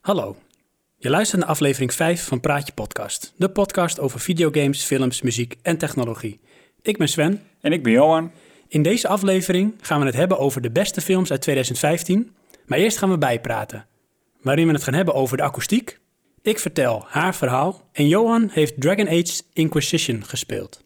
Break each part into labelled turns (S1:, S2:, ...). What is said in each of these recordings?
S1: Hallo. Je luistert naar aflevering 5 van Praatje Podcast. De podcast over videogames, films, muziek en technologie. Ik ben Sven.
S2: En ik ben Johan.
S1: In deze aflevering gaan we het hebben over de beste films uit 2015. Maar eerst gaan we bijpraten. Waarin we het gaan hebben over de akoestiek. Ik vertel haar verhaal. En Johan heeft Dragon Age Inquisition gespeeld.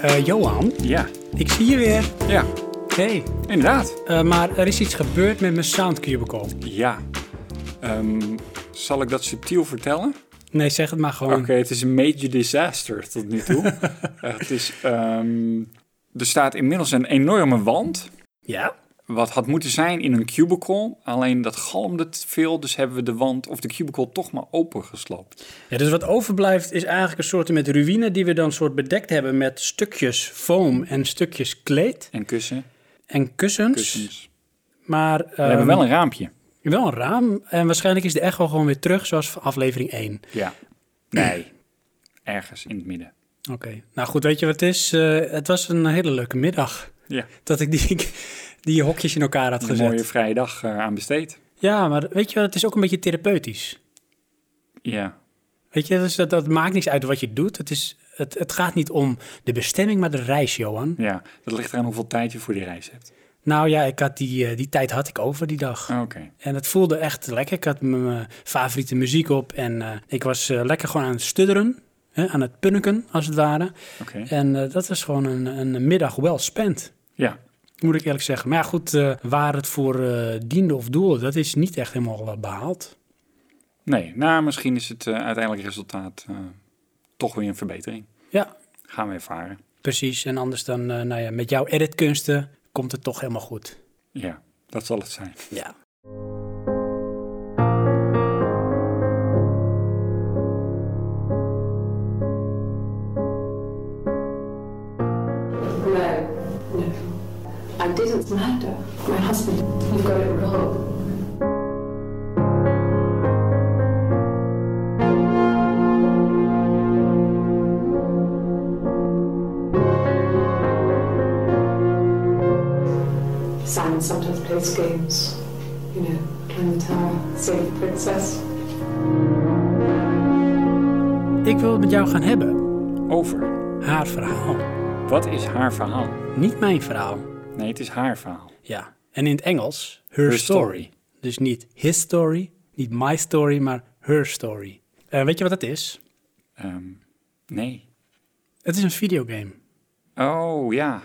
S1: Eh, Johan,
S2: Ja.
S1: ik zie je weer.
S2: Ja,
S1: Hey,
S2: inderdaad.
S1: eh, maar er is iets gebeurd met mijn sound cubicle.
S2: Ja. Ehm, zal ik dat subtiel vertellen?
S1: Nee, zeg het maar gewoon.
S2: Oké, het is een major disaster tot nu toe. Eh, het is, ehm, er staat inmiddels een enorme wand.
S1: Ja?
S2: Wat had moeten zijn in een cubicle. Alleen dat galmde te veel. Dus hebben we de wand of de cubicle toch maar opengesloopt.
S1: Ja, dus wat overblijft is eigenlijk een soort met ruïne die we dan soort bedekt hebben met stukjes foam en stukjes kleed
S2: En kussen.
S1: en kussens.
S2: Kussens.
S1: Maar ehm,
S2: we hebben wel een raampje.
S1: wel een raam en waarschijnlijk is de echo gewoon weer terug zoals van aflevering 1.
S2: Ja. Nee. Ergens in het midden.
S1: Oké, nou goed, weet je wat het is? Eh, het was een hele leuke middag
S2: Ja.
S1: dat ik die, die hokjes in elkaar had
S2: Een
S1: gezet.
S2: mooie vrije dag eh, aan besteed.
S1: Ja, maar weet je wat, het is ook een beetje therapeutisch.
S2: Ja.
S1: Weet je, dus dat, dat maakt niks uit wat je doet. Het, is, het, het gaat niet om de bestemming, maar de reis, Johan.
S2: Ja, dat ligt eraan hoeveel tijd je voor die reis hebt. Ah,
S1: Nou ja, ik had die, eh, die tijd had ik over die dag.
S2: Oké.
S1: En het voelde echt lekker. Ik had mijn eh, favoriete muziek op en eh, ik was eh, lekker gewoon aan het studderen. Hè, aan het punniken, als het ware.
S2: Oké.
S1: En eh, dat was gewoon een, een middag well spent,
S2: Ja.
S1: moet ik eerlijk zeggen. Maar ja, goed, eh, waar het voor eh, diende of doelde, dat is niet echt helemaal eh, behaald.
S2: Nee, nou, misschien is het eh, uiteindelijk resultaat eh, toch weer een verbetering.
S1: Ja,
S2: Gaan we ervaren.
S1: precies. En anders dan, eh, nou ja, met jouw editkunsten komt het toch helemaal goed.
S2: Ja, dat zal het zijn.
S1: Ja.
S3: No, no. I didn't murder my husband. You've got it wrong. Simon sometimes plays games. You know, climb the tower, save the princess.
S1: Ik wil het met jou gaan hebben.
S2: Over.
S1: Haar verhaal.
S2: Wat is haar verhaal?
S1: Niet mijn verhaal.
S2: Nee, het is haar verhaal.
S1: Ja, en in het Engels, her,
S2: Her
S1: story.
S2: story.
S1: Dus niet his story, niet my story, maar her story. Eh, weet je wat dat is?
S2: Ehm, nee.
S1: Het is een videogame.
S2: Oh ja.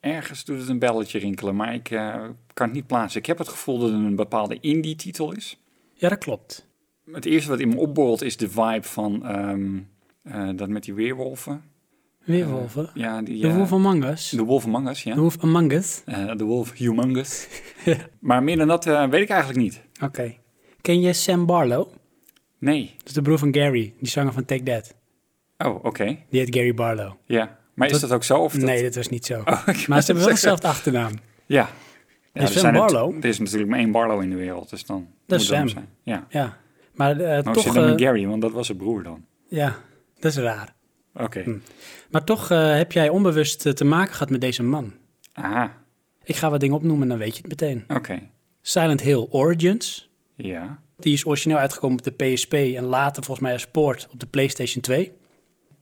S2: Ergens doet het een belletje rinkelen, maar ik eh, kan het niet plaatsen. Ik heb het gevoel dat het een bepaalde indie-titel is.
S1: Ja, dat klopt.
S2: Het eerste wat in me opborrelt is de vibe van ehm, eh, dat met die weerwolven.
S1: Weerwolven.
S2: Ja, die,
S1: De
S2: eh,
S1: Wolf Among Us.
S2: de Wolf Among Us, ja.
S1: De Wolf Among Us.
S2: Eh, de Wolf Humongous. Maar meer dan dat eh, weet ik eigenlijk niet.
S1: Oké. Ken je Sam Barlow?
S2: Nee.
S1: Dat is de broer van Gary, die zanger van Take That.
S2: Oh, oké.
S1: Die heet Gary Barlow.
S2: Ja. Maar is dat ook zo? Of dat-
S1: Nee, dat was niet zo.
S2: Oh, ik
S1: maar
S2: wou
S1: ze hebben wel
S2: zeggen.
S1: dezelfde achternaam.
S2: Ja. ja
S1: Sam
S2: er-
S1: Barlow?
S2: Er is natuurlijk maar één Barlow in de wereld, dus dan
S1: Dat
S2: moet
S1: is
S2: dat hem
S1: Sam.
S2: zijn. Ja.
S1: Ja. Maar eh,
S2: Maar Toch,
S1: toch...
S2: zit Nou, dan
S1: eh,
S2: met Gary, want dat was zijn broer dan.
S1: ja, dat is raar.
S2: Oké.
S1: Hm. Maar toch eh, heb jij onbewust eh, te maken gehad met deze man.
S2: Aha.
S1: Ik ga wat dingen opnoemen, dan weet je het meteen.
S2: Oké.
S1: Silent Hill Origins.
S2: Ja.
S1: Die is origineel uitgekomen op de PSP en later volgens mij als port op de PlayStation 2.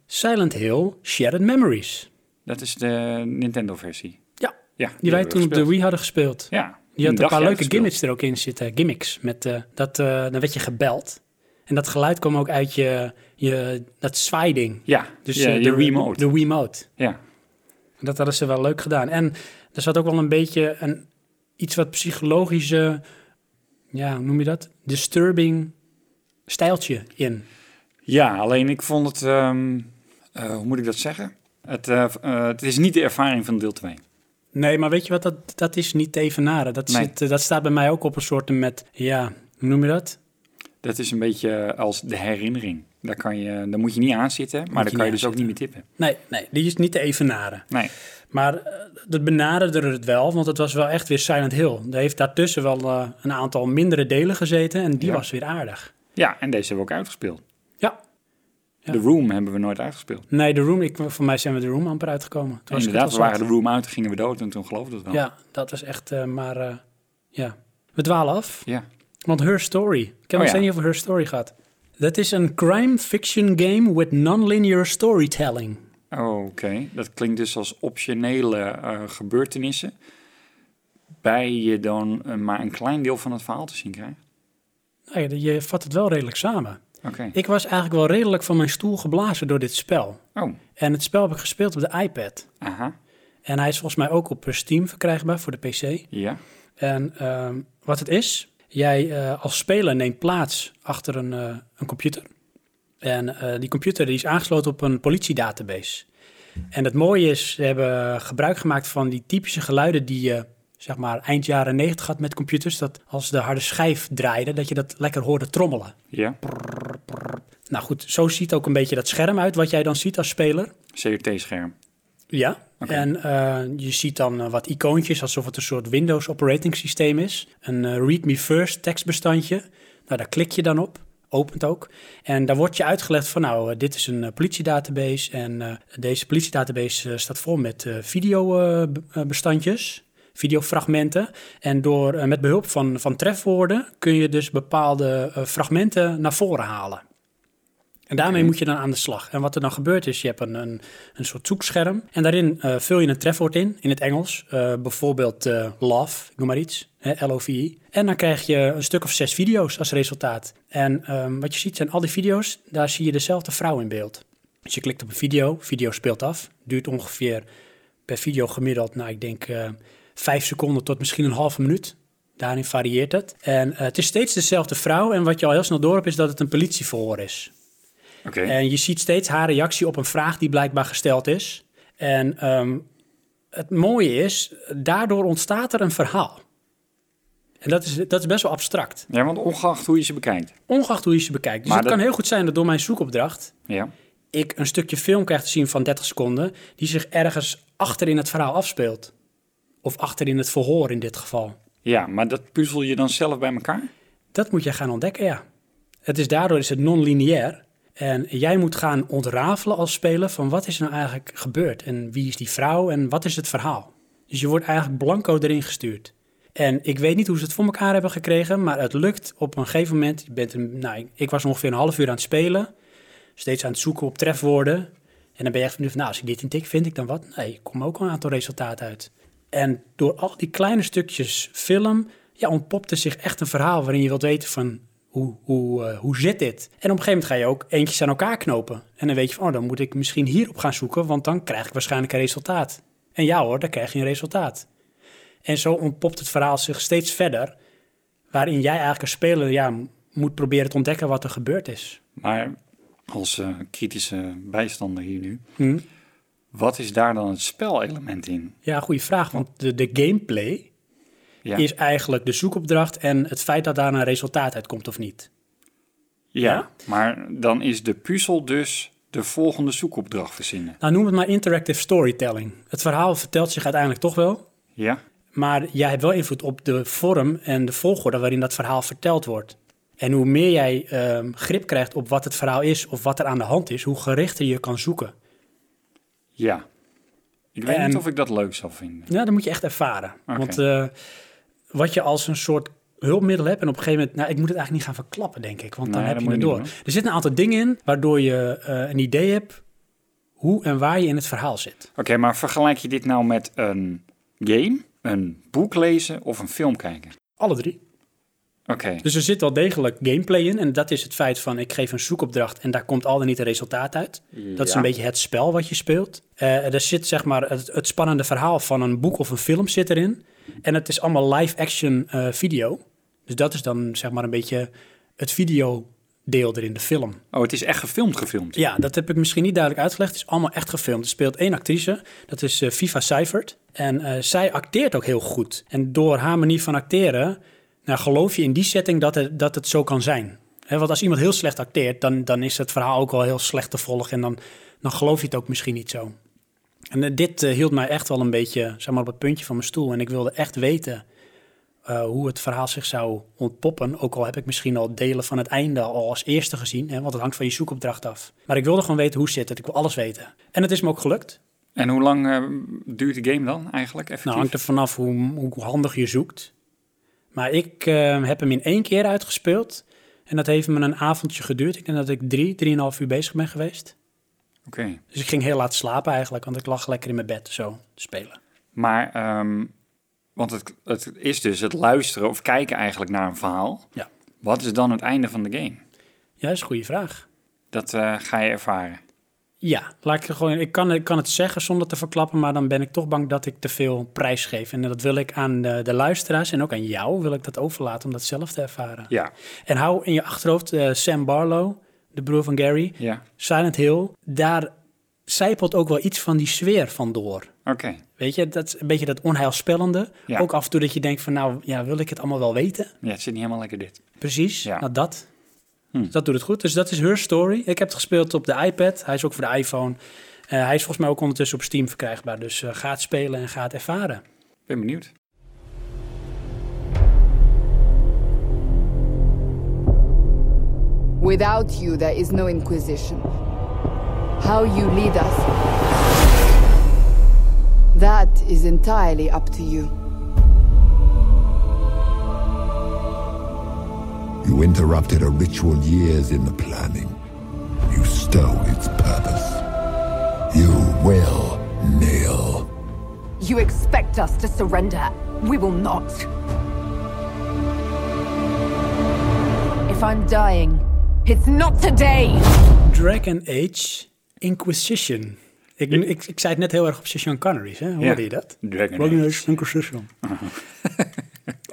S1: Silent Hill Shared Memories.
S2: Dat is de Nintendo-versie.
S1: Ja, die
S2: Ja.
S1: wij
S2: hebben we
S1: toen op de
S2: gespeeld.
S1: Wii hadden gespeeld.
S2: Ja.
S1: Die had een
S2: dagje
S1: paar leuke
S2: uitgespeeld.
S1: gimmicks er ook in zitten. Gimmicks. Met, eh, dat, eh, dan werd je gebeld. En dat geluid kwam ook uit je, je dat zwaaiding.
S2: Ja. Dus ja,
S1: eh,
S2: de remote.
S1: De Wiimote.
S2: Ja.
S1: Dat hadden ze wel leuk gedaan. En er zat ook wel een beetje een, iets wat psychologische, ja, hoe noem je dat? Disturbing stijltje in.
S2: Ja, alleen ik vond het, ehm, eh, hoe moet ik dat zeggen? Het, eh, v- eh, het is niet de ervaring van deel 2.
S1: Nee, maar weet je wat? Dat, dat is niet te evenaren. Dat,
S2: Nee.
S1: zit, eh, dat staat bij mij ook op een soort met, ja, hoe noem je dat?
S2: Dat is een beetje als de herinnering. Daar, kan je, daar moet je niet aan zitten, maar
S1: je
S2: daar kan je
S1: niet
S2: dus ook niet meer tippen.
S1: Nee, nee, die is niet te evenaren.
S2: Nee,
S1: Maar eh, dat benaderde het wel, want het was wel echt weer Silent Hill. Er heeft daartussen wel eh, een aantal mindere delen gezeten en die
S2: Ja.
S1: was weer aardig.
S2: ja, en deze hebben we ook uitgespeeld.
S1: Ja. Ja.
S2: The Room hebben we nooit uitgespeeld.
S1: Nee, de Room, ik, voor mij zijn we de Room amper uitgekomen. Toen was ik het
S2: Inderdaad, we
S1: al zat.
S2: waren de Room uit, toen gingen we dood en toen geloofde het wel.
S1: Ja, dat was echt, eh, maar eh, ja. We dwalen af,
S2: Ja.
S1: want Her Story. Ik heb
S2: Oh ja.
S1: nog steeds niet over Her Story gehad. Dat is een crime fiction game with non-linear storytelling.
S2: Oké, dat klinkt dus als optionele eh, gebeurtenissen. Bij je dan eh, maar een klein deel van het verhaal te zien krijgt.
S1: Nou ja, je vat het wel redelijk samen.
S2: Oké.
S1: Ik was eigenlijk wel redelijk van mijn stoel geblazen door dit spel.
S2: Oh,
S1: En het spel heb ik gespeeld op de iPad.
S2: aha.
S1: En hij is volgens mij ook op Steam verkrijgbaar voor de PC.
S2: Ja.
S1: En ehm, wat het is, jij eh, als speler neemt plaats achter een, eh, een computer. En eh, die computer die is aangesloten op een politiedatabase. En het mooie is, ze hebben gebruik gemaakt van die typische geluiden die je zeg maar, eind jaren 90 had met computers. Dat als de harde schijf draaide, dat je dat lekker hoorde trommelen.
S2: Ja.
S1: Nou goed, zo ziet ook een beetje dat scherm uit wat jij dan ziet als speler.
S2: CRT-scherm.
S1: Ja,
S2: Oké.
S1: en eh, je ziet dan eh, wat icoontjes, alsof het een soort Windows operating systeem is. Een eh, read me first tekstbestandje. Nou, daar klik je dan op, opent ook. En daar wordt je uitgelegd van, nou, eh, dit is een eh, politiedatabase en eh, deze politiedatabase eh, staat vol met videobestandjes. eh, Videofragmenten. En door, eh, met behulp van, van trefwoorden kun je dus bepaalde eh, fragmenten naar voren halen. En daarmee moet je dan aan de slag. En wat er dan gebeurt is, je hebt een, een, een soort zoekscherm. En daarin eh, vul je een trefwoord in, in het Engels. Eh, bijvoorbeeld eh, love, ik noem maar iets. hè, L-O-V-E. En dan krijg je een stuk of zes video's als resultaat. En ehm, wat je ziet zijn al die video's, daar zie je dezelfde vrouw in beeld. Dus je klikt op een video, video speelt af. Duurt ongeveer per video gemiddeld, nou ik denk eh, vijf seconden tot misschien een halve minuut. Daarin varieert het. En eh, het is steeds dezelfde vrouw. En wat je al heel snel door hebt, is dat het een politieverhoor is.
S2: Oké.
S1: En je ziet steeds haar reactie op een vraag die blijkbaar gesteld is. En ehm, het mooie is, daardoor ontstaat er een verhaal. En dat is, dat is best wel abstract,
S2: Ja, want ongeacht hoe je ze bekijkt.
S1: ongeacht hoe je ze bekijkt. Dus
S2: Maar
S1: het
S2: dat-
S1: kan heel goed zijn dat door mijn zoekopdracht
S2: Ja.
S1: ik een stukje film krijg te zien van 30 seconden... die zich ergens achter in het verhaal afspeelt. Of achter in het verhoor in dit geval.
S2: Ja, maar dat puzzel je dan zelf bij elkaar?
S1: Dat moet jij gaan ontdekken, ja. Het is daardoor is het non-lineair. En jij moet gaan ontrafelen als speler van wat is nou eigenlijk gebeurd? En wie is die vrouw en wat is het verhaal? Dus je wordt eigenlijk blanco erin gestuurd. En ik weet niet hoe ze het voor elkaar hebben gekregen, maar het lukt op een gegeven moment. Je bent een, nou, ik- ik was ongeveer een half uur aan het spelen, steeds aan het zoeken op trefwoorden. En dan ben je echt van, nou, als ik dit en tik, vind ik dan wat? Nee, er komen ook een aantal resultaten uit. En door al die kleine stukjes film, ja, ontpopte zich echt een verhaal waarin je wilt weten van hoe, hoe, eh, hoe zit dit? En op een gegeven moment ga je ook eentjes aan elkaar knopen. En dan weet je van, oh, dan moet ik misschien hierop gaan zoeken, want dan krijg ik waarschijnlijk een resultaat. En ja hoor, dan krijg je een resultaat. En zo ontpopt het verhaal zich steeds verder, waarin jij eigenlijk als speler ja, moet proberen te ontdekken wat er gebeurd is.
S2: Maar als eh, kritische bijstander hier nu.
S1: Hm.
S2: Wat is daar dan het spelelement in?
S1: Ja, goede vraag, want de, de gameplay
S2: Ja.
S1: is eigenlijk de zoekopdracht en het feit dat daar een resultaat uit komt of niet.
S2: ja.
S1: ja.
S2: Maar dan is de puzzel dus de volgende zoekopdracht verzinnen.
S1: Nou, noem het maar interactive storytelling. Het verhaal vertelt zich uiteindelijk toch wel,
S2: Ja.
S1: maar jij hebt wel invloed op de vorm en de volgorde waarin dat verhaal verteld wordt. En hoe meer jij ehm, grip krijgt op wat het verhaal is of wat er aan de hand is, hoe gerichter je kan zoeken.
S2: Ja. Ik weet
S1: En-
S2: niet of ik dat leuk zou vinden.
S1: Ja, dat moet je echt ervaren.
S2: Oké.
S1: Want eh, wat je als een soort hulpmiddel hebt en op een gegeven moment... Nou, ik moet het eigenlijk niet gaan verklappen, denk ik, want dan
S2: Nee,
S1: heb
S2: dat
S1: je
S2: moet
S1: het
S2: je
S1: door.
S2: niet
S1: Er zitten een aantal dingen in waardoor je eh, een idee hebt hoe en waar je in het verhaal zit.
S2: Oké, maar vergelijk je dit nou met een game, een boek lezen of een film kijken?
S1: Alle drie.
S2: Oké.
S1: Dus er zit wel degelijk gameplay in. En dat is het feit van ik geef een zoekopdracht en daar komt al dan niet een resultaat uit. Dat is
S2: Ja.
S1: een beetje het spel wat je speelt. Eh, er zit zeg maar het, het spannende verhaal van een boek of een film zit erin. En het is allemaal live action eh, video. Dus dat is dan zeg maar een beetje het videodeel erin, de film.
S2: Oh, het is echt gefilmd gefilmd.
S1: Ja, dat heb ik misschien niet duidelijk uitgelegd. Het is allemaal echt gefilmd. Er speelt één actrice, dat is eh, Viva Seifert. En eh, zij acteert ook heel goed. En door haar manier van acteren, nou, geloof je in die setting dat het, dat het zo kan zijn. Hè, want als iemand heel slecht acteert, dan, dan is het verhaal ook wel heel slecht te volgen. En dan, dan geloof je het ook misschien niet zo. En eh, dit eh, hield mij echt wel een beetje zeg maar, op het puntje van mijn stoel. En ik wilde echt weten eh, hoe het verhaal zich zou ontpoppen. Ook al heb ik misschien al delen van het einde al als eerste gezien, hè, want het hangt van je zoekopdracht af. Maar ik wilde gewoon weten hoe zit het, ik wil alles weten. En het is me ook gelukt.
S2: En hoe lang eh, duurt de game dan eigenlijk? Effectief?
S1: Nou, hangt er vanaf hoe, hoe handig je zoekt. Maar ik eh, heb hem in één keer uitgespeeld. En dat heeft me een avondje geduurd. Ik denk dat ik drie, drieënhalf uur bezig ben geweest.
S2: Oké.
S1: Dus ik ging heel laat slapen eigenlijk, want ik lag lekker in mijn bed zo te spelen.
S2: Maar, ehm, want het, het is dus het luisteren of kijken eigenlijk naar een verhaal.
S1: Ja.
S2: Wat is dan het einde van de game?
S1: Ja, dat is een goede vraag.
S2: Dat eh, ga je ervaren.
S1: Ja, laat ik, er gewoon, ik, kan, ik kan het zeggen zonder te verklappen, maar dan ben ik toch bang dat ik te veel prijs geef. En dat wil ik aan de, de luisteraars en ook aan jou wil ik dat overlaten om dat zelf te ervaren.
S2: Ja.
S1: En hou in je achterhoofd eh, Sam Barlow, de broer van Gary,
S2: Ja.
S1: Silent Hill, daar zijpelt ook wel iets van die sfeer vandoor.
S2: Oké.
S1: Weet je, dat is een beetje dat onheilspellende.
S2: Ja.
S1: Ook af en toe dat je denkt van, nou, ja, wil ik het allemaal wel weten?
S2: Ja, het zit niet helemaal lekker dit.
S1: Precies,
S2: Ja.
S1: nou dat.
S2: Hm.
S1: Dus Dat doet het goed. Dus dat is Her Story. Ik heb het gespeeld op de iPad. Hij is ook voor de iPhone. Eh, hij is volgens mij ook ondertussen op Steam verkrijgbaar. Dus eh, ga het spelen en ga het ervaren.
S2: Ik ben benieuwd.
S4: Without you, there is no Inquisition. How you lead us, that is entirely up to you.
S5: You interrupted a ritual years in the planning. You stole its purpose. You will kneel.
S6: You expect us to surrender. We will not. If I'm dying, it's not today!
S1: Dragon Age Inquisition. Ik, ik, ik zei het net heel erg op Session Connery's. Hè? Hoorde
S2: Ja.
S1: je dat?
S2: Dragon Age.
S1: Inquisition.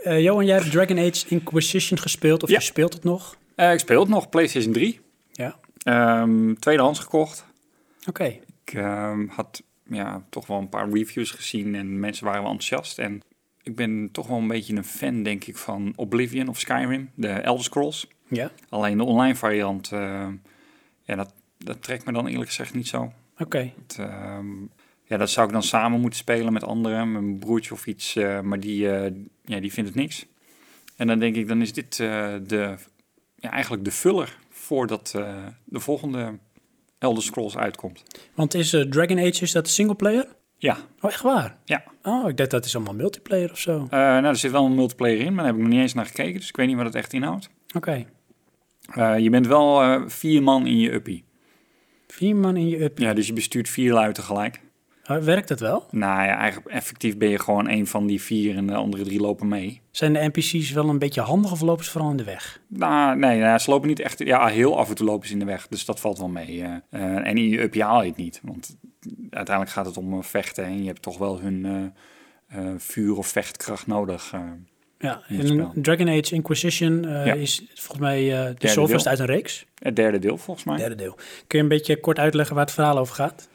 S1: Eh, Johan, jij hebt Dragon Age Inquisition gespeeld. Of
S2: Ja.
S1: je speelt het nog?
S2: Eh, ik speel het nog, PlayStation 3.
S1: Ja.
S2: Ehm, tweedehands gekocht.
S1: Oké.
S2: Ik ehm, had ja, toch wel een paar reviews gezien en mensen waren wel enthousiast. En ik ben toch wel een beetje een fan, denk ik, van Oblivion of Skyrim, de Elder Scrolls.
S1: Ja.
S2: Alleen de online variant, ehm, ja, dat, dat trekt me dan eerlijk gezegd niet zo.
S1: Oké.
S2: Het, ehm, ja, dat zou ik dan samen moeten spelen met anderen, mijn broertje of iets, eh, maar die, eh, ja, die vindt het niks. En dan denk ik, dan is dit eh, de, ja, eigenlijk de vuller voordat eh, de volgende Elder Scrolls uitkomt.
S1: Want is eh, Dragon Age is dat singleplayer?
S2: Ja,
S1: Oh, echt waar?
S2: ja.
S1: Oh, ik dacht dat is allemaal multiplayer of zo.
S2: Eh, nou, er zit wel een multiplayer in, maar daar heb ik nog niet eens naar gekeken, dus ik weet niet wat het echt inhoudt.
S1: Oké.
S2: Eh, je bent wel eh, vier man in je uppie.
S1: Vier man in je up.
S2: Ja, dus je bestuurt vier lui tegelijk.
S1: Oh, werkt het wel?
S2: Nou ja, eigenlijk effectief ben je gewoon één van die vier en de andere drie lopen mee.
S1: Zijn de NPC's wel een beetje handig of lopen ze vooral in de weg?
S2: Nou, nee, nou, ze lopen niet echt... Ja, heel af en toe lopen ze in de weg, dus dat valt wel mee. eh. Eh, en in je uppie haal je het niet, want uiteindelijk gaat het om eh, vechten... en je hebt toch wel hun eh, eh, vuur of vechtkracht nodig. eh.
S1: Ja,
S2: In
S1: en
S2: het spel.
S1: Dragon Age Inquisition eh,
S2: Ja.
S1: is volgens mij eh, de
S2: deel.
S1: zoveelste uit een reeks.
S2: het derde deel, volgens mij.
S1: Derde deel. Kun je een beetje kort uitleggen waar het verhaal over gaat?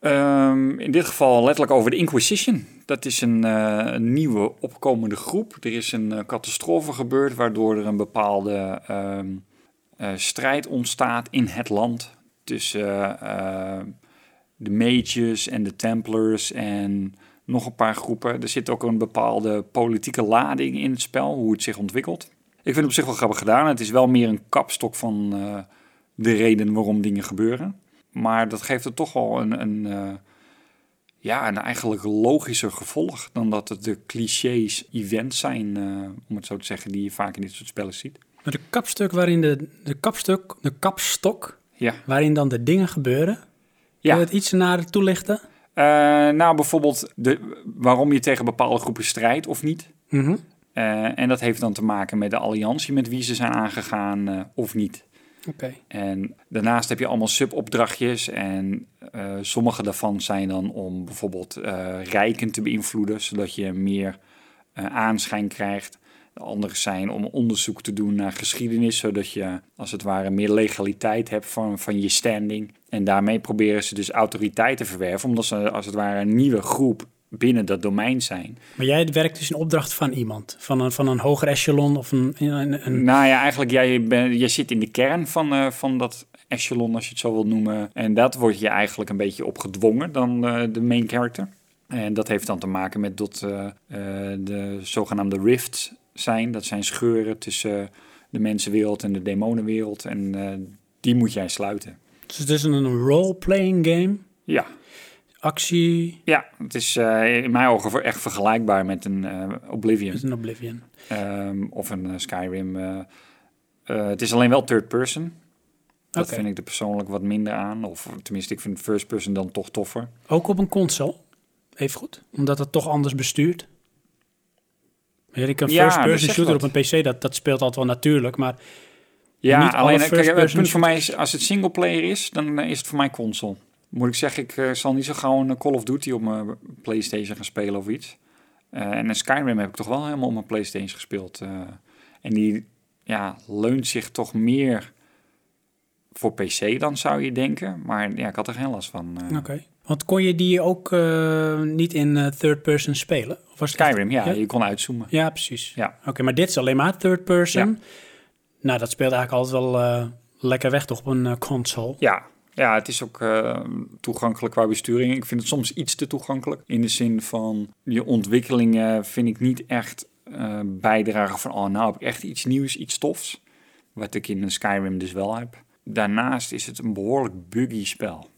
S2: Ehm, in dit geval letterlijk over de Inquisition. Dat is een eh, een nieuwe opkomende groep. Er is een eh, catastrofe gebeurd waardoor er een bepaalde ehm, eh, strijd ontstaat in het land tussen eh, eh, de mages en de templars en nog een paar groepen. Er zit ook een bepaalde politieke lading in het spel, hoe het zich ontwikkelt. Ik vind het op zich wel grappig gedaan. Het is wel meer een kapstok van eh, de reden waarom dingen gebeuren. Maar dat geeft het toch wel een, een, eh, ja, een eigenlijk logischer gevolg dan dat het de clichés events zijn, eh, om het zo te zeggen, die je vaak in dit soort spellen ziet.
S1: Maar de kapstuk waarin de, de kapstuk, de kapstok,
S2: Ja,
S1: waarin dan de dingen gebeuren. Kun
S2: ja.
S1: je het iets naar toelichten?
S2: Eh, nou bijvoorbeeld de, waarom je tegen bepaalde groepen strijdt of niet.
S1: Mhm.
S2: Eh, en dat heeft dan te maken met de alliantie met wie ze zijn aangegaan eh, of niet.
S1: Oké.
S2: En daarnaast heb je allemaal subopdrachtjes. En eh, sommige daarvan zijn dan om bijvoorbeeld eh, rijken te beïnvloeden, zodat je meer eh, aanschijn krijgt. De andere zijn om onderzoek te doen naar geschiedenis, zodat je als het ware meer legaliteit hebt van, van je standing. En daarmee proberen ze dus autoriteit te verwerven, omdat ze als het ware een nieuwe groep binnen dat domein zijn.
S1: Maar jij werkt dus in opdracht van iemand, van een, van een hoger echelon of een... een, een
S2: Nou ja, eigenlijk, jij, ben, jij zit in de kern van, eh, van dat echelon, als je het zo wilt noemen. En dat wordt je eigenlijk een beetje opgedwongen dan eh, de main character. En dat heeft dan te maken met dat eh, eh, de zogenaamde rifts zijn. Dat zijn scheuren tussen de mensenwereld en de demonenwereld. En eh, die moet jij sluiten.
S1: Dus het is een role-playing game.
S2: Ja,
S1: Actie.
S2: ja het is eh, in mijn ogen ver- echt vergelijkbaar met een eh, Oblivion.
S1: Het is een Oblivion.
S2: Ehm, of een eh, Skyrim. eh. Eh, het is alleen wel third person. Dat
S1: Oké.
S2: vind ik er persoonlijk wat minder aan. Of tenminste, ik vind first person dan toch toffer.
S1: Ook op een console. Even goed. Omdat het toch anders bestuurt. Ja, ik een
S2: Ja, dat
S1: first-person
S2: zegt
S1: shooter op
S2: wat.
S1: een PC, dat, dat speelt altijd wel natuurlijk. Maar
S2: Ja,
S1: Niet alle
S2: alleen eh, kijk, het
S1: first-person
S2: punt voor mij is, als het singleplayer is, dan eh, is het voor mij console. Moet ik zeggen, ik eh, zal niet zo gauw een Call of Duty op mijn Playstation gaan spelen of iets. Eh, en een Skyrim heb ik toch wel helemaal op mijn Playstation gespeeld. eh. en die ja, leunt zich toch meer voor PC dan, zou je denken. Maar ja, ik had er geen last van. eh.
S1: oké. Want kon je die ook eh, niet in third-person spelen? Of was het echt-
S2: Skyrim, ja,
S1: Ja?
S2: je kon uitzoomen.
S1: Ja, precies.
S2: Ja.
S1: Oké, maar dit is alleen maar third-person. Nou, dat speelt eigenlijk altijd wel eh, lekker weg toch op een eh, console.
S2: Ja, ja het is ook eh, toegankelijk qua besturing. Ik vind het soms iets te toegankelijk. In de zin van je ontwikkelingen vind ik niet echt eh, bijdragen van... oh, nou heb ik echt iets nieuws, iets tofs. Wat ik in een Skyrim dus wel heb. Daarnaast is het een behoorlijk buggy spel.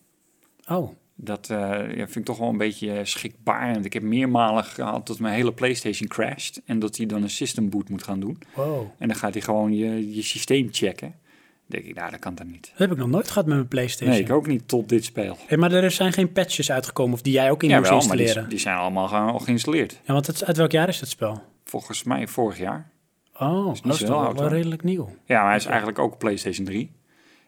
S1: Oh,
S2: Dat eh, ja, vind ik toch wel een beetje eh, schrikbarend. Ik heb meermalen gehad dat mijn hele PlayStation crasht... en dat hij dan een system boot moet gaan doen.
S1: wow.
S2: En dan gaat hij gewoon je, je systeem checken. Dan denk ik, nou, dat kan dan niet.
S1: Dat heb ik nog nooit gehad met mijn PlayStation.
S2: Nee, ik ook niet tot dit spel.
S1: Hey, maar er zijn geen patches uitgekomen of die jij ook in moest
S2: maar
S1: installeren.
S2: die, die zijn allemaal ge- al geïnstalleerd.
S1: Ja, want het, uit welk jaar is dat spel?
S2: Volgens mij vorig jaar.
S1: Oh, dat is,
S2: niet
S1: toch
S2: zo heel
S1: wel
S2: oud, hoor.
S1: redelijk nieuw.
S2: Ja, maar hij is eigenlijk ook PlayStation 3.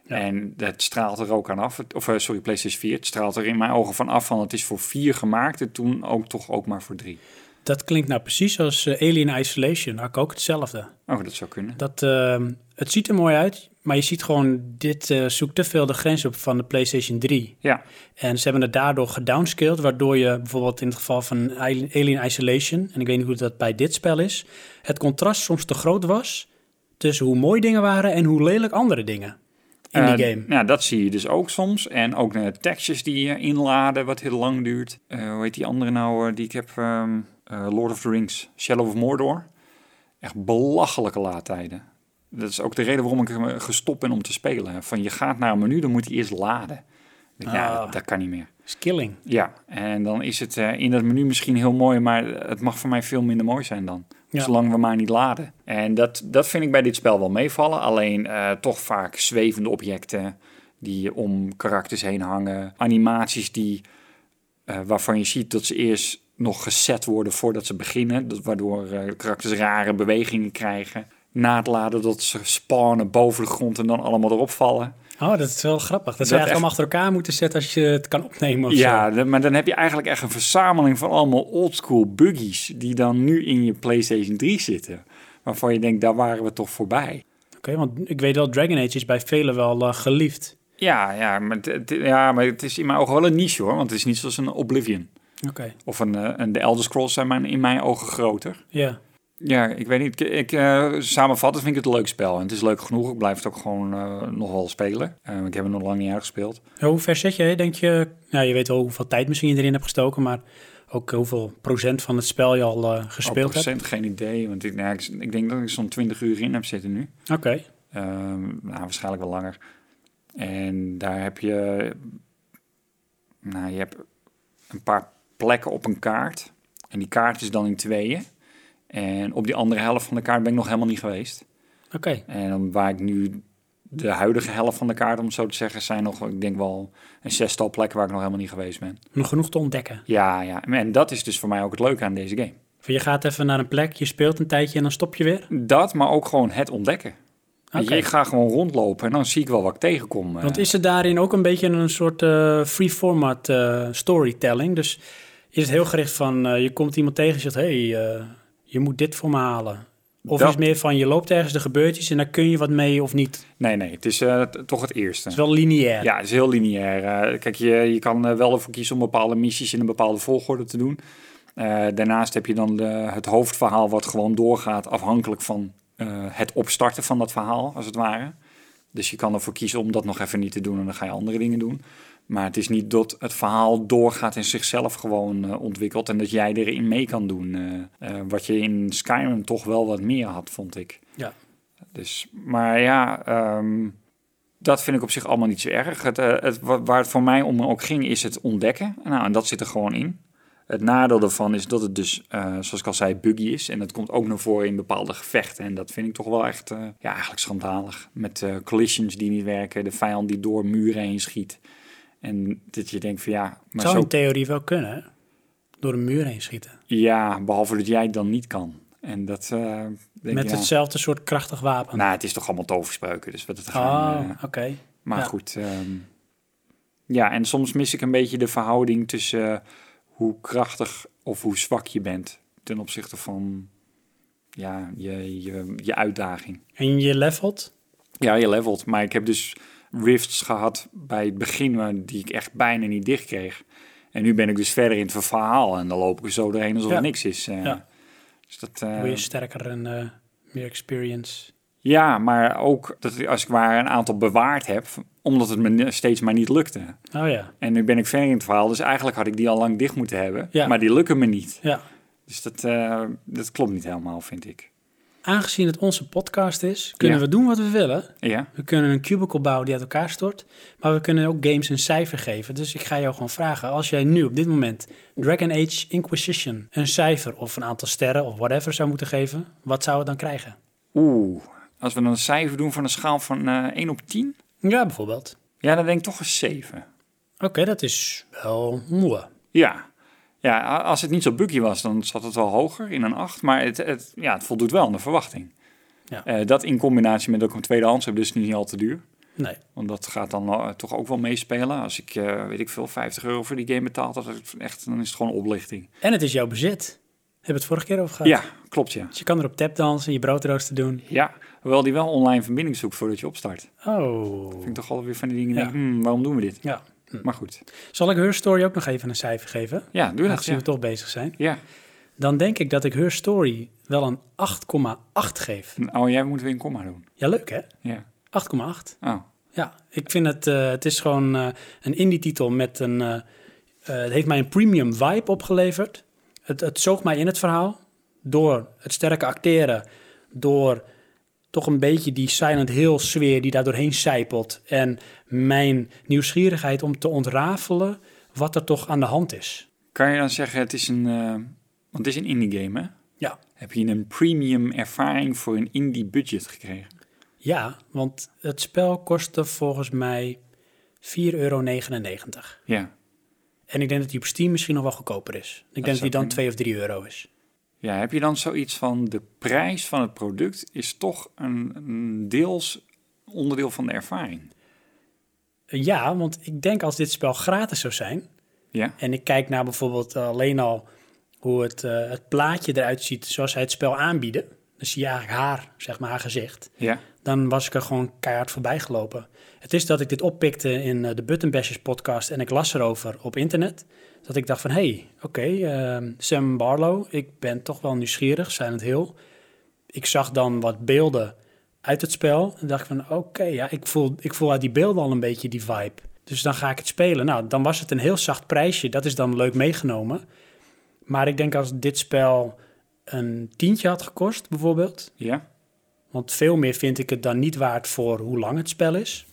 S2: En dat straalt er ook aan af. Het- Of eh, sorry, PlayStation 4. Het straalt er in mijn ogen van af van het is voor 4 gemaakt en toen ook toch ook maar voor 3.
S1: Dat klinkt nou precies als eh, Alien Isolation. Had ik ook hetzelfde.
S2: Oh, dat zou kunnen.
S1: Dat, ehm, het ziet er mooi uit, maar je ziet gewoon, dit eh, zoekt te veel de grens op van de PlayStation 3.
S2: Ja,
S1: En ze hebben het daardoor gedownscaled, waardoor je bijvoorbeeld in het geval van Alien Isolation, en ik weet niet hoe dat bij dit spel is, het contrast soms te groot was tussen hoe mooi dingen waren en hoe lelijk andere dingen in die
S2: Eh,
S1: game.
S2: Nou, dat zie je dus ook soms. En ook de tekstjes die je inladen, wat heel lang duurt. Eh, hoe heet die andere nou eh, die ik heb? ehm, eh, Lord of the Rings, Shadow of Mordor. Echt belachelijke laadtijden. Dat is ook de reden waarom ik hem eh, gestopt ben om te spelen. Van je gaat naar een menu, dan moet hij eerst laden. Ik denk, Ja,
S1: Ah.
S2: dat, dat kan niet meer.
S1: Skilling.
S2: Ja, en dan is het eh, in dat menu misschien heel mooi, maar het mag voor mij veel minder mooi zijn dan.
S1: Ja.
S2: Zolang we maar niet laden. En dat, dat vind ik bij dit spel wel meevallen. Alleen eh, toch vaak zwevende objecten die om karakters heen hangen. Animaties die, eh, waarvan je ziet dat ze eerst nog geset worden voordat ze beginnen. Dat, waardoor eh, karakters rare bewegingen krijgen. Na het laden dat ze spawnen boven de grond en dan allemaal erop vallen.
S1: Oh, dat is wel grappig. Dat, ze eigenlijk
S2: Dat echt-
S1: allemaal achter elkaar moeten zetten als je het kan opnemen of zo.
S2: Ja, d- maar dan heb je eigenlijk echt een verzameling van allemaal oldschool buggies die dan nu in je PlayStation 3 zitten. Waarvan je denkt, daar waren we toch voorbij.
S1: Oké, want ik weet wel, Dragon Age is bij velen wel eh, geliefd.
S2: Ja, ja, maar het- het, ja, maar het is in mijn ogen wel een niche hoor, want het is niet zoals een Oblivion.
S1: Oké,
S2: Of een, eh, een de Elder Scrolls zijn maar in mijn ogen groter.
S1: ja.
S2: Ja, ik weet niet. Ik, ik, eh, samenvattend vind ik het een leuk spel. En het is leuk genoeg. Ik blijf het ook gewoon eh, nog wel spelen. Eh, ik heb het nog lang niet uitgespeeld.
S1: Ja, Hoe ver zit je? hè? Denk je, nou, je weet wel hoeveel tijd misschien je erin hebt gestoken, maar ook hoeveel procent van het spel je al eh,
S2: Op
S1: gespeeld hebt.
S2: Oh, procent geen idee. Want ik, nou, ik, ik denk dat ik zo'n 20 uur in heb zitten nu.
S1: Oké,
S2: Ehm, nou, waarschijnlijk wel langer. En daar heb je... Nou, je hebt een paar plekken op een kaart. En die kaart is dan in tweeën. En op die andere helft van de kaart ben ik nog helemaal niet geweest.
S1: oké.
S2: En dan waar ik nu... De huidige helft van de kaart, om het zo te zeggen, zijn nog, ik denk wel, een zestal plekken waar ik nog helemaal niet geweest ben.
S1: Nog genoeg te ontdekken.
S2: Ja, ja. En dat is dus voor mij ook het leuke aan deze game.
S1: Van, Je gaat even naar een plek, je speelt een tijdje en dan stop je weer.
S2: Dat, maar ook gewoon het ontdekken. Weet je,
S1: Oké.
S2: Ik ga gewoon rondlopen en dan zie ik wel wat ik tegenkom. eh.
S1: Want is het daarin ook een beetje een soort eh, free format eh, storytelling? Dus is het heel gericht van eh, je komt iemand tegen en zegt: hey, eh, je moet dit voor me halen. Of
S2: Dat-
S1: is het meer van je loopt ergens, er gebeurt iets en daar kun je wat mee of niet? Het
S2: Nee, nee, het is eh, t- toch het eerste.
S1: is wel lineair.
S2: Ja, het is heel lineair. Eh, kijk, je, je kan eh, wel ervoor kiezen om bepaalde missies in een bepaalde volgorde te doen. Eh, daarnaast heb je dan de, het hoofdverhaal wat gewoon doorgaat afhankelijk van eh, het opstarten van dat verhaal, als het ware. Dus je kan ervoor kiezen om dat nog even niet te doen en dan ga je andere dingen doen. Maar het is niet dat het verhaal doorgaat en zichzelf gewoon eh, ontwikkelt. En dat jij erin mee kan doen. eh, eh, wat je in Skyrim toch wel wat meer had, vond ik.
S1: Ja.
S2: Dus, maar ja, ehm, dat vind ik op zich allemaal niet zo erg. Het, eh, het, wa- waar het voor mij om ook ging, is het ontdekken. Nou, en dat zit er gewoon in. Het nadeel daarvan is dat het dus, eh, zoals ik al zei, buggy is. En dat komt ook naar voren in bepaalde gevechten. En dat vind ik toch wel echt, eh, ja, eigenlijk schandalig. Met eh, collisions die niet werken, de vijand die door muren heen schiet. En dat je denkt van ja, maar
S1: zou
S2: zo...
S1: in theorie wel kunnen, hè? Door een muur heen schieten.
S2: Ja, behalve dat jij het dan niet kan. En dat eh, denk ik,
S1: Met
S2: ja.
S1: hetzelfde soort krachtig wapen.
S2: Nou, het is toch allemaal toverspreuken. Dus wat het gaan...
S1: oh,
S2: eh,
S1: oké.
S2: Maar
S1: Ja.
S2: goed. ehm, ja, en soms mis ik een beetje de verhouding tussen eh, hoe krachtig of hoe zwak je bent ten opzichte van ja, je, je, je uitdaging.
S1: En je levelt?
S2: Ja, je levelt. Maar ik heb dus rifts gehad bij het begin eh, die ik echt bijna niet dicht kreeg. En nu ben ik dus verder in het verhaal en dan loop ik er zo doorheen alsof
S1: Ja.
S2: er niks is. eh.
S1: Ja.
S2: Dus dat, eh,
S1: Word je sterker en eh, meer experience?
S2: ja, maar ook dat ik als ik maar een aantal bewaard heb, omdat het me ne- steeds maar niet lukte.
S1: Oh ja,
S2: En nu ben ik verder in het verhaal, dus eigenlijk had ik die al lang dicht moeten hebben.
S1: Ja.
S2: Maar die lukken me niet.
S1: ja.
S2: Dus dat, eh, dat klopt niet helemaal, vind ik.
S1: Aangezien het onze podcast is, kunnen
S2: Ja.
S1: we doen wat we willen.
S2: Ja?
S1: We kunnen een cubicle bouwen die uit elkaar stort, maar we kunnen ook games een cijfer geven. Dus ik ga jou gewoon vragen, als jij nu op dit moment Dragon Age Inquisition een cijfer of een aantal sterren of whatever zou moeten geven, wat zou het dan krijgen?
S2: Oeh, als we dan een cijfer doen van een schaal van eh 1 op 10?
S1: Ja, bijvoorbeeld.
S2: Ja, dan denk ik toch een 7.
S1: Oké, dat is wel moe.
S2: Ja. Ja, a- als het niet zo buggy was, dan zat het wel hoger in een 8. Maar het, het, ja, het voldoet wel aan de verwachting.
S1: Ja.
S2: Eh, dat in combinatie met dat ik hem tweedehands heb, dus niet al te duur.
S1: Nee.
S2: Want dat gaat dan eh, toch ook wel meespelen. Als ik, eh, weet ik veel, 50 euro voor die game betaal, dat is echt, dan is het gewoon oplichting.
S1: En het is jouw bezit. Hebben we het vorige keer over gehad?
S2: Ja, klopt ja.
S1: Dus je kan er op tapdansen, je broodrooster doen.
S2: Ja, hoewel die wel online verbinding zoekt voordat je opstart. Vind
S1: Oh.
S2: ik toch altijd weer van die dingen,
S1: Ja. Hm.
S2: denk ik, hmm, waarom doen we dit?
S1: Ja.
S2: Maar goed,
S1: Zal ik Her Story ook nog even een cijfer geven?
S2: ja, doe dat.
S1: Aangezien
S2: Ja.
S1: we toch bezig zijn.
S2: ja.
S1: Dan denk ik dat ik Her Story wel een 8,8 geef.
S2: Oh, jij moet weer een komma doen.
S1: Ja, leuk hè? 8,8.
S2: Ja. Oh,
S1: Ja, ik vind het... eh, het is gewoon eh, een indie-titel met een... eh, eh, het heeft mij een premium vibe opgeleverd. Het, het zoogt mij in het verhaal. Door het sterke acteren. Door toch een beetje die Silent Hill sfeer die daar doorheen zijpelt. En mijn nieuwsgierigheid om te ontrafelen wat er toch aan de hand is.
S2: kan je dan zeggen, het is een, eh, want het is een indie game, hè?
S1: Ja,
S2: Heb je een premium ervaring voor een indie budget gekregen?
S1: ja want het spel kostte volgens mij 4,99 euro.
S2: Ja.
S1: En ik denk dat die op Steam misschien nog wel goedkoper is. Ik denk dat
S2: zou
S1: die dan
S2: kunnen.
S1: 2 of 3 euro is.
S2: Ja, heb je dan zoiets van de prijs van het product is toch een, een deels onderdeel van de ervaring?
S1: Eh, Ja, want ik denk als dit spel gratis zou zijn...
S2: Ja.
S1: en ik kijk naar bijvoorbeeld eh, alleen al hoe het, eh, het plaatje eruit ziet... zoals zij het spel aanbieden, dan zie je eigenlijk haar, zeg maar haar gezicht...
S2: Ja.
S1: dan was ik er gewoon keihard voorbij gelopen. Het is dat ik dit oppikte in eh, de Button Bashers podcast en ik las erover op internet. Dat ik dacht van, hé, hey, oké, ehm, Sam Barlow, ik ben toch wel nieuwsgierig, Silent Hill. Ik zag dan wat beelden uit het spel en dacht ik van, oké, ja, ik voel, ik voel uit die beelden al een beetje die vibe. Dus dan ga ik het spelen. Nou, dan was het een heel zacht prijsje, dat is dan leuk meegenomen. Maar ik denk als dit spel een tientje had gekost, bijvoorbeeld,
S2: Ja.
S1: want veel meer vind ik het dan niet waard voor hoe lang het spel is.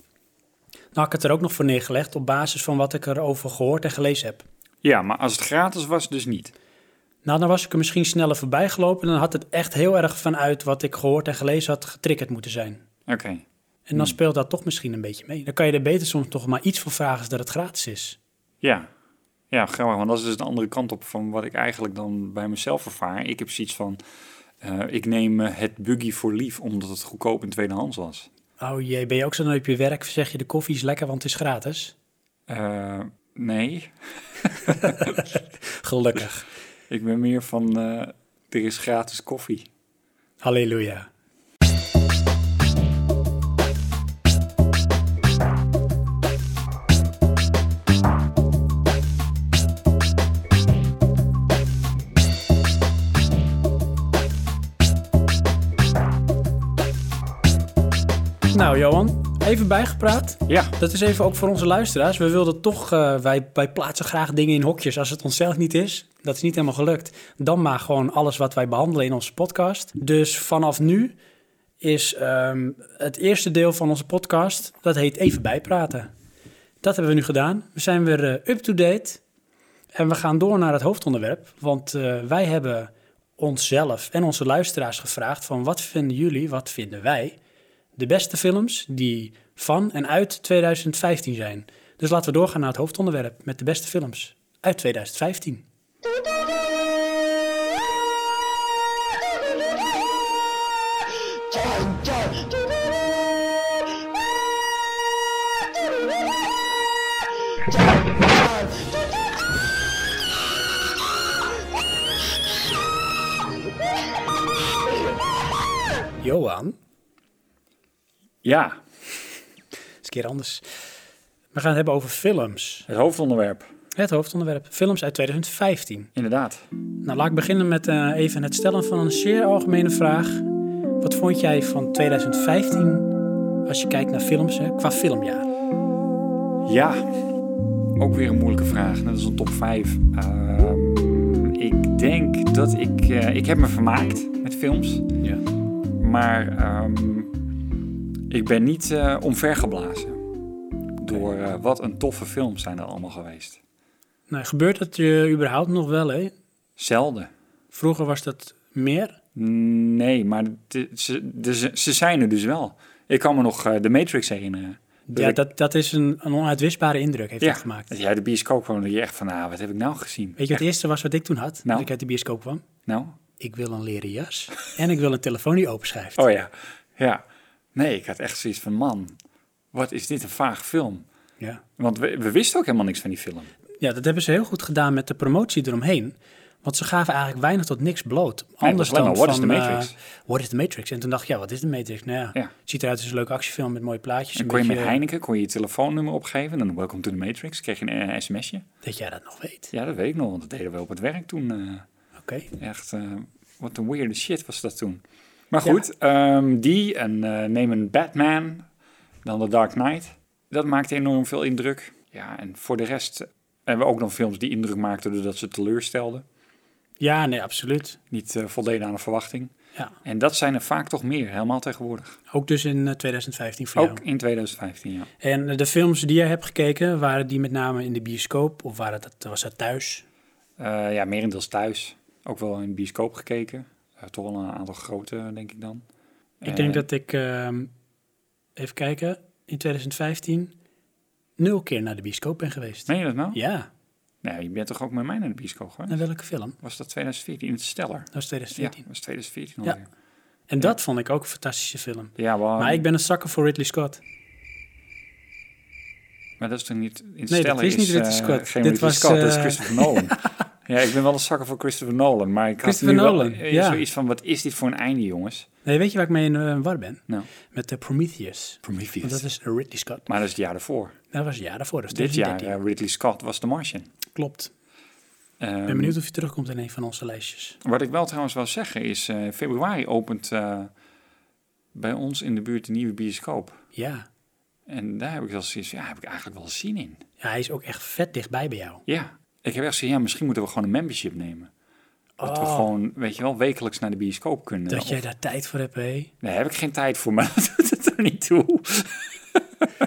S1: Nou, had ik het er ook nog voor neergelegd op basis van wat ik erover gehoord en gelezen heb.
S2: Ja, maar als het gratis was, dus niet.
S1: Nou, dan was ik er misschien sneller voorbij gelopen. En dan had het echt heel erg vanuit wat ik gehoord en gelezen had getriggerd moeten zijn.
S2: Oké.
S1: En dan speelt dat toch misschien een beetje mee. Dan kan je er beter soms toch maar iets voor vragen als dat het gratis is.
S2: Ja. Ja, grappig, want dat is dus de andere kant op van wat ik eigenlijk dan bij mezelf ervaar. Ik heb zoiets van, eh, ik neem eh, het buggy voor lief omdat het goedkoop in tweedehands was.
S1: Oh jee, ben je ook zo dan op je werk? Zeg je de koffie is lekker, want het is gratis?
S2: Eh, nee,
S1: Gelukkig.
S2: ik ben meer van, eh, er is gratis koffie.
S1: Halleluja. Nou, Johan, Even bijgepraat.
S2: Ja.
S1: Dat is even ook voor onze luisteraars. We wilden toch, eh, wij, wij plaatsen graag dingen in hokjes als het onszelf niet is. Dat is niet helemaal gelukt. Dan maar gewoon alles wat wij behandelen in onze podcast. Dus vanaf nu is ehm, het eerste deel van onze podcast, dat heet Even bijpraten. Dat hebben we nu gedaan. We zijn weer eh, up-to-date. En we gaan door naar het hoofdonderwerp. Want eh, wij hebben onszelf en onze luisteraars gevraagd van wat vinden jullie, wat vinden wij de beste films die van en uit 2015 zijn. Dus laten we doorgaan naar het hoofdonderwerp met de beste films uit 2015. Johan, dat
S2: Ja,
S1: is een keer anders. We gaan het hebben over films.
S2: het hoofdonderwerp.
S1: Het hoofdonderwerp, films uit 2015.
S2: Inderdaad.
S1: Nou, laat ik beginnen met eh, even het stellen van een zeer algemene vraag. Wat vond jij van 2015 als je kijkt naar films, hè, qua filmjaar?
S2: Ja, ook weer een moeilijke vraag. Net als een top 5. Ehm, ik denk dat ik... eh, ik heb me vermaakt met films.
S1: Ja.
S2: Maar ehm, ik ben niet eh, omvergeblazen. Door eh, wat een toffe films zijn er allemaal geweest.
S1: Nou, gebeurt dat je überhaupt nog wel, hè?
S2: Zelden.
S1: Vroeger was dat meer.
S2: Nee, maar de- ze, de- ze, ze zijn er dus wel. Ik kan me nog eh, The Matrix herinneren.
S1: Ja,
S2: ik-
S1: dat, dat is een, een onuitwisbare indruk, heeft dat gemaakt.
S2: dat jij de bioscoop kwam dat je echt van, ah, wat heb ik nou gezien?
S1: Weet je wat het eerste was wat ik toen had,
S2: Nou?
S1: als ik uit de bioscoop kwam?
S2: Nou?
S1: Ik wil een leren jas en ik wil een telefoon die openschrijft.
S2: Oh ja, ja. Nee, ik had echt zoiets van, man, wat is dit een vaag film.
S1: Ja.
S2: Want we, we wisten ook helemaal niks van die film.
S1: ja, dat hebben ze heel goed gedaan met de promotie eromheen. Want ze gaven eigenlijk weinig tot niks bloot. Anders
S2: was alleen
S1: dan
S2: maar, what is
S1: van,
S2: the
S1: eh,
S2: Matrix?
S1: what is the Matrix? En toen dacht ik, ja, wat is de Matrix? Nou ja,
S2: Ja.
S1: het ziet eruit als een leuke actiefilm met mooie plaatjes.
S2: En
S1: Een
S2: kon je met
S1: beetje,
S2: Heineken kon je, je telefoonnummer opgeven. En dan welcome to the Matrix. Kreeg je een eh, sms'je.
S1: Dat jij dat nog weet.
S2: Ja, dat weet ik nog, want dat deden we op het werk toen. eh.
S1: Oké.
S2: Echt, eh, wat een weirde shit was dat toen. Maar goed, ehm, die en eh neem een Batman, dan The Dark Knight. Dat maakte enorm veel indruk. Ja, en voor de rest hebben we ook nog films die indruk maakten doordat ze teleurstelden.
S1: Ja, nee, absoluut.
S2: Niet eh, voldeden aan de verwachting.
S1: Ja.
S2: En dat zijn er vaak toch meer, helemaal tegenwoordig.
S1: Ook dus in eh, 2015 voor
S2: Ook
S1: jou.
S2: in 2015, ja.
S1: En eh, de films die jij hebt gekeken, waren die met name in de bioscoop? Of waren dat, was dat thuis?
S2: Eh, ja, merendeels thuis. Ook wel in de bioscoop gekeken. Eh, toch wel een aantal grote, denk ik dan. Eh.
S1: Ik denk dat ik, ehm, even kijken, in 2015 nul keer naar de bioscoop ben geweest.
S2: Meen je dat nou?
S1: Ja,
S2: Nou, je bent toch ook met mij naar de bioscoop geweest?
S1: naar welke film?
S2: Was dat 2014? In het Steller.
S1: Dat was
S2: Ja,
S1: 2014.
S2: dat was 2014
S1: Ja.
S2: alweer.
S1: En dat vond ik ook een fantastische film.
S2: Oh, Ja, maar,
S1: Maar ik ben een zakker voor Ridley Scott.
S2: maar dat is toch niet... In het
S1: dat
S2: Steller
S1: is niet
S2: eh,
S1: Ridley Scott.
S2: geen
S1: Dit
S2: Ridley
S1: was,
S2: Scott, dat is
S1: eh,
S2: Christopher Nolan. ja, ik ben wel een zakker voor Christopher Nolan. Maar ik had nu
S1: Christopher
S2: wel
S1: Nolan,
S2: eh,
S1: ja.
S2: zoiets van, wat is dit voor een einde, jongens?
S1: Nee, weet je waar ik mee in eh, war ben?
S2: Nou,
S1: Met de Prometheus. Want
S2: Prometheus.
S1: dat is Ridley Scott.
S2: Maar dat is het jaar daarvoor.
S1: Dat was het jaar daarvoor, dus
S2: Dit jaar,
S1: 2013.
S2: eh, Ridley Scott was The Martian.
S1: Klopt.
S2: Ehm,
S1: Ik ben benieuwd of je terugkomt in een van onze lijstjes.
S2: Wat ik wel trouwens wil zeggen is, eh, in februari opent eh, bij ons in de buurt een nieuwe bioscoop.
S1: Ja.
S2: En daar heb ik wel zoiets van, ja, heb ik eigenlijk wel zin in.
S1: ja, hij is ook echt vet dichtbij bij jou.
S2: Ja, ik heb echt zoiets, ja, misschien moeten we gewoon een membership nemen. Dat we gewoon, weet je wel, wekelijks naar de bioscoop kunnen.
S1: Oh. Dat
S2: Of-
S1: jij daar tijd voor hebt, hé.
S2: Nee, daar heb ik geen tijd voor, maar dat doet het er niet toe.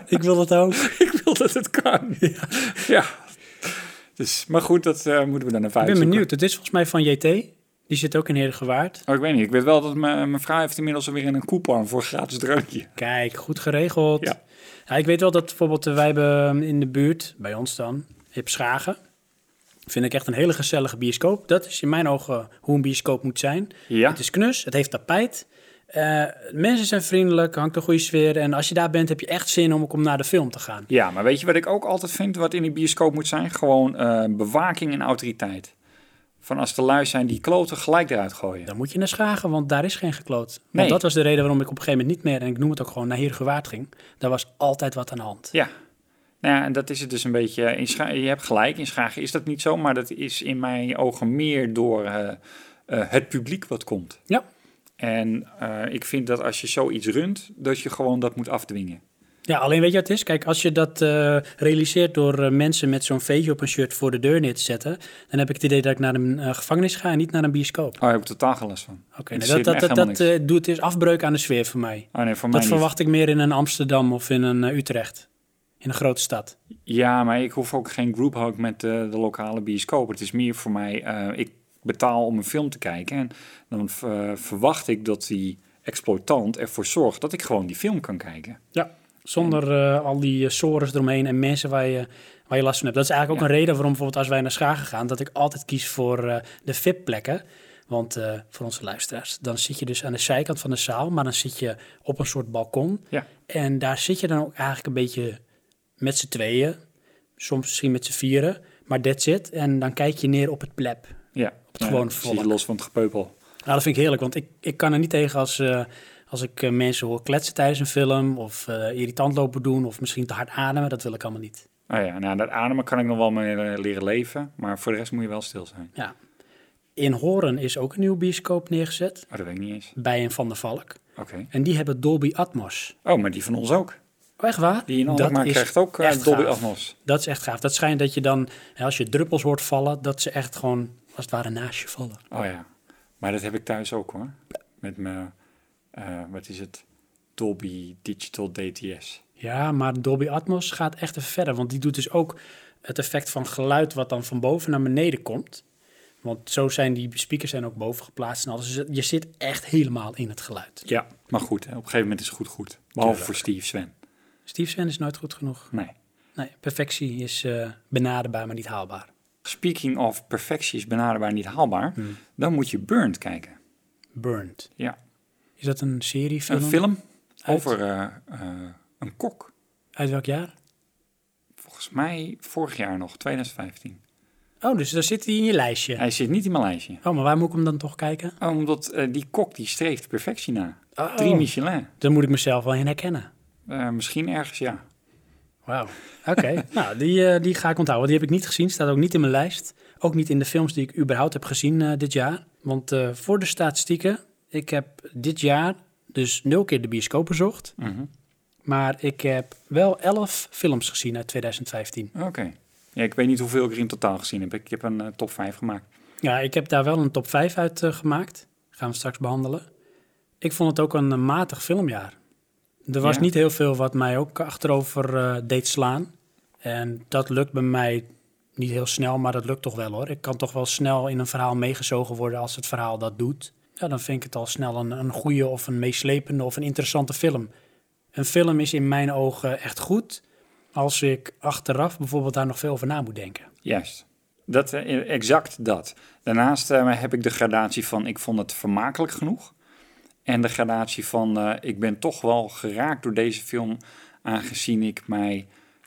S1: Ik wil dat ook.
S2: ik wil dat het kan. Ja. Dus, maar goed, dat eh, moeten we dan even
S1: Ik ben benieuwd. Het is volgens mij van JT. Die zit ook in Heerdegewaard.
S2: Oh, ik weet niet. Ik weet wel dat mijn mijn vrouw heeft inmiddels alweer een coupon voor een gratis drankje.
S1: Kijk, goed geregeld. Ja.
S2: Ja.
S1: ik weet wel dat bijvoorbeeld eh, wij hebben in de buurt, bij ons dan, Hip Schagen. Vind ik echt een hele gezellige bioscoop. Dat is in mijn ogen eh, hoe een bioscoop moet zijn.
S2: Ja.
S1: Het is knus, het heeft tapijt. eh, mensen zijn vriendelijk, hangt een goede sfeer. En als je daar bent, heb je echt zin om, om naar de film te gaan.
S2: Ja, maar weet je wat ik ook altijd vind wat in de bioscoop moet zijn? Gewoon eh, bewaking en autoriteit. Van als de lui zijn die kloten gelijk eruit gooien.
S1: Dan moet je naar Schagen, want daar is geen gekloot. Want
S2: Nee.
S1: dat was de reden waarom ik op een gegeven moment niet meer, en ik noem het ook gewoon, naar Heerdegewaard ging. Daar was altijd wat aan de hand.
S2: Ja. Nou ja, en dat is het dus een beetje. eh, In Scha- je hebt gelijk, in Schagen is dat niet zo, maar dat is in mijn ogen meer door eh, eh, het publiek wat komt.
S1: Ja,
S2: En eh, ik vind dat als je zoiets runt, dat je gewoon dat moet afdwingen.
S1: Ja, alleen weet je wat het is? Kijk, als je dat eh, realiseert door eh, mensen met zo'n veetje op een shirt voor de deur neer te zetten, dan heb ik het idee dat ik naar een eh, gevangenis ga en niet naar een bioscoop.
S2: Oh, daar heb ik totaal geen les van.
S1: Oké, nou,
S2: Interesseert
S1: dat,
S2: me
S1: dat,
S2: echt
S1: dat, dat
S2: helemaal niks.
S1: eh, doet is afbreuk aan de sfeer voor mij.
S2: Oh, nee, voor mij
S1: dat
S2: niet.
S1: verwacht ik meer in een Amsterdam of in een eh, Utrecht. In een grote stad.
S2: Ja, maar ik hoef ook geen grouphug met eh, de lokale bioscoop. Het is meer voor mij, eh, ik betaal om een film te kijken. En dan eh, verwacht ik dat die exploitant ervoor zorgt dat ik gewoon die film kan kijken.
S1: Ja. Zonder eh, al die eh, sores eromheen en mensen waar je, waar je last van hebt. Dat is eigenlijk ook
S2: Ja.
S1: een reden waarom bijvoorbeeld als wij naar Schagen gaan, dat ik altijd kies voor eh, de VIP-plekken. Want eh, voor onze luisteraars, dan zit je dus aan de zijkant van de zaal, maar dan zit je op een soort balkon.
S2: Ja.
S1: En daar zit je dan ook eigenlijk een beetje met z'n tweeën, soms misschien met z'n vieren, maar that's it. En dan kijk je neer op het pleb.
S2: Ja,
S1: het gewone
S2: precies,
S1: volk.
S2: los van het gepeupel.
S1: Nou, dat vind ik heerlijk, want ik, ik kan er niet tegen als, eh, als ik eh, mensen hoor kletsen tijdens een film... of eh, irritant lopen doen of misschien te hard ademen. Dat wil ik allemaal niet.
S2: Oh ja, nou, dat ademen kan ik nog wel mee eh, leren leven, maar voor de rest moet je wel stil zijn.
S1: Ja. In Horen is ook een nieuwe bioscoop neergezet
S2: Oh, dat weet ik niet eens.
S1: bij een Van der Valk.
S2: Oké.
S1: En die hebben Dolby Atmos.
S2: Oh, maar die van ons ook.
S1: Oh, echt waar?
S2: Die in
S1: Dat
S2: Alkmaar
S1: is
S2: krijgt ook eh,
S1: echt
S2: Dolby
S1: gaaf.
S2: Atmos.
S1: Dat is echt gaaf. Dat schijnt dat je dan, hè, als je druppels hoort vallen... dat ze echt gewoon, als het ware, naast je vallen.
S2: Oh ja, maar dat heb ik thuis ook hoor. Met mijn, eh, wat is het, Dolby Digital DTS.
S1: Ja, maar Dolby Atmos gaat echt even verder. Want die doet dus ook het effect van geluid wat dan van boven naar beneden komt. Want zo zijn die speakers zijn ook boven geplaatst en alles. Dus je zit echt helemaal in het geluid.
S2: Ja, maar goed, hè, op een gegeven moment is het goed goed. Behalve voor Steve Sven.
S1: Steve Sven is nooit goed genoeg.
S2: Nee.
S1: Nee, perfectie is eh, benaderbaar, maar niet haalbaar.
S2: Speaking of perfectie is benaderbaar niet haalbaar,
S1: Hmm.
S2: dan moet je Burnt kijken.
S1: Burned.
S2: Ja,
S1: Is dat een serie, film?
S2: een film
S1: Uit?
S2: over eh, eh, een kok.
S1: Uit welk jaar?
S2: Volgens mij vorig jaar nog, 2015.
S1: Oh, dus daar zit hij in je lijstje.
S2: Hij zit niet in mijn lijstje.
S1: Oh, maar waar moet ik hem dan toch kijken?
S2: Oh, Omdat eh, die kok die streeft perfectie na.
S1: Oh.
S2: Drie Michelin.
S1: Dan moet ik mezelf wel in herkennen.
S2: Eh, misschien ergens, ja.
S1: Wauw. Oké. nou, die, eh, die ga ik onthouden. Die heb ik niet gezien. Staat ook niet in mijn lijst. Ook niet in de films die ik überhaupt heb gezien eh, dit jaar. Want eh, voor de statistieken, ik heb dit jaar dus nul keer de bioscoop bezocht. Maar ik heb wel elf films gezien uit 2015.
S2: Oké. Ja, ik weet niet hoeveel ik er in totaal gezien heb. Ik heb een eh, top 5 gemaakt.
S1: Ja, ik heb daar wel een top 5 uit eh, gemaakt. Gaan we straks behandelen. Ik vond het ook een eh, matig filmjaar. Er was
S2: Ja.
S1: niet heel veel wat mij ook achterover eh, deed slaan. En dat lukt bij mij niet heel snel, maar dat lukt toch wel hoor. Ik kan toch wel snel in een verhaal meegezogen worden als het verhaal dat doet. Ja, dan vind ik het al snel een, een goede of een meeslepende of een interessante film. Een film is in mijn ogen echt goed als ik achteraf bijvoorbeeld daar nog veel over na moet denken.
S2: Juist. Dat, eh, exact dat. Daarnaast eh, heb ik de gradatie van ik vond het vermakelijk genoeg. En de gradatie van eh, ik ben toch wel geraakt door deze film... aangezien ik mij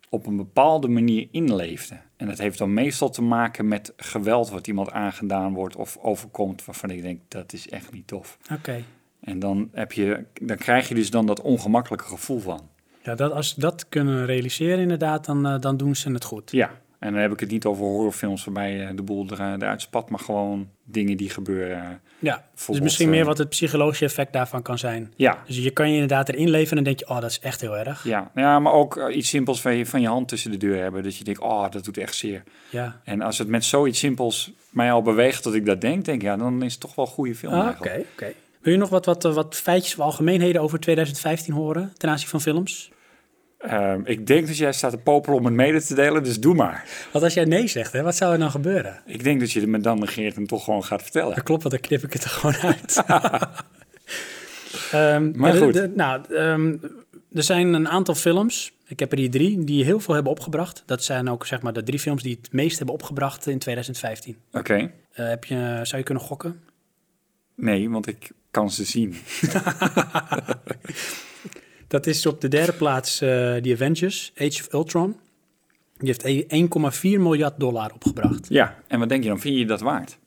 S2: op een bepaalde manier inleefde. En dat heeft dan meestal te maken met geweld wat iemand aangedaan wordt of overkomt... waarvan ik denk, dat is echt niet tof.
S1: Oké.
S2: En dan, heb je, dan krijg je dus dan dat ongemakkelijke gevoel van.
S1: Ja, dat, als ze dat kunnen realiseren inderdaad, dan, eh, dan doen ze het goed.
S2: Ja, en dan heb ik het niet over horrorfilms waarbij eh, de boel er, eh, eruit spat, maar gewoon dingen die gebeuren.
S1: Ja, dus
S2: Bijvoorbeeld,
S1: misschien meer
S2: eh,
S1: wat het psychologische effect daarvan kan zijn.
S2: Ja,
S1: Dus je kan je inderdaad erin leven en dan denk je, oh, dat is echt heel erg.
S2: ja. ja maar ook eh, iets simpels van je, van je hand tussen de deur hebben. Dat je denkt, oh, dat doet echt zeer.
S1: Ja.
S2: En als het met zoiets simpels mij al beweegt dat ik dat denk, denk ik, ja, dan is het toch wel een goede film
S1: Ah, Oké,
S2: eigenlijk.
S1: oké. Wil je nog wat, wat, eh, wat feitjes of algemeenheden over 2015 horen ten aanzien van films?
S2: Ehm, ik denk dat jij staat te popelen om het mede te delen, dus doe maar.
S1: Want als jij nee zegt, hè, wat zou er dan gebeuren?
S2: Ik denk dat je me dan negeert en toch gewoon gaat vertellen.
S1: Dat klopt, want dan knip ik het er gewoon uit. Ehm,
S2: Maar
S1: de-
S2: goed.
S1: de- nou, ehm, er zijn een aantal films, ik heb er hier drie, die heel veel hebben opgebracht. Dat zijn ook zeg maar de drie films die het meest hebben opgebracht in 2015.
S2: Oké,
S1: Eh, heb je, zou je kunnen gokken?
S2: nee, want ik kan ze zien.
S1: Dat is op de derde plaats eh The Avengers, Age of Ultron. Die heeft e- 1,4 miljard dollar opgebracht.
S2: Ja, en wat denk je dan? Vind je dat waard?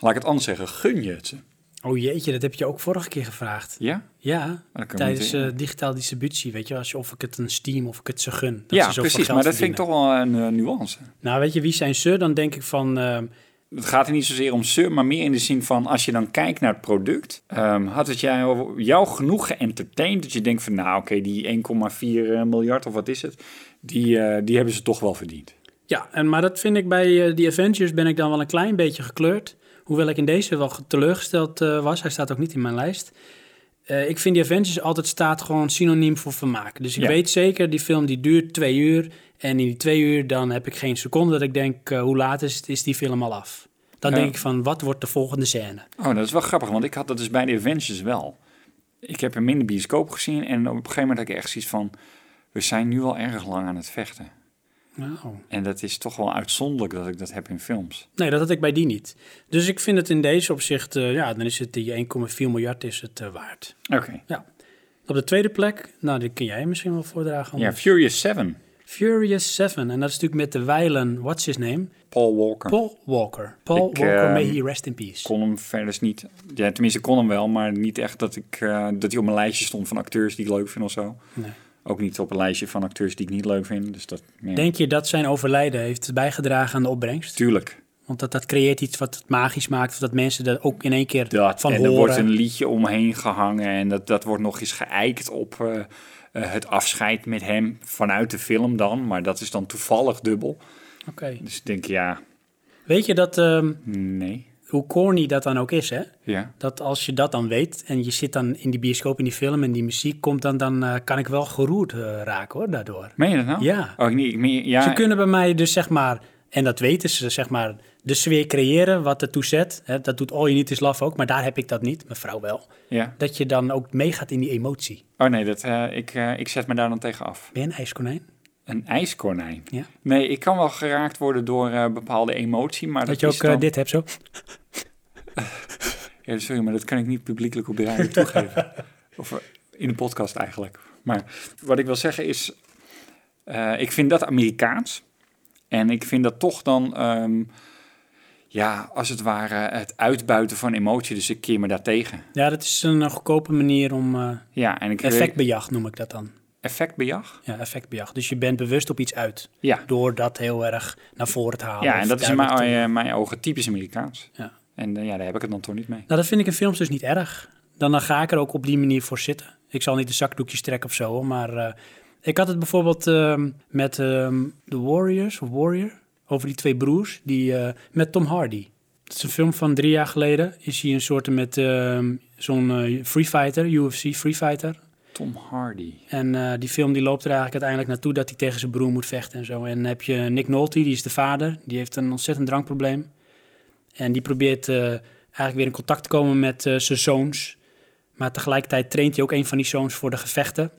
S2: Laat ik het anders zeggen, gun je het ze?
S1: Oh jeetje, dat heb je ook vorige keer gevraagd.
S2: Ja?
S1: Ja,
S2: kan ik
S1: tijdens
S2: meteen, ja.
S1: eh, digitale distributie, weet je, als je, of ik het een Steam of ik het ze gun. Dat ze
S2: ja,
S1: zoveel
S2: precies.
S1: geld
S2: Maar dat vind ik
S1: verdienen.
S2: toch wel een eh, nuance.
S1: Nou, weet je, wie zijn ze? Dan denk ik van, ehm,
S2: het gaat er niet zozeer om ze, maar meer in de zin van als je dan kijkt naar het product, ehm, had het jou, jou genoeg geëntertained dat je denkt van nou oké, die 1,4 eh, miljard of wat is het, die, eh, die hebben ze toch wel verdiend.
S1: Ja, en, maar dat vind ik bij eh, die Avengers ben ik dan wel een klein beetje gekleurd. Hoewel ik in deze wel ge- teleurgesteld eh, was. Hij staat ook niet in mijn lijst. Eh, ik vind die Avengers altijd staat gewoon synoniem voor vermaak. Dus ik
S2: Ja.
S1: weet zeker, die film die duurt twee uur. En in die twee uur dan heb ik geen seconde dat ik denk, eh, hoe laat is, het- is die film al af? Dan
S2: Ja.
S1: denk ik van, wat wordt de volgende scène?
S2: Oh, dat is wel grappig, want ik had dat dus bij de Avengers wel. Ik heb hem in de bioscoop gezien en op een gegeven moment had ik echt zoiets van, we zijn nu al erg lang aan het vechten.
S1: Nou,
S2: En dat is toch wel uitzonderlijk dat ik dat heb in films.
S1: Nee, dat had ik bij die niet. Dus ik vind het in deze opzicht, eh, ja, dan is het die 1,4 miljard is het eh, waard.
S2: Oké.
S1: Ja. Op de tweede plek, nou, die kun jij misschien wel voordragen.
S2: Ja,
S1: anders.
S2: Furious 7.
S1: Furious 7. En dat is natuurlijk met de wijlen, what's his name?
S2: Paul Walker.
S1: Paul Walker. Paul
S2: Ik,
S1: Walker,
S2: eh,
S1: may he rest in peace.
S2: kon hem verder niet. Ja, tenminste, ik kon hem wel, maar niet echt dat, ik, eh, dat hij op mijn lijstje stond van acteurs die ik leuk vind of zo. Ook niet op een lijstje van acteurs die ik niet leuk vind. Dus dat. ja.
S1: Denk je dat zijn overlijden heeft bijgedragen aan de opbrengst?
S2: Tuurlijk.
S1: Want dat, dat creëert iets wat het magisch maakt, of dat mensen er ook in één keer
S2: Dat.
S1: van
S2: en
S1: horen.
S2: er wordt een liedje omheen gehangen en dat, dat wordt nog eens geëikt op eh, eh, het afscheid met hem vanuit de film dan. Maar dat is dan toevallig dubbel.
S1: Oké.
S2: Dus ik denk, ja,
S1: Weet je dat, ehm,
S2: nee.
S1: hoe corny dat dan ook is, hè?
S2: Ja.
S1: Dat als je dat dan weet en je zit dan in die bioscoop, in die film en die muziek komt, dan, dan eh, kan ik wel geroerd eh, raken hoor, daardoor.
S2: Meen je dat nou?
S1: Ja.
S2: Oh, ik niet, ik meen- ja,
S1: Ze kunnen bij mij dus zeg maar, en dat weten ze zeg maar, de sfeer creëren wat ertoe zet. Hè, dat doet All You Need Is Love ook, maar daar heb ik dat niet, mevrouw wel.
S2: ja.
S1: Dat je dan ook meegaat in die emotie.
S2: Oh nee, dat, eh, ik, eh, ik zet me daar dan tegen af.
S1: Ben je een ijskonijn?
S2: Een ijskonijn?
S1: Ja.
S2: Nee, ik kan wel geraakt worden door eh, bepaalde emotie, maar dat,
S1: Dat je
S2: is
S1: ook eh,
S2: dan-
S1: dit hebt zo.
S2: Ja, sorry, maar dat kan ik niet publiekelijk op de radio toegeven. Of eh, in de podcast eigenlijk. Maar wat ik wil zeggen is, eh, ik vind dat Amerikaans. En ik vind dat toch dan, ehm, ja, als het ware het uitbuiten van emotie. Dus ik keer me daartegen.
S1: Ja, dat is een eh, goedkope manier om eh,
S2: Ja, en ik
S1: effectbejag noem ik dat dan.
S2: effectbejag.
S1: Ja, effectbejag. Dus je bent bewust op iets uit.
S2: Ja.
S1: Door dat heel erg naar voren te halen.
S2: Ja,
S1: of
S2: en dat is in mijn,
S1: Ah, duidelijk te-
S2: eh, mijn ogen typisch Amerikaans.
S1: Ja.
S2: En eh, ja, daar heb ik het dan toch niet mee.
S1: Nou, dat vind ik in films dus niet erg. Dan, dan ga ik er ook op die manier voor zitten. Ik zal niet de zakdoekjes trekken of zo, hoor, maar eh, ik had het bijvoorbeeld ehm, met ehm The Warriors of Warrior over die twee broers, die eh, met Tom Hardy. Het is een film van drie jaar geleden. Is hij een soort met ehm, zo'n eh, free fighter, UFC free fighter.
S2: Tom Hardy.
S1: En eh, die film die loopt er eigenlijk uiteindelijk naartoe dat hij tegen zijn broer moet vechten en zo. En dan heb je Nick Nolte, die is de vader, die heeft een ontzettend drankprobleem. En die probeert eh, eigenlijk weer in contact te komen met eh, zijn zoons. Maar tegelijkertijd traint hij ook een van die zoons voor de gevechten.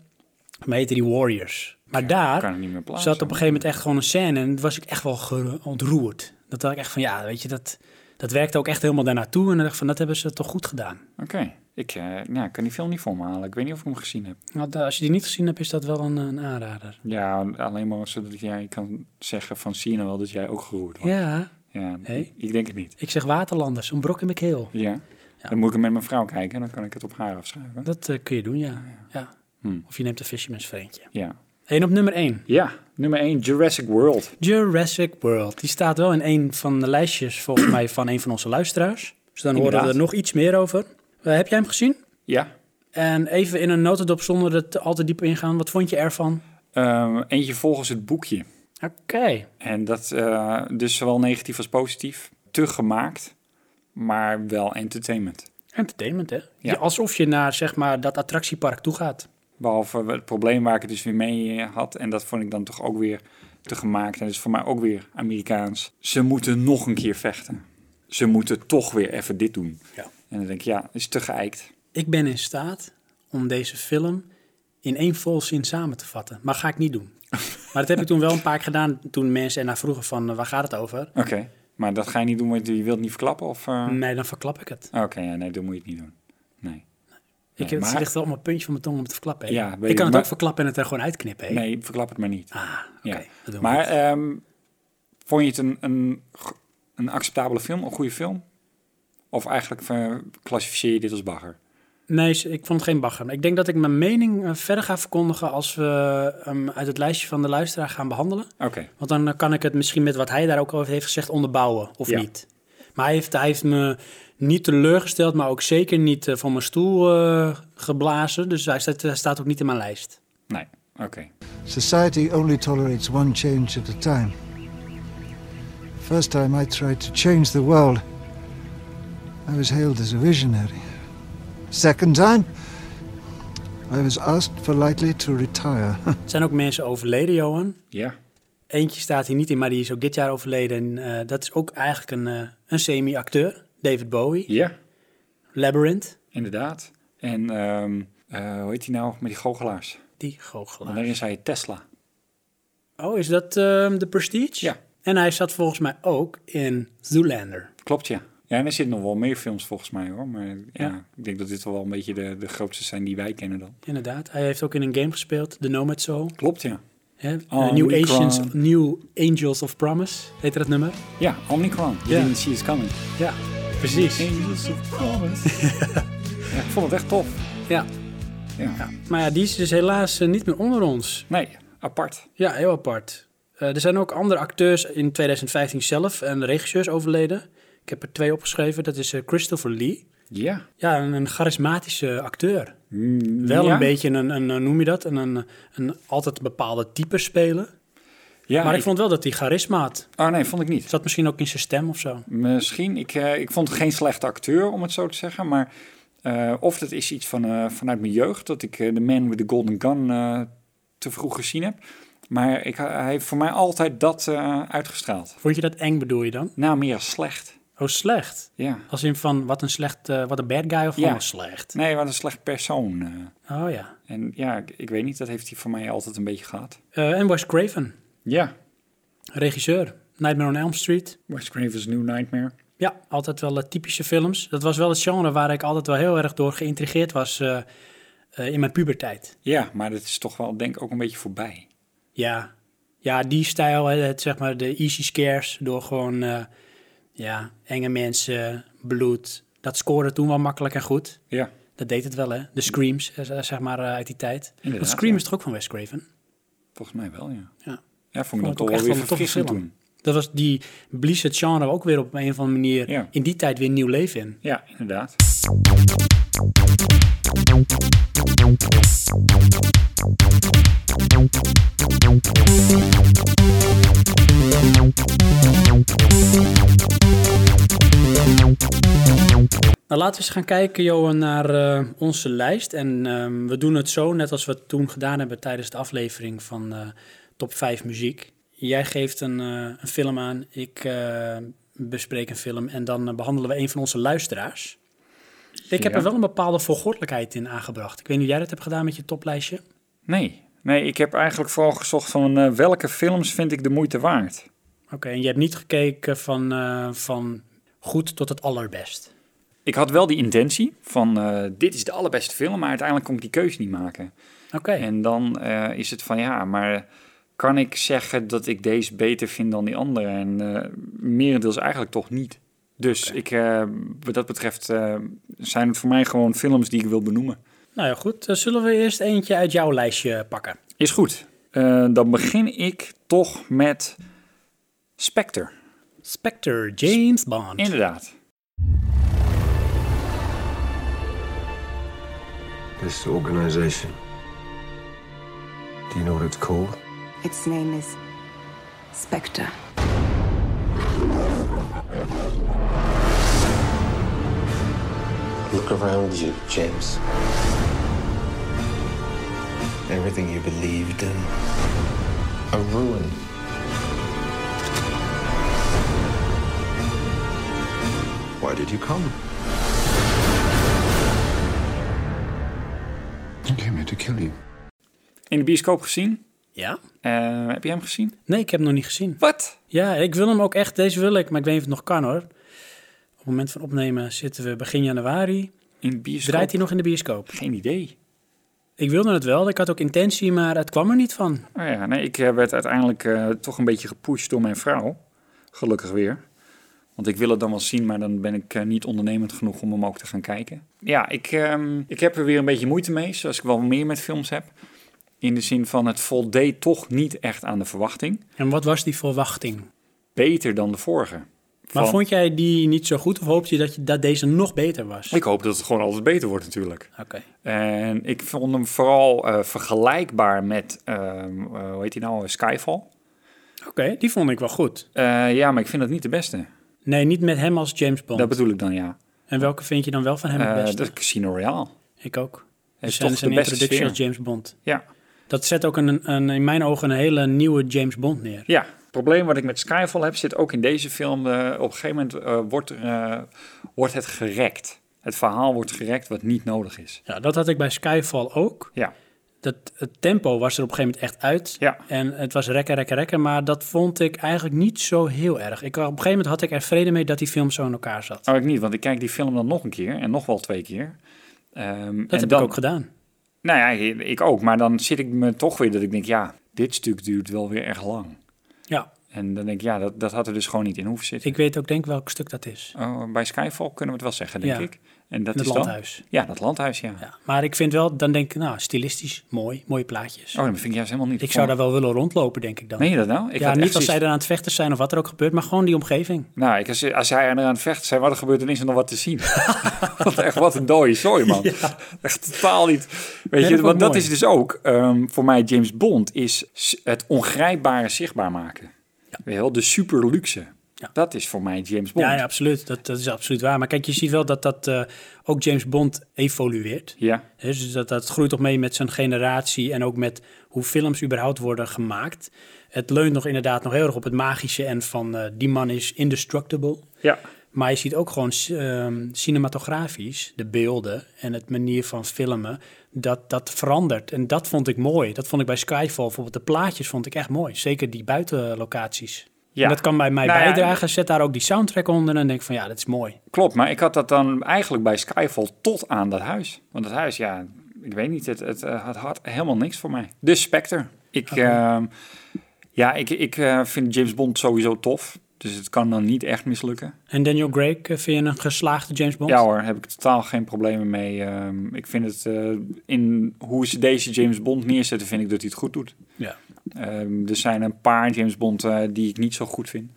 S1: Maar heette die Warriors. Maar daar
S2: kan het niet meer plaatsen.
S1: zat op een gegeven moment echt gewoon een scène en was ik echt wel ge- ontroerd. Dat dacht ik echt van ja, weet je, dat, dat werkte ook echt helemaal daar naartoe. En dan dacht ik van dat hebben ze toch goed gedaan.
S2: Oké, ik eh, ja, kan die film niet voor me halen. Ik weet niet of ik hem gezien heb.
S1: Nou, da- als je die niet gezien hebt, is dat wel een, een aanrader.
S2: Ja, alleen maar zodat jij kan zeggen van zie je nou wel dat jij ook geroerd wordt.
S1: Ja,
S2: Ja,
S1: Hey.
S2: ik, ik denk het niet.
S1: Ik zeg waterlanders, een brok in mijn keel.
S2: Ja. Dan moet ik hem met mijn vrouw kijken en dan kan ik het op haar afschrijven.
S1: Dat eh, kun je doen, ja. ja. Of je neemt een Fisherman's Friendje.
S2: Ja.
S1: En op nummer 1,
S2: Ja, nummer 1, Jurassic World.
S1: Jurassic World. Die staat wel in een van de lijstjes, volgens mij, van een van onze luisteraars. Dus dan horen we
S2: Inderdaad.
S1: er nog iets meer over. Eh, heb jij hem gezien?
S2: Ja.
S1: En even in een notendop zonder er te- al te diep ingaan. Wat vond je ervan?
S2: Ehm, eentje volgens het boekje.
S1: Oké.
S2: En dat eh, dus zowel negatief als positief. Te gemaakt, maar wel entertainment.
S1: Entertainment, hè?
S2: Ja.
S1: Alsof je naar, zeg maar, dat attractiepark toe gaat.
S2: Behalve het probleem waar ik het dus weer mee eh, had. En dat vond ik dan toch ook weer te gemaakt. En dat is voor mij ook weer Amerikaans. Ze moeten nog een keer vechten. Ze moeten toch weer even dit doen.
S1: Ja.
S2: En dan denk ik, ja, is te geëikt.
S1: Ik ben in staat om deze film in één vol zin samen te vatten. Maar ga ik niet doen. Maar dat heb ik toen wel een paar keer gedaan toen mensen ernaar vroegen van eh, waar gaat het over?
S2: Oké, maar dat ga je niet doen, want je wilt het niet verklappen? Of, eh?
S1: Nee, dan verklap ik het.
S2: Oké, ja, nee, dan moet je het niet doen. Nee.
S1: Ik heb,
S2: maar-
S1: Het ligt wel op mijn puntje van mijn tong om het te verklappen. hè?
S2: Ja, weet
S1: ik
S2: ik,
S1: kan het
S2: maar-
S1: ook verklappen en het er gewoon uitknippen. hè?
S2: Nee, verklap het maar niet.
S1: Ah, oké.
S2: ja.
S1: dat doen we
S2: maar
S1: niet.
S2: ehm, vond je het een, een, g- een acceptabele film, een goede film? Of eigenlijk eh, klassificeer je dit als bagger?
S1: Nee, s- ik vond het geen bagger. Ik denk dat ik mijn mening eh, verder ga verkondigen als we hem uit het lijstje van de luisteraar gaan behandelen.
S2: Oké,
S1: Want dan eh, kan ik het misschien met wat hij daar ook over heeft gezegd onderbouwen, of
S2: Ja.
S1: niet. Maar hij heeft, hij heeft me niet teleurgesteld, maar ook zeker niet eh, van mijn stoel eh, geblazen. Dus hij staat, hij staat ook niet in mijn lijst.
S2: Nee, oké.
S7: Society only tolerates one change at a time. The first time I tried to change the world, I was hailed as a visionary. Second time, I was asked politely to retire.
S1: Er zijn ook mensen overleden, Johan.
S2: Ja.
S1: Eentje staat hier niet in, maar die is ook dit jaar overleden. En eh, dat is ook eigenlijk een, eh, een semi-acteur. David Bowie,
S2: Ja,
S1: Labyrinth,
S2: inderdaad. En ehm, eh, hoe heet die nou met die goochelaars?
S1: die
S2: En
S1: goochelaar.
S2: daarin zei je Tesla.
S1: Oh, is dat ehm The Prestige?
S2: Ja.
S1: En hij zat volgens mij ook in Zoolander.
S2: Klopt, ja. Ja, en er zitten nog wel meer films volgens mij hoor. Maar ja,
S1: Ja.
S2: ik denk dat dit wel een beetje de, de grootste zijn die wij kennen dan.
S1: Inderdaad, hij heeft ook in een game gespeeld, The Nomad Soul.
S2: Klopt, ja.
S1: Hè?
S2: Oh,
S1: Eh, New,
S2: Omicron.
S1: Asians, New Angels of Promise, heette dat nummer?
S2: Ja, Omnicron. You
S1: Ja.
S2: didn't see it coming.
S1: Ja, precies.
S2: Angels of Promise. ja, ik vond het echt tof.
S1: Ja.
S2: Ja.
S1: Maar ja, die is dus helaas eh, niet meer onder ons.
S2: Nee, apart.
S1: Ja, heel apart. Eh, er zijn ook andere acteurs in 2015 zelf en regisseurs overleden. Ik heb er twee opgeschreven. Dat is eh, Christopher Lee.
S2: Ja.
S1: Ja, een, een charismatische acteur.
S2: Mm,
S1: Wel
S2: ja.
S1: een beetje een, een, een- noem je dat, een, een, een altijd bepaalde type spelen.
S2: Ja,
S1: maar ik vond wel dat hij charisma had.
S2: Oh nee, vond ik niet.
S1: Zat misschien ook in zijn stem of zo.
S2: Misschien. Ik, eh, ik vond het geen slechte acteur, om het zo te zeggen. Maar eh, of dat is iets van, eh, vanuit mijn jeugd, dat ik eh, The Man with the Golden Gun eh, te vroeg gezien heb. Maar ik, eh, hij heeft voor mij altijd dat eh, uitgestraald.
S1: Vond je dat eng bedoel je dan?
S2: Nou, meer als slecht.
S1: Oh, slecht.
S2: Ja.
S1: Als in van, wat een slecht, eh, wat een bad guy of gewoon
S2: Ja.
S1: slecht.
S2: Nee, wat een slecht persoon. eh.
S1: Oh ja.
S2: en ja, ik, ik weet niet, dat heeft hij voor mij altijd een beetje gehad.
S1: Eh, en Wes Craven,
S2: Ja,
S1: regisseur. Nightmare on Elm Street.
S2: Wes Craven's New Nightmare.
S1: Ja, altijd wel eh, typische films. Dat was wel het genre waar ik altijd wel heel erg door geïntrigeerd was eh, eh, in mijn puberteit.
S2: Ja, maar dat is toch wel, denk ik, ook een beetje voorbij.
S1: Ja, ja die stijl, hè, het, zeg maar de easy scares door gewoon eh, ja, enge mensen, bloed. Dat scoorde toen wel makkelijk en goed.
S2: Ja.
S1: Dat deed het wel, hè? De screams, eh, zeg maar, eh, uit die tijd. Want
S2: Inderdaad,
S1: Scream
S2: ja.
S1: is toch ook van Wes Craven?
S2: Volgens mij wel, ja.
S1: Ja.
S2: Ja, vond ik
S1: Vond
S2: dat
S1: ik ook
S2: toch
S1: echt
S2: wel weer
S1: wel een toffe
S2: verfrissend
S1: film.
S2: toen.
S1: Dat was die blies het genre ook weer op een of andere manier
S2: Ja.
S1: in die tijd weer nieuw leven in.
S2: Ja, inderdaad.
S1: Nou, laten we eens gaan kijken, Johan, naar eh, onze lijst. En ehm, we doen het zo, net als we het toen gedaan hebben tijdens de aflevering van eh, Top 5 Muziek. Jij geeft een, eh, een film aan, ik eh, bespreek een film en dan eh, behandelen we een van onze luisteraars. Ik heb
S2: Ja.
S1: er wel een bepaalde volgordelijkheid in aangebracht. Ik weet niet of jij dat hebt gedaan met je toplijstje.
S2: Nee. Nee, ik heb eigenlijk vooral gezocht van eh, welke films vind ik de moeite waard.
S1: Oké, en je hebt niet gekeken van, eh, van goed tot het allerbest.
S2: Ik had wel die intentie van eh, dit is de allerbeste film, maar uiteindelijk kon ik die keuze niet maken.
S1: Oké,
S2: En dan eh, is het van ja, maar kan ik zeggen dat ik deze beter vind dan die andere? En eh merendeels eigenlijk toch niet. Dus ik, eh, wat dat betreft eh, zijn het voor mij gewoon films die ik wil benoemen.
S1: nou ja, goed. Eh, zullen we eerst eentje uit jouw lijstje pakken?
S2: Is goed. Eh, dan begin ik toch met Spectre.
S1: Spectre, James Bond.
S2: Inderdaad.
S8: This organization. Do you know what it's called?
S4: Its name is Spectre.
S8: Look around you, James. Everything you believed in. A ruin. Why did you come? I came here to kill you.
S2: In de bioscoop gezien.
S1: Ja?
S2: Eh, heb je hem gezien?
S1: Nee, ik heb hem nog niet gezien.
S2: Wat?
S1: Ja, ik wil hem ook echt. Deze wil ik, maar ik weet niet of het nog kan hoor. Op het moment van opnemen zitten we begin januari.
S2: In de bioscoop?
S1: Draait hij nog in de bioscoop?
S2: Geen idee.
S1: Ik wilde het wel, ik had ook intentie, maar het kwam er niet van.
S2: Oh ja, nee, ik eh, werd uiteindelijk eh, toch een beetje gepusht door mijn vrouw. Gelukkig weer. Want ik wil het dan wel zien, maar dan ben ik eh, niet ondernemend genoeg om hem ook te gaan kijken. Ja, ik, ehm, ik heb er weer een beetje moeite mee, zoals ik wel meer met films heb. In de zin van het voldeed toch niet echt aan de verwachting.
S1: En wat was die verwachting?
S2: Beter dan de vorige.
S1: Maar
S2: Van-
S1: vond jij die niet zo goed of hoopte je dat, je, dat deze nog beter was?
S2: Ik hoop dat het gewoon altijd beter wordt natuurlijk.
S1: Oké.
S2: En ik vond hem vooral eh, vergelijkbaar met, ehm, eh, hoe heet die nou, Skyfall.
S1: Oké, die vond ik wel goed.
S2: Eh, ja, maar ik vind dat niet de beste.
S1: Nee, niet met hem als James Bond.
S2: Dat bedoel ik dan, ja.
S1: En welke vind je dan wel van hem
S2: Eh,
S1: het beste?
S2: dat is Casino Royale.
S1: Ik ook.
S2: Heeft
S1: Dus zijn
S2: toch
S1: zijn
S2: de beste
S1: introductie
S2: sfeer.
S1: als James Bond.
S2: Ja.
S1: Dat zet ook een, een, in mijn ogen een hele nieuwe James Bond neer.
S2: Ja, het probleem wat ik met Skyfall heb zit ook in deze film. Eh, op een gegeven moment eh, wordt, eh, wordt het gerekt. Het verhaal wordt gerekt wat niet nodig is.
S1: Ja, dat had ik bij Skyfall ook.
S2: Ja,
S1: Dat, het tempo was er op een gegeven moment echt uit.
S2: Ja.
S1: En het was rekken, rekken, rekken. Maar dat vond ik eigenlijk niet zo heel erg. Ik, op een gegeven moment had ik er vrede mee dat die film zo in elkaar zat.
S2: nou ik niet, want ik kijk die film dan nog een keer en nog wel twee keer. Ehm, en
S1: dat heb
S2: dan,
S1: ik ook gedaan.
S2: Nou ja, ik ook, maar dan zit ik me toch weer dat ik denk, ja, dit stuk duurt wel weer erg lang.
S1: Ja,
S2: En dan denk ik, ja, dat, dat had er dus gewoon niet in hoeven zitten.
S1: ik weet ook denk welk stuk dat is.
S2: Oh, bij Skyfall kunnen we het wel zeggen, denk
S1: Ja.
S2: ik. En dat
S1: Het
S2: is dan-
S1: landhuis.
S2: Ja, dat landhuis, ja.
S1: Ja, maar ik vind wel, dan denk ik, nou, stilistisch, mooi, mooie plaatjes.
S2: Oh, dat vind ik juist helemaal niet.
S1: ik zou daar wel willen rondlopen, denk ik dan.
S2: Meen je dat nou? Ik
S1: ja,
S2: had echt
S1: niet als
S2: zoiets-
S1: zij daar aan het vechten zijn of wat er ook gebeurt, maar gewoon die omgeving.
S2: Nou, ik, als, als hij er aan het vechten zijn, wat er gebeurt, dan is er nog wat te zien. Want echt, wat een dode zooi, man. Echt totaal niet.
S1: dat
S2: Weet je,
S1: vond ik
S2: want dat
S1: mooi.
S2: is dus ook ehm, voor mij James Bond, is s- het ongrijpbare zichtbaar maken. Weet je wel, de super luxe. Dat is voor mij James Bond.
S1: Ja, ja, absoluut. Dat, dat is absoluut waar. Maar kijk, je ziet wel dat dat eh, ook James Bond evolueert.
S2: Ja.
S1: Hè, Dus dat, dat groeit toch mee met zijn generatie en ook met hoe films überhaupt worden gemaakt. Het leunt nog inderdaad nog heel erg op het magische en van eh, die man is indestructible.
S2: Ja.
S1: Maar je ziet ook gewoon ehm, cinematografisch, de beelden en het manier van filmen, dat dat verandert. En dat vond ik mooi. Dat vond ik bij Skyfall bijvoorbeeld. De plaatjes vond ik echt mooi. Zeker die buitenlocaties.
S2: Ja.
S1: En dat kan bij mij
S2: Nou ja,
S1: bijdragen. Zet daar ook die soundtrack onder en denk van ja, dat is mooi.
S2: Klopt, maar ik had dat dan eigenlijk bij Skyfall tot aan dat huis. Want dat huis, ja, ik weet niet, het, het, eh, het had helemaal niks voor mij. Dus Spectre. Ik, ehm, ja, ik, ik eh, vind James Bond sowieso tof. Dus het kan dan niet echt mislukken.
S1: En Daniel Craig, eh, vind je een geslaagde James Bond?
S2: Ja hoor, heb ik totaal geen problemen mee. Ehm, ik vind het, eh, in hoe ze deze James Bond neerzetten, vind ik dat hij het goed doet.
S1: Ja.
S2: Ehm, er zijn een paar James Bond eh, die ik niet zo goed vind.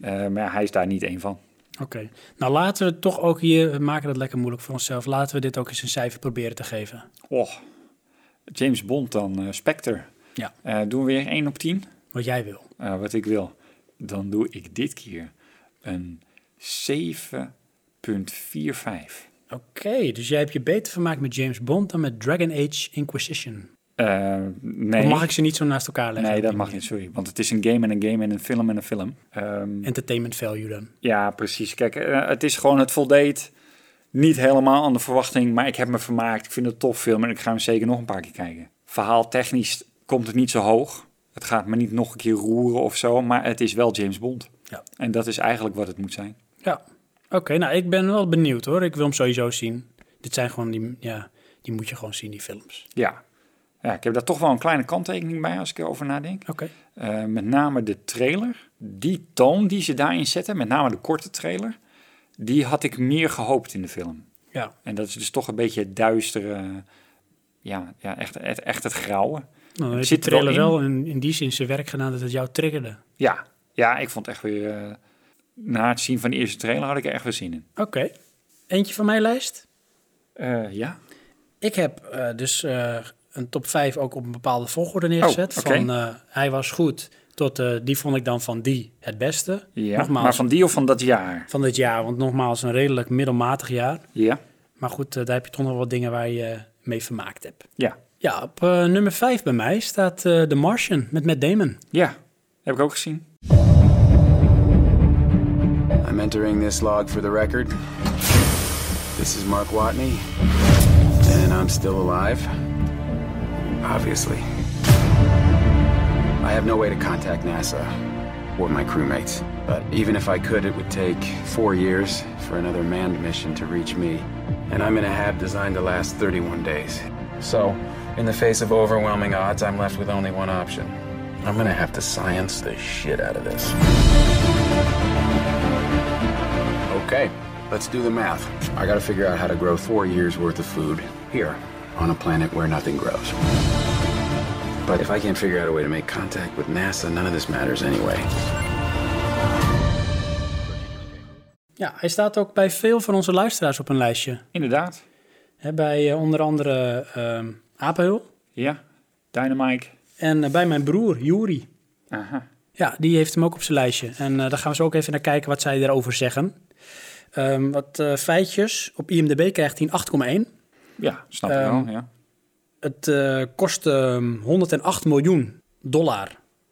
S2: Eh, maar ja, hij is daar niet één van.
S1: Oké. Nou, laten we het toch ook hier, we maken het lekker moeilijk voor onszelf. Laten we dit ook eens een cijfer proberen te geven.
S2: Och, Oh, James Bond dan, eh, Spectre.
S1: Ja.
S2: Eh, doen we weer 1 op 10,
S1: Wat jij wil.
S2: Eh, wat ik wil. Dan doe ik dit keer een 7,45.
S1: Oké, dus jij hebt je beter vermaakt met James Bond dan met Dragon Age Inquisition.
S2: Eh, nee,
S1: Of mag ik ze niet zo naast elkaar leggen?
S2: nee,
S1: op
S2: dat
S1: die
S2: mag niet, sorry. Want het is een game en een game en een film en een film. Ehm,
S1: manier? Entertainment value dan.
S2: ja, precies. Kijk, eh, het is gewoon, het voldeed niet helemaal aan de verwachting, maar ik heb me vermaakt. Ik vind het een tof film en ik ga hem zeker nog een paar keer kijken. Verhaal technisch komt het niet zo hoog. Het gaat me niet nog een keer roeren of zo, maar het is wel James Bond.
S1: Ja.
S2: En dat is eigenlijk wat het moet zijn.
S1: Ja. Oké, nou, ik ben wel benieuwd hoor. Ik wil hem sowieso zien. Dit zijn gewoon die, ja, die moet je gewoon zien, die films.
S2: Ja. ja, ik heb daar toch wel een kleine kanttekening bij als ik erover nadenk.
S1: Oké.
S2: Eh, met name de trailer, die toon die ze daarin zetten, met name de korte trailer, die had ik meer gehoopt in de film.
S1: Ja. Nou,
S2: En dat is dus toch een beetje het duistere, ja, ja echt, echt, echt het grauwe.
S1: Nou, dan heeft de
S2: zit er wel
S1: trailer
S2: in.
S1: wel in, in die zin zijn werk gedaan dat het jou triggerde.
S2: Ja, ja ik vond echt weer, eh, na het zien van de eerste trailer had ik er echt weer zin in.
S1: Oké. Eentje van mijn lijst.
S2: Eh, ja,
S1: Ik heb eh, dus eh, een top 5 ook op een bepaalde volgorde neergezet.
S2: Oh, oké.
S1: Van eh, hij was goed tot eh, die vond ik dan van die het beste.
S2: ja.
S1: Nogmaals,
S2: maar
S1: van...
S2: van die of van dat jaar?
S1: dit jaar, want nogmaals een redelijk middelmatig jaar.
S2: Ja,
S1: Maar goed, eh, daar heb je toch nog wat dingen waar je eh, mee vermaakt hebt.
S2: ja,
S1: Ja, op eh, nummer 5 bij mij staat eh The Martian met Matt Damon.
S2: ja. Heb ik ook gezien.
S9: I'm entering this log for the record. This is Mark Watney, and I'm still alive. Obviously. I have no way to contact NASA or my crewmates, but even if I could, it would take four years for another manned mission to reach me, and I'm in a hab designed to last 31 days. So, in the face of overwhelming odds, I'm left with only one option. I'm gonna have to science the shit out of this. Okay, let's do the math. I gotta figure out how to grow four years worth of food here on a planet where nothing grows. But if I can't figure out a way to make contact with NASA, none of this matters anyway.
S1: Ja, hij staat ook bij veel van onze luisteraars op een lijstje.
S2: Inderdaad.
S1: Hè, bij eh, onder andere ehm Apenhul
S2: Ja. Dynamite.
S1: en eh, bij mijn broer Juri.
S2: Aha.
S1: Ja, die heeft hem ook op zijn lijstje. En eh, daar gaan we zo ook even naar kijken wat zij daarover zeggen. Ehm, wat eh, feitjes. Op IMDb krijgt hij een 8,1.
S2: Ja, snap ik
S1: Ehm,
S2: wel. Ja.
S1: Het eh, kost ehm, 108 miljoen dollar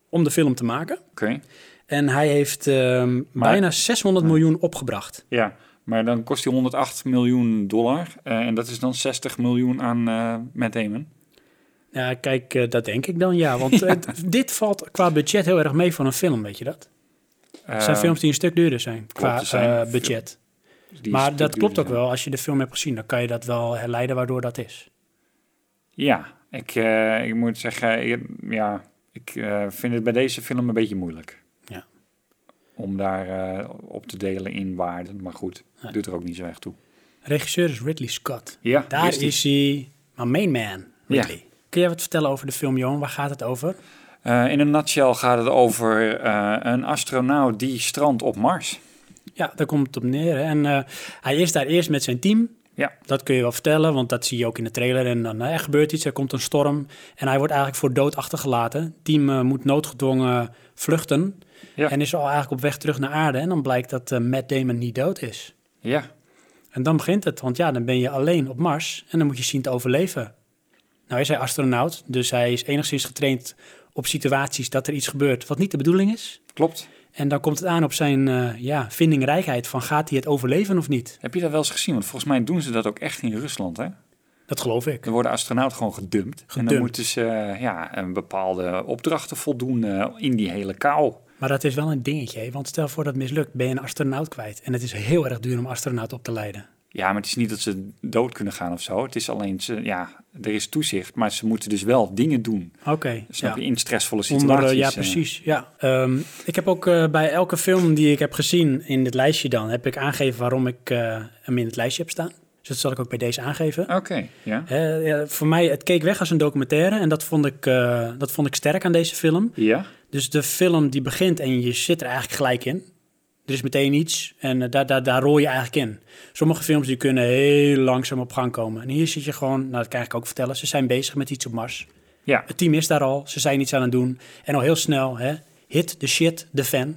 S1: om de film te maken.
S2: Oké.
S1: En hij heeft ehm, bijna 600 miljoen opgebracht.
S2: Ja. Maar dan kost die 108 miljoen dollar. eh, en dat is dan 60 miljoen aan eh Matt Damon.
S1: Ja, kijk, eh, dat denk ik dan, ja. Want het- dit valt qua budget heel erg mee van een film, weet je dat? Het zijn
S2: Eh,
S1: films die een stuk duurder zijn qua
S2: er zijn
S1: eh, budget.
S2: die
S1: Maar
S2: is-
S1: dat klopt ook
S2: zijn.
S1: wel. Als je de film hebt gezien, dan kan je dat wel herleiden waardoor dat is.
S2: Ja. Ik, eh, ik moet zeggen, ik- ja, ik eh, vind het bij deze film een beetje moeilijk.
S1: Ja.
S2: Om daar eh, op te delen in waarden. Maar goed, doet er ook niet zo echt toe.
S1: Regisseur is Ridley Scott.
S2: Ja,
S1: Daar
S2: is
S1: is,
S2: die.
S1: hij, maar main man, Ridley.
S2: Ja.
S1: Kun jij wat vertellen over de film, Johan? Waar gaat het over?
S2: Eh, in een nutshell gaat het over eh, een astronaut die strandt op Mars.
S1: Ja, daar komt het op neer. hè. En eh, hij is daar eerst met zijn team.
S2: Ja.
S1: Dat kun je wel vertellen, want dat zie je ook in de trailer. En dan eh, er gebeurt iets, er komt een storm. En hij wordt eigenlijk voor dood achtergelaten. Team eh, moet noodgedwongen vluchten.
S2: Ja.
S1: En is al eigenlijk op weg terug naar aarde. En dan blijkt dat eh, Matt Damon niet dood is.
S2: Ja,
S1: En dan begint het, want ja, dan ben je alleen op Mars en dan moet je zien te overleven. Nou is hij astronaut, dus hij is enigszins getraind op situaties dat er iets gebeurt wat niet de bedoeling is.
S2: klopt.
S1: En dan komt het aan op zijn eh, ja, vindingrijkheid van gaat hij het overleven of niet?
S2: Heb je dat wel eens gezien? Want volgens mij doen ze dat ook echt in Rusland, hè?
S1: Dat geloof ik.
S2: Dan worden astronauten gewoon gedumpt. En dan
S1: Gedumpt.
S2: moeten ze eh, ja, een bepaalde opdrachten voldoen eh, in die hele kou.
S1: Maar dat is wel een dingetje, hè, want stel voor dat het mislukt, ben je een astronaut kwijt. En het is heel erg duur om een astronaut op te leiden.
S2: Ja, maar het is niet dat ze dood kunnen gaan of zo. Het is alleen, ze, ja, er is toezicht, maar ze moeten dus wel dingen doen.
S1: Oké,
S2: Snap
S1: ja.
S2: je? In stressvolle situaties.
S1: Onder, eh, ja,
S2: eh.
S1: precies. Ja. Ehm, ik heb ook eh, bij elke film die ik heb gezien in dit lijstje dan, heb ik aangegeven waarom ik eh, hem in het lijstje heb staan. Dus dat zal ik ook bij deze aangeven.
S2: Oké, ja.
S1: Hè, ja, voor mij, het keek weg als een documentaire en dat vond, ik, eh, dat vond ik sterk aan deze film.
S2: Ja,
S1: Dus de film die begint en je zit er eigenlijk gelijk in. Er is meteen iets en eh, daar, daar, daar rol je eigenlijk in. Sommige films die kunnen heel langzaam op gang komen. En hier zit je gewoon, nou dat kan ik ook vertellen, ze zijn bezig met iets op Mars.
S2: ja.
S1: Het team is daar al, ze zijn iets aan het doen. En al heel snel, hè, hit the shit, de fan.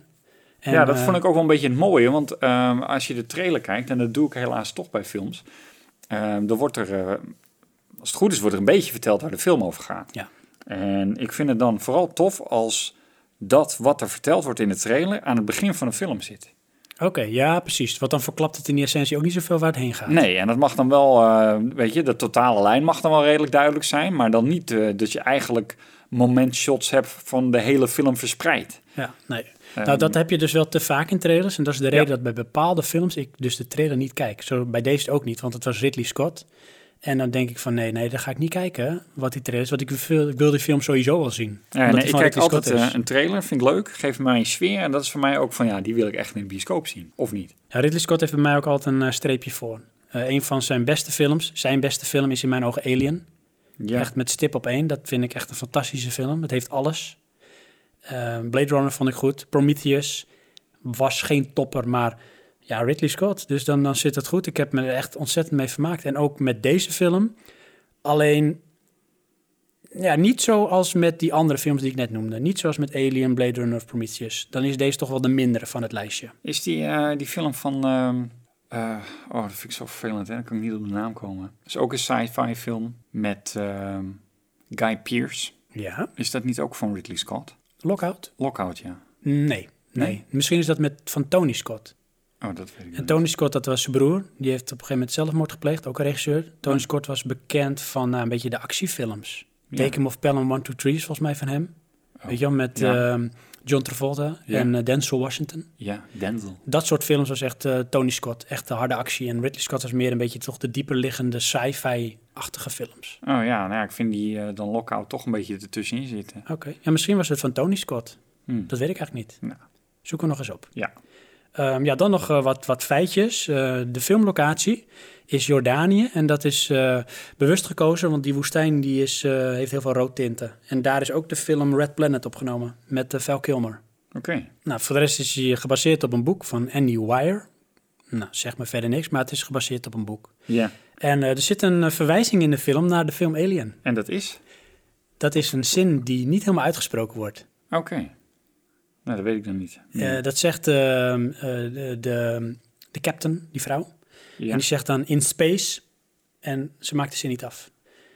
S1: En,
S2: ja, dat
S1: eh,
S2: vond ik ook wel een beetje het mooie. Want ehm, als je de trailer kijkt, en dat doe ik helaas toch bij films, ehm, dan wordt er, eh, als het goed is, wordt er een beetje verteld waar de film over gaat.
S1: Ja.
S2: En ik vind het dan vooral tof als dat wat er verteld wordt in de trailer aan het begin van de film zit.
S1: Oké, ja, precies. Want dan verklapt het in die essentie ook niet zoveel waar het heen gaat.
S2: Nee, en dat mag dan wel, eh, weet je, de totale lijn mag dan wel redelijk duidelijk zijn, maar dan niet eh, dat je eigenlijk momentshots hebt van de hele film verspreid.
S1: Ja, nee.
S2: Ehm,
S1: nou, dat heb je dus wel te vaak in trailers. En dat is de reden dat bij bepaalde films ik dus de trailer niet kijk. Zo bij deze ook niet, want het was Ridley Scott. En dan denk ik van nee, nee, daar ga ik niet kijken wat die trailer is. Want ik wil, ik wil die film sowieso wel zien.
S2: Ja,
S1: Omdat
S2: nee,
S1: die
S2: ik
S1: van
S2: kijk
S1: Ridley Scott
S2: altijd eh,
S1: is.
S2: een trailer, vind ik leuk, geeft mij een sfeer en dat is voor mij ook van ja, die wil ik echt in de bioscoop zien, of niet?
S1: Ja, Ridley Scott heeft bij mij ook altijd een eh, streepje voor. Eh, een van zijn beste films, zijn beste film is in mijn ogen Alien.
S2: Ja,
S1: Echt met stip op één. Dat vind ik echt een fantastische film. Het heeft alles. Eh, Blade Runner vond ik goed. Prometheus was geen topper, maar ja, Ridley Scott. Dus dan, dan zit het goed. Ik heb me er echt ontzettend mee vermaakt. En ook met deze film. Alleen ja, niet zoals met die andere films die ik net noemde. Niet zoals met Alien, Blade Runner of Prometheus. Dan is deze toch wel de mindere van het lijstje.
S2: Is die, eh, die film van... ehm, eh, oh, dat vind ik zo vervelend, hè? Dan kan ik niet op de naam komen. Het is ook een sci-fi film met ehm, Guy Pearce.
S1: Ja.
S2: Is dat niet ook van Ridley Scott?
S1: Lockout?
S2: Lockout, ja.
S1: Nee, nee.
S2: Nee?
S1: Misschien is dat met van Tony Scott.
S2: Oh, dat weet ik
S1: En
S2: niet.
S1: Tony Scott, dat was zijn broer. Die heeft op een gegeven moment zelfmoord gepleegd, ook een regisseur. Tony Scott was bekend van nou, een beetje de actiefilms. Take Him of Pelham 1, 2, 3 is volgens mij van hem. Weet je wel, met
S2: Oh. ja.
S1: ehm, John Travolta
S2: Ja.
S1: en eh, Denzel Washington.
S2: Ja, Denzel.
S1: Dat soort films was echt eh, Tony Scott, echt de harde actie. En Ridley Scott was meer een beetje toch de dieperliggende sci-fi-achtige films.
S2: Oh ja, nou ja, ik vind die eh, dan Lockout toch een beetje ertussenin zitten.
S1: Oké, ja, misschien was het van Tony Scott. Dat weet ik eigenlijk niet.
S2: Nou.
S1: Zoek hem nog eens op.
S2: Ja.
S1: Ehm, ja, dan nog eh, wat, wat feitjes. Eh, de filmlocatie is Jordanië en dat is eh, bewust gekozen, want die woestijn die is, eh, heeft heel veel rood tinten. En daar is ook de film Red Planet opgenomen met eh, Val Kilmer.
S2: Oké.
S1: Nou, voor de rest is hij gebaseerd op een boek van Andy Weir. Nou, zeg me verder niks, maar het is gebaseerd op een boek.
S2: Ja.
S1: En eh, er zit een eh, verwijzing in de film naar de film Alien.
S2: En dat is?
S1: Dat is een zin die niet helemaal uitgesproken wordt.
S2: Oké. Nou, dat weet ik dan niet.
S1: Eh, dat zegt ehm, eh, de, de, de captain, die vrouw.
S2: Ja.
S1: En die zegt dan in space. En ze maakt de zin niet af.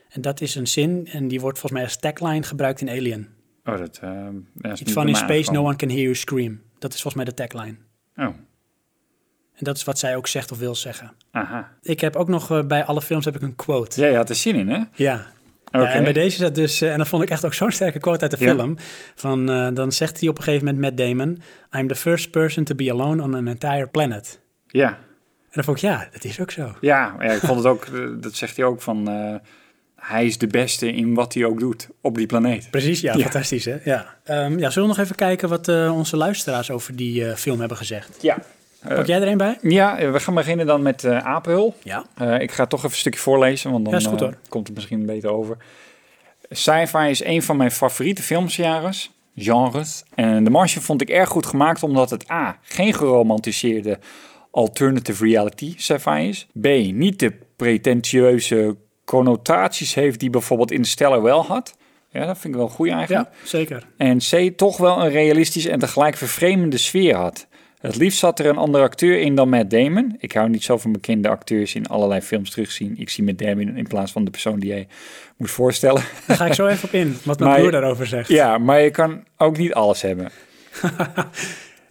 S1: En dat is een zin en die wordt volgens mij als tagline gebruikt in Alien.
S2: Oh, dat... eh, ja, is
S1: Iets
S2: niet
S1: van
S2: bij
S1: in
S2: mij
S1: space no
S2: aangekomen.
S1: one can hear you scream. Dat is volgens mij de tagline.
S2: Oh,
S1: En dat is wat zij ook zegt of wil zeggen.
S2: aha.
S1: Ik heb ook nog eh, bij alle films heb ik een quote.
S2: Jij had er zin in, hè?
S1: Ja.
S2: Oké.
S1: Ja, en bij deze zat dus, eh, en dat vond ik echt ook zo'n sterke quote uit de
S2: Ja.
S1: film. Van, eh, dan zegt hij op een gegeven moment Matt Damon: I'm the first person to be alone on an entire planet.
S2: Ja.
S1: En dan vond ik, ja, dat is ook zo.
S2: Ja, maar ja, ik vond het ook... eh, dat zegt hij ook van... eh, hij is de beste in wat hij ook doet op die planeet.
S1: Precies, ja,
S2: Ja.
S1: fantastisch hè. Ja. Ehm, ja, zullen we nog even kijken wat eh, onze luisteraars over die eh, film hebben gezegd?
S2: Ja. Eh.
S1: Pak jij er een bij?
S2: Ja, eh, we gaan beginnen dan met eh Apenhul.
S1: Ja.
S2: Eh, ik ga toch even een stukje voorlezen, want dan
S1: Ja, is goed,
S2: eh,
S1: hoor.
S2: komt het misschien beter over. Sci-fi is een van mijn favoriete filmgenres. Genres. En de Martian vond ik erg goed gemaakt omdat het A. geen geromantiseerde alternative reality sci-fi is. B. niet de pretentieuze connotaties heeft die bijvoorbeeld Interstellar wel had. Ja, dat vind ik wel goed eigenlijk.
S1: Ja, zeker.
S2: En C. toch wel een realistische en tegelijk vervreemdende sfeer had. Het liefst zat er een andere acteur in dan Matt Damon. Ik hou niet zo van bekende acteurs in allerlei films terugzien. Ik zie Matt Damon in plaats van de persoon die jij moet voorstellen.
S1: Daar ga ik zo even op in, wat mijn
S2: Maar-
S1: broer daarover zegt.
S2: ja, maar je kan ook niet alles hebben.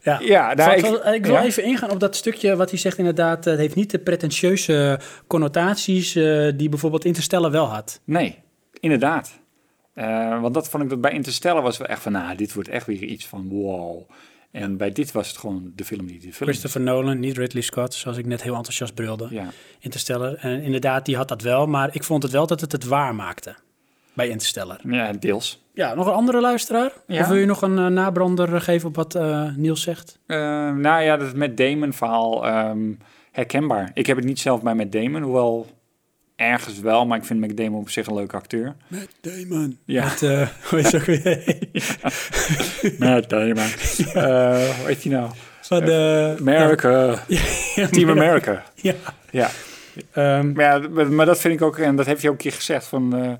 S1: Ja,
S2: Ja, nou,
S1: Zal ik,
S2: ik-
S1: wel- ik wil
S2: ja.
S1: even ingaan op dat stukje wat hij zegt inderdaad. eh, Het heeft niet de pretentieuze connotaties eh, die bijvoorbeeld Interstellar wel had.
S2: Nee, inderdaad. Eh, want dat vond ik dat bij Interstellar was wel echt van... Nou, dit wordt echt weer iets van wow. En bij dit was het gewoon de film die de film
S1: Christopher Nolan, niet Ridley Scott, zoals ik net heel enthousiast brulde.
S2: Ja.
S1: Interstellar. En inderdaad, die had dat wel, maar ik vond het wel dat het het waar maakte bij Interstellar.
S2: ja, deels.
S1: Ja, nog een andere luisteraar?
S2: Ja.
S1: Of wil je nog een eh, nabrander geven op wat eh, Niels zegt?
S2: Eh, nou ja, dat met Damon verhaal ehm, herkenbaar. Ik heb het niet zelf bij met Damon, hoewel ergens wel, maar ik vind Matt Damon op zich een leuke acteur.
S1: Damon.
S2: Ja.
S1: Met, eh, hoe is het ook weer?
S2: Matt Damon. Eh, hoe heet hij nou?
S1: Van de...
S2: America. Team America.
S1: Ja.
S2: Ja.
S1: Ehm,
S2: Maar, ja, maar- maar dat vind ik ook, en dat heeft hij ook een keer gezegd, van, eh,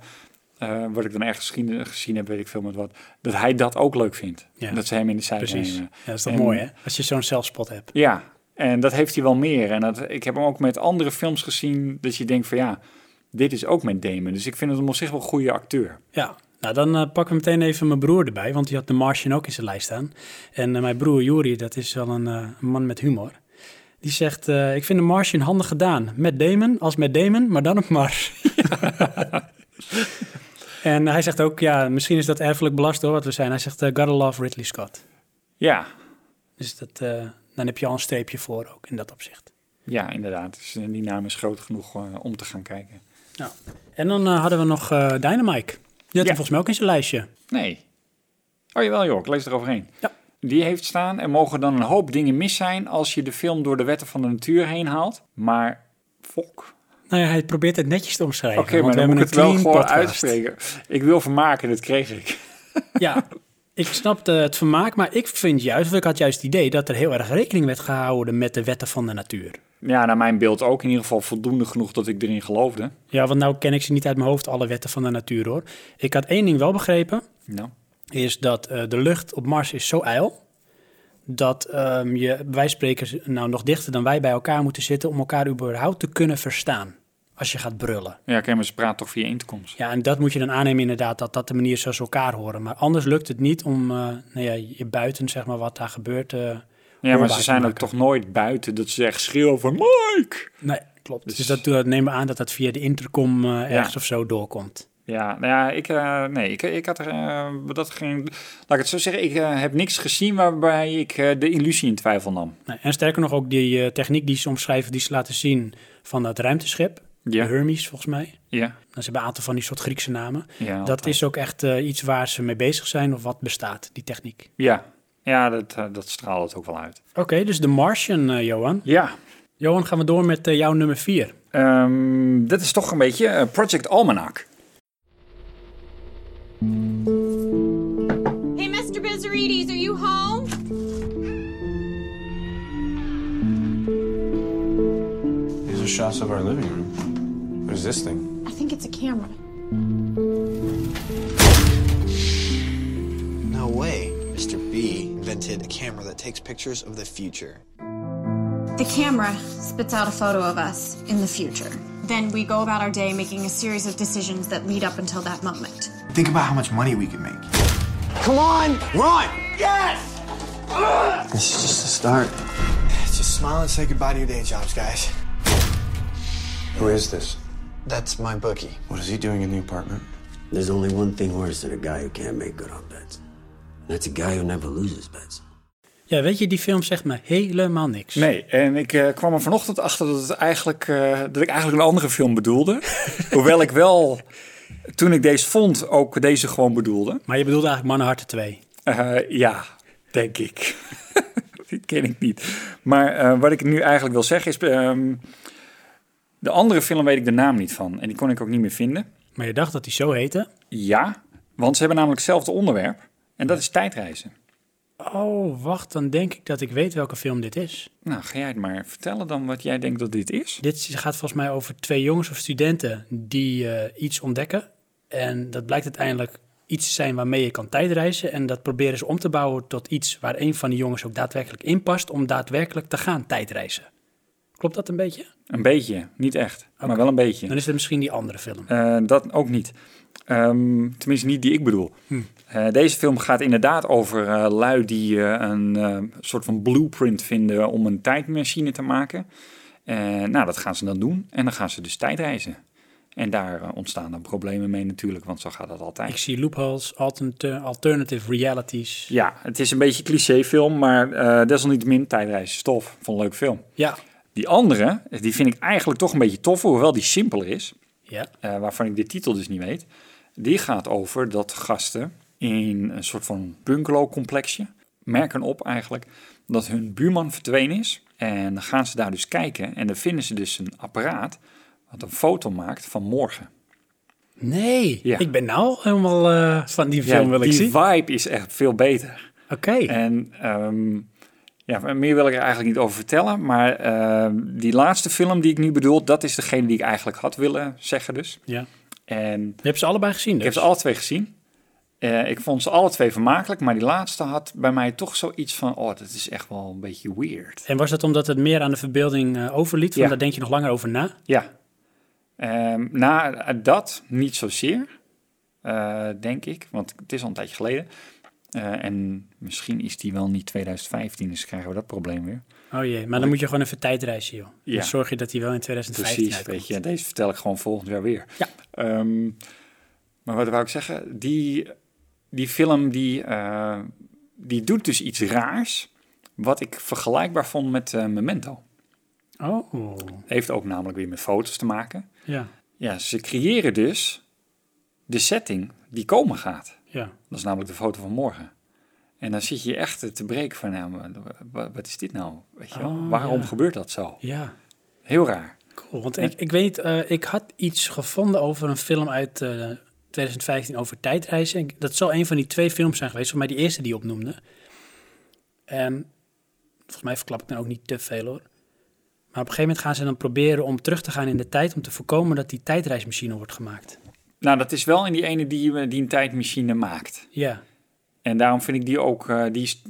S2: eh, wat ik dan ergens gezien, gezien heb, weet ik veel met wat, dat hij dat ook leuk vindt.
S1: Ja.
S2: Dat ze hem in de zijde
S1: precies. Ja,
S2: nemen.
S1: dat is toch
S2: En-
S1: mooi, hè? Als je zo'n zelfspot hebt.
S2: Ja, en dat heeft hij wel meer. En dat, ik heb hem ook met andere films gezien dat je denkt van ja, dit is ook met Damon. Dus ik vind hem op zich wel een goede acteur.
S1: Ja, nou dan eh, pakken we meteen even mijn broer erbij, want die had de Martian ook in zijn lijst staan. En eh, mijn broer Juri, dat is wel een eh, een man met humor. Die zegt, eh, ik vind de Martian handig gedaan. Met Damon, als met Damon, maar dan op Mars. en hij zegt ook, ja, misschien is dat erfelijk belast door wat we zijn. Hij zegt, eh, gotta love Ridley Scott.
S2: Ja,
S1: Dus dat, eh, dan heb je al een streepje voor ook in dat opzicht.
S2: ja inderdaad. Dus eh, die naam is groot genoeg eh, om te gaan kijken.
S1: Nou, en dan eh, hadden we nog eh Dynamite. Die had hem volgens mij ook in zijn lijstje.
S2: Nee. Oh jawel joh, ik lees eroverheen.
S1: Ja.
S2: Die heeft staan. Er mogen dan een hoop dingen mis zijn als je de film door de wetten van de natuur heen haalt. Maar fok.
S1: Nou ja, hij probeert het netjes te omschrijven.
S2: Oké, maar
S1: want
S2: dan
S1: we
S2: moet ik het
S1: hebben
S2: wel
S1: een
S2: gewoon
S1: clean podcast.
S2: uitspreken. Ik wil vermaken, dat kreeg ik.
S1: Ja, ik snapte het vermaak, maar ik vind juist, of ik had juist het idee dat er heel erg rekening werd gehouden met de wetten van de natuur.
S2: Ja, naar mijn beeld ook in ieder geval voldoende genoeg dat ik erin geloofde.
S1: Ja, want nou ken ik ze niet uit mijn hoofd, alle wetten van de natuur hoor. Ik had één ding wel begrepen,
S2: Nou.
S1: is dat eh, de lucht op Mars is zo ijl, dat ehm, je, wij spreken nou nog dichter dan wij bij elkaar moeten zitten om elkaar überhaupt te kunnen verstaan als je gaat brullen.
S2: Ja, oké, maar ze praat toch via intercoms.
S1: Ja, en dat moet je dan aannemen inderdaad, dat dat de manier is zoals we elkaar horen. Maar anders lukt het niet om eh, nou ja, je buiten, zeg maar, wat daar gebeurt... eh,
S2: Ja, maar
S1: hoorbaar
S2: ze
S1: te
S2: zijn ook
S1: maken.
S2: toch nooit buiten dat ze echt schreeuwen van Mike.
S1: Nee, klopt. Dus,
S2: Dus-
S1: dat, dat nemen we aan dat dat via de intercom eh, ergens
S2: Ja.
S1: of zo doorkomt.
S2: Ja, nou ja, ik, eh, nee, ik, ik had er, eh, dat ging, laat ik het zo zeggen, ik eh, heb niks gezien waarbij ik eh, de illusie in twijfel nam.
S1: Nee, en sterker nog, ook die eh, techniek die ze omschrijven, die ze laten zien van dat ruimteschip.
S2: Ja.
S1: De Hermes, volgens mij.
S2: Ja,
S1: En ze hebben een aantal van die soort Griekse namen.
S2: Ja,
S1: dat
S2: altijd.
S1: is ook echt eh, iets waar ze mee bezig zijn of wat bestaat, die techniek.
S2: ja, ja dat, eh, dat straalde het ook wel uit.
S1: Oké, dus de Martian, eh, Johan.
S2: Ja,
S1: Johan, gaan we door met eh, jouw nummer vier.
S2: ehm, dat is toch een beetje eh, Project Almanac.
S10: Hey, Mr. Bizarides, are you home?
S8: shots of our living room. What is this thing?
S10: I think it's a camera.
S11: No way. Mr. B invented a camera that takes pictures of the future.
S10: The camera spits out a photo of us in the future. Then we go about our day making a series of decisions that lead up until that moment.
S11: Think about how much money we could make. Come on! Run! Yes! This is just the start. Just smile and say goodbye to your day jobs, guys.
S8: Who is this?
S11: That's my bookie.
S8: What is he doing in the apartment?
S12: There's only one thing worse than a guy who can't make good on bets. And that's a guy who never loses bets.
S1: Ja, weet je, die film zegt me helemaal niks.
S2: Nee, en ik eh, kwam er vanochtend achter dat, het eigenlijk, eh, dat ik eigenlijk een andere film bedoelde. Hoewel ik wel, toen ik deze vond, ook deze gewoon bedoelde.
S1: Maar je bedoelt eigenlijk Mannenharten 2.
S2: Eh, ja, denk ik. Die ken ik niet. Maar eh, wat ik nu eigenlijk wil zeggen is... ehm, de andere film weet ik de naam niet van. En die kon ik ook niet meer vinden.
S1: Maar je dacht dat die zo heette?
S2: Ja, want ze hebben namelijk hetzelfde onderwerp. En dat is tijdreizen.
S1: Oh, wacht, dan denk ik dat ik weet welke film dit is.
S2: Nou, ga jij het maar vertellen dan wat jij denkt dat dit is.
S1: Dit gaat volgens mij over twee jongens of studenten die eh, iets ontdekken. En dat blijkt uiteindelijk iets te zijn waarmee je kan tijdreizen. En dat proberen ze om te bouwen tot iets waar een van die jongens ook daadwerkelijk in past om daadwerkelijk te gaan tijdreizen. Klopt dat een beetje?
S2: Een beetje, niet echt, maar wel een beetje.
S1: Dan is het misschien die andere film.
S2: Eh, dat ook niet. Ehm, tenminste, niet die ik bedoel. Eh, deze film gaat inderdaad over eh, lui die eh, een eh, soort van blueprint vinden om een tijdmachine te maken. En nou, dat gaan ze dan doen. En dan gaan ze dus tijdreizen. En daar eh, ontstaan dan problemen mee natuurlijk, want zo gaat dat altijd.
S1: Ik zie loopholes, altern- alternative realities.
S2: Ja, het is een beetje een clichéfilm, maar eh, desalniettemin tijdreizen is tof. Van een leuk film.
S1: Ja.
S2: Die andere, die vind ik eigenlijk toch een beetje toffer, hoewel die simpeler is.
S1: Ja.
S2: eh, waarvan ik de titel dus niet weet. Die gaat over dat gasten in een soort van bungalowcomplexje merken op eigenlijk dat hun buurman verdwenen is. En dan gaan ze daar dus kijken en dan vinden ze dus een apparaat wat een foto maakt van morgen.
S1: Nee,
S2: Ja.
S1: ik ben nou helemaal eh, van die film wil ik
S2: die Eh.
S1: zien.
S2: vibe is echt veel beter.
S1: Oké.
S2: En ehm, ja, meer wil ik er eigenlijk niet over vertellen. Maar ehm, die laatste film die ik nu bedoel, dat is degene die ik eigenlijk had willen zeggen dus.
S1: Ja.
S2: En
S1: Je hebt ze allebei gezien dus?
S2: Ik heb ze alle twee gezien. Eh, ik vond ze alle twee vermakelijk, maar die laatste had bij mij toch zoiets van, oh, dat is echt wel een beetje weird.
S1: En was dat omdat het meer aan de verbeelding eh, overliet? Want
S2: Ja.
S1: daar denk je nog langer over na.
S2: Ja. Ehm, na dat niet zozeer, eh, denk ik, want het is al een tijdje geleden. Eh, en misschien is die wel niet 2015, dus krijgen we dat probleem weer.
S1: Oh jee, maar dan moet je gewoon even tijdreizen, joh.
S2: Ja.
S1: Dan zorg je dat hij wel in 2015
S2: Precies,
S1: uitkomt.
S2: weet je, deze vertel ik gewoon volgend jaar weer.
S1: Ja.
S2: Ehm, maar wat wou ik zeggen? Die, die film die, eh, die doet dus iets raars, wat ik vergelijkbaar vond met eh, Memento.
S1: Oh,
S2: Heeft ook namelijk weer met foto's te maken.
S1: ja,
S2: Ja, ze creëren dus de setting die komen gaat.
S1: ja.
S2: Dat is namelijk de foto van morgen. En dan zit je echt eh, te breken van, nou, wa- wa- wat is dit nou? Weet je wel?
S1: Oh,
S2: Waarom
S1: ja.
S2: gebeurt dat zo?
S1: Ja,
S2: Heel raar.
S1: cool. Want ik, ik weet, eh, ik had iets gevonden over een film uit eh, 2015 over tijdreizen. Ik- Dat zal een van die twee films zijn geweest, volgens mij die eerste die je opnoemde. En volgens mij verklap ik dan ook niet te veel, hoor. Maar op een gegeven moment gaan ze dan proberen om terug te gaan in de tijd... om te voorkomen dat die tijdreismachine wordt gemaakt.
S2: Nou, dat is wel in die ene die, eh, die een tijdmachine maakt.
S1: Ja,
S2: En daarom vind ik die ook, eh, die is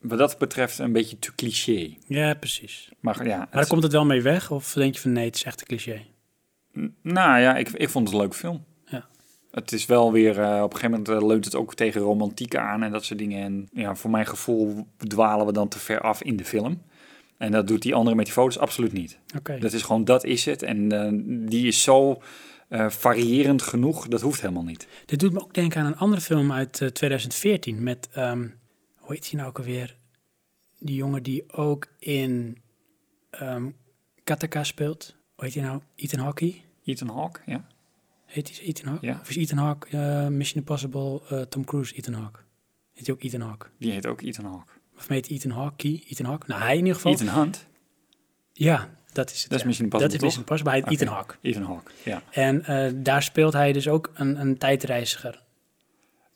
S2: wat dat betreft een beetje te cliché.
S1: ja precies.
S2: Maar ja,
S1: Maar
S2: het-
S1: komt het wel mee weg? Of denk je van nee, het is echt een cliché?
S2: nou ja, ik, ik vond het een leuke film.
S1: Ja.
S2: Het is wel weer, eh, op een gegeven moment eh, leunt het ook tegen romantiek aan en dat soort dingen. En ja, voor mijn gevoel dwalen we dan te ver af in de film. En dat doet die andere met die foto's absoluut niet.
S1: Oké.
S2: Dat is gewoon, dat is het. En eh, die is zo eh, variërend genoeg, dat hoeft helemaal niet.
S1: Dit doet me ook denken aan een andere film uit eh, 2014 met, ehm, hoe heet die nou ook alweer? Die jongen die ook in ehm Kataka speelt. Hoe heet die nou? Ethan Hawke?
S2: Ethan Hawke, ja?
S1: Heet die Ethan Hawke?
S2: Ja.
S1: Of is Ethan Hawke eh, Mission Impossible eh, Tom Cruise Ethan Hawke? Heet hij ook Ethan Hawke?
S2: Die heet ook Ethan Hawke.
S1: Of heet Ethan Hawke? Ethan Hawke? Nou, hij in ieder geval.
S2: Ethan Hunt?
S1: Ja, dat is het.
S2: Dat is
S1: ja.
S2: Mission Impossible,
S1: Dat is Mission
S2: toch?
S1: Impossible. Hij heet
S2: Oké,
S1: Ethan Hawke.
S2: Ethan Hawke, ja.
S1: En eh, daar speelt hij dus ook een, een tijdreiziger.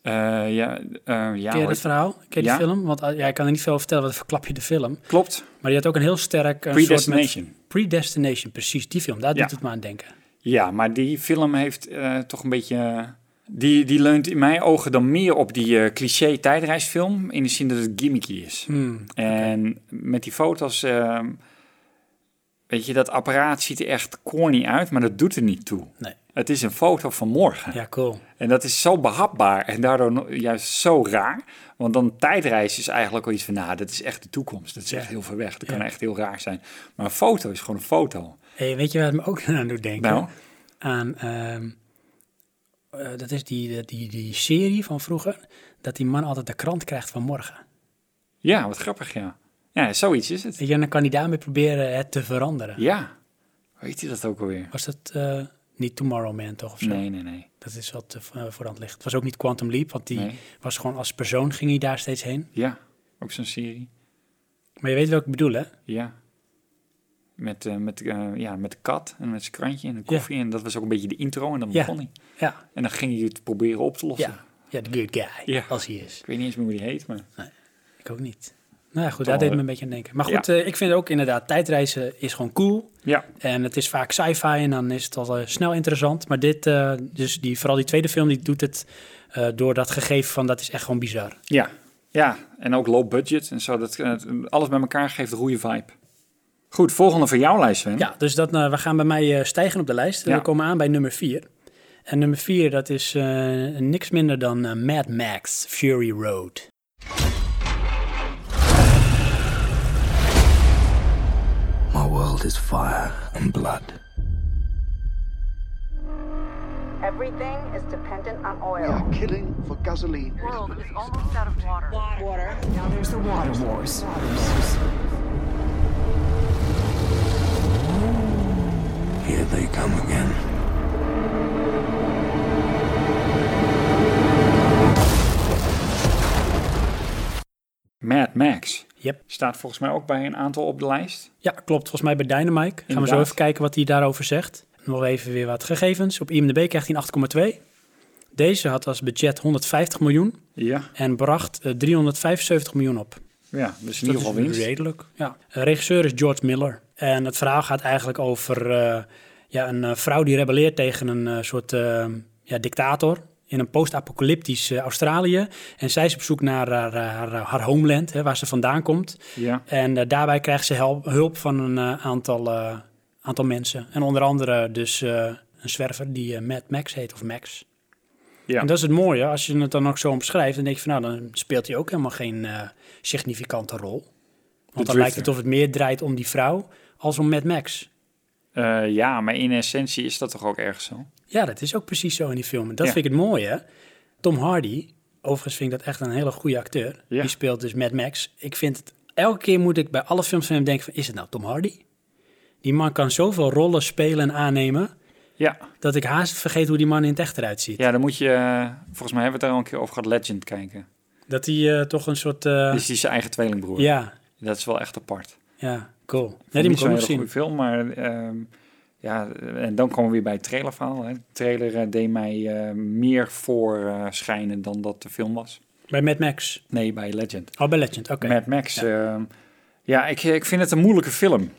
S2: Eh, ja, eh, ja,
S1: Ken je
S2: hoor.
S1: dat verhaal? Ken je
S2: Ja.
S1: die film? Want jij ja, ik kan er niet veel over vertellen, want dan verklap je de film.
S2: Klopt.
S1: Maar die had ook een heel sterk... eh, Soort
S2: Predestination.
S1: met, predestination, precies, die film. Daar
S2: Ja.
S1: doet het me aan denken.
S2: Ja, maar die film heeft eh, toch een beetje... Die, die leunt in mijn ogen dan meer op die eh, cliché tijdreisfilm... in de zin dat het gimmicky is.
S1: Hmm,
S2: En met die foto's... eh, weet je, dat apparaat ziet er echt corny uit... maar dat doet er niet toe.
S1: Nee.
S2: Het is een foto van morgen.
S1: Ja, cool.
S2: En dat is zo behapbaar en daardoor no- juist zo raar. Want dan tijdreis is eigenlijk al iets van... nou, dat is echt de toekomst. Dat is echt heel ver weg. Dat kan echt heel raar zijn. Maar een foto is gewoon een foto.
S1: Hey, weet je waar het me ook aan doet denken?
S2: Nou?
S1: Aan, ehm, eh, dat is die, die, die serie van vroeger, dat die man altijd de krant krijgt van morgen.
S2: Ja, wat grappig, ja. Ja, zoiets is het.
S1: Weet je, en dan kan hij daarmee proberen het te veranderen.
S2: Ja. Weet je dat ook alweer?
S1: Was dat eh, niet Tomorrowman toch? Of zo?
S2: Nee, nee, nee.
S1: Dat is wat eh, voor- eh, voor aan het licht. Het was ook niet Quantum Leap, want die
S2: Nee.
S1: was gewoon als persoon ging hij daar steeds heen.
S2: Ja, ook zo'n serie.
S1: Maar je weet wat ik bedoel, hè?
S2: Ja. Met, eh, met, eh, ja, met de kat en met zijn krantje en de koffie. En dat was ook een beetje de intro en dan
S1: Ja.
S2: begon hij.
S1: Ja.
S2: En dan ging je het proberen op te lossen.
S1: Ja, ja de good guy,
S2: eh, Ja.
S1: als hij is.
S2: Ik weet niet eens meer hoe die heet, maar...
S1: Ik ook niet. Nou ja, goed,
S2: Toch
S1: daar deed
S2: wel,
S1: me
S2: hè?
S1: een beetje aan denken. Maar
S2: Ja.
S1: goed, eh, ik vind ook inderdaad, tijdreizen is gewoon cool.
S2: Ja.
S1: En het is vaak sci-fi en dan is het al eh, snel interessant. Maar dit, eh, dus die, vooral die tweede film, die doet het eh, door dat gegeven van dat is echt gewoon bizar.
S2: Ja. Ja, en ook low budget en zo. Dat, eh, alles bij elkaar geeft een goede vibe. Goed, volgende voor jouw lijst, Sven.
S1: Ja, dus dat, nou, we gaan bij mij eh, stijgen op de lijst. En
S2: Ja.
S1: we komen aan bij nummer 4. En nummer 4, dat is eh, niks minder dan eh, Mad Max Fury Road.
S13: My world is fire and blood.
S14: Everything is dependent on oil.
S15: We are killing for gasoline.
S14: world is almost out of water. Water. Now there's the
S15: Water
S14: water.
S15: wars.
S13: Here they come again.
S2: Mad Max.
S1: Yep.
S2: Staat volgens mij ook bij een aantal op de lijst.
S1: Ja, klopt. Volgens mij bij Dynamite. Gaan we zo
S2: Inderdaad.
S1: even kijken wat hij daarover zegt. Nog even weer wat gegevens. Op IMDb krijgt hij een 8,2. Deze had als budget 150 miljoen
S2: Ja.
S1: en bracht eh, 375 miljoen op.
S2: Ja, dus in
S1: Dat
S2: ieder geval
S1: is
S2: winst.
S1: redelijk. Ja. Eh, regisseur is George Miller. En het verhaal gaat eigenlijk over eh, ja, een eh, vrouw die rebelleert tegen een eh, soort eh, ja, dictator in een post-apocalyptisch eh, Australië. En zij is op zoek naar haar, eh, haar, haar homeland, hè, waar ze vandaan komt.
S2: Ja.
S1: En eh, daarbij krijgt ze help, hulp van een eh, aantal, eh, aantal mensen. En onder andere dus eh, een zwerver die eh, Mad Max heet, of Max.
S2: Ja.
S1: En dat is het mooie, als je het dan ook zo beschrijft, dan denk je van nou, dan speelt hij ook helemaal geen eh, significante rol. Want dan
S2: drifter.
S1: lijkt het of het meer draait om die vrouw als om Mad Max.
S2: Eh, ja, maar in essentie is dat toch ook ergens zo?
S1: Ja, dat is ook precies zo in die film. En Dat
S2: Ja.
S1: vind ik het mooie. Tom Hardy, overigens vind ik dat echt een hele goede acteur. Die speelt dus Mad Max. Ik vind het, elke keer moet ik bij alle films van hem denken van, is het nou Tom Hardy? Die man kan zoveel rollen spelen en aannemen,
S2: Ja.
S1: dat ik haast vergeet hoe die man in het echt eruit ziet.
S2: Ja, dan moet je... eh, volgens mij hebben we het daar al een keer over gehad, Legend kijken.
S1: Dat hij eh, toch een soort... eh,
S2: Dus die zijn eigen tweelingbroer.
S1: Ja.
S2: Dat is wel echt apart.
S1: Ja, cool. Nee,
S2: Vond
S1: die moet
S2: niet
S1: ik
S2: zo'n
S1: ook nog
S2: hele
S1: zien.
S2: goede film, maar... ehm, ja, en dan komen we weer bij het trailerverhaal. Hè. De trailer eh, deed mij eh, meer voor eh, schijnen dan dat de film was.
S1: Bij Mad Max?
S2: Nee, bij Legend.
S1: Oh, bij Legend, oké.
S2: Mad Max. ehm, ja, ik, ik vind het een moeilijke film.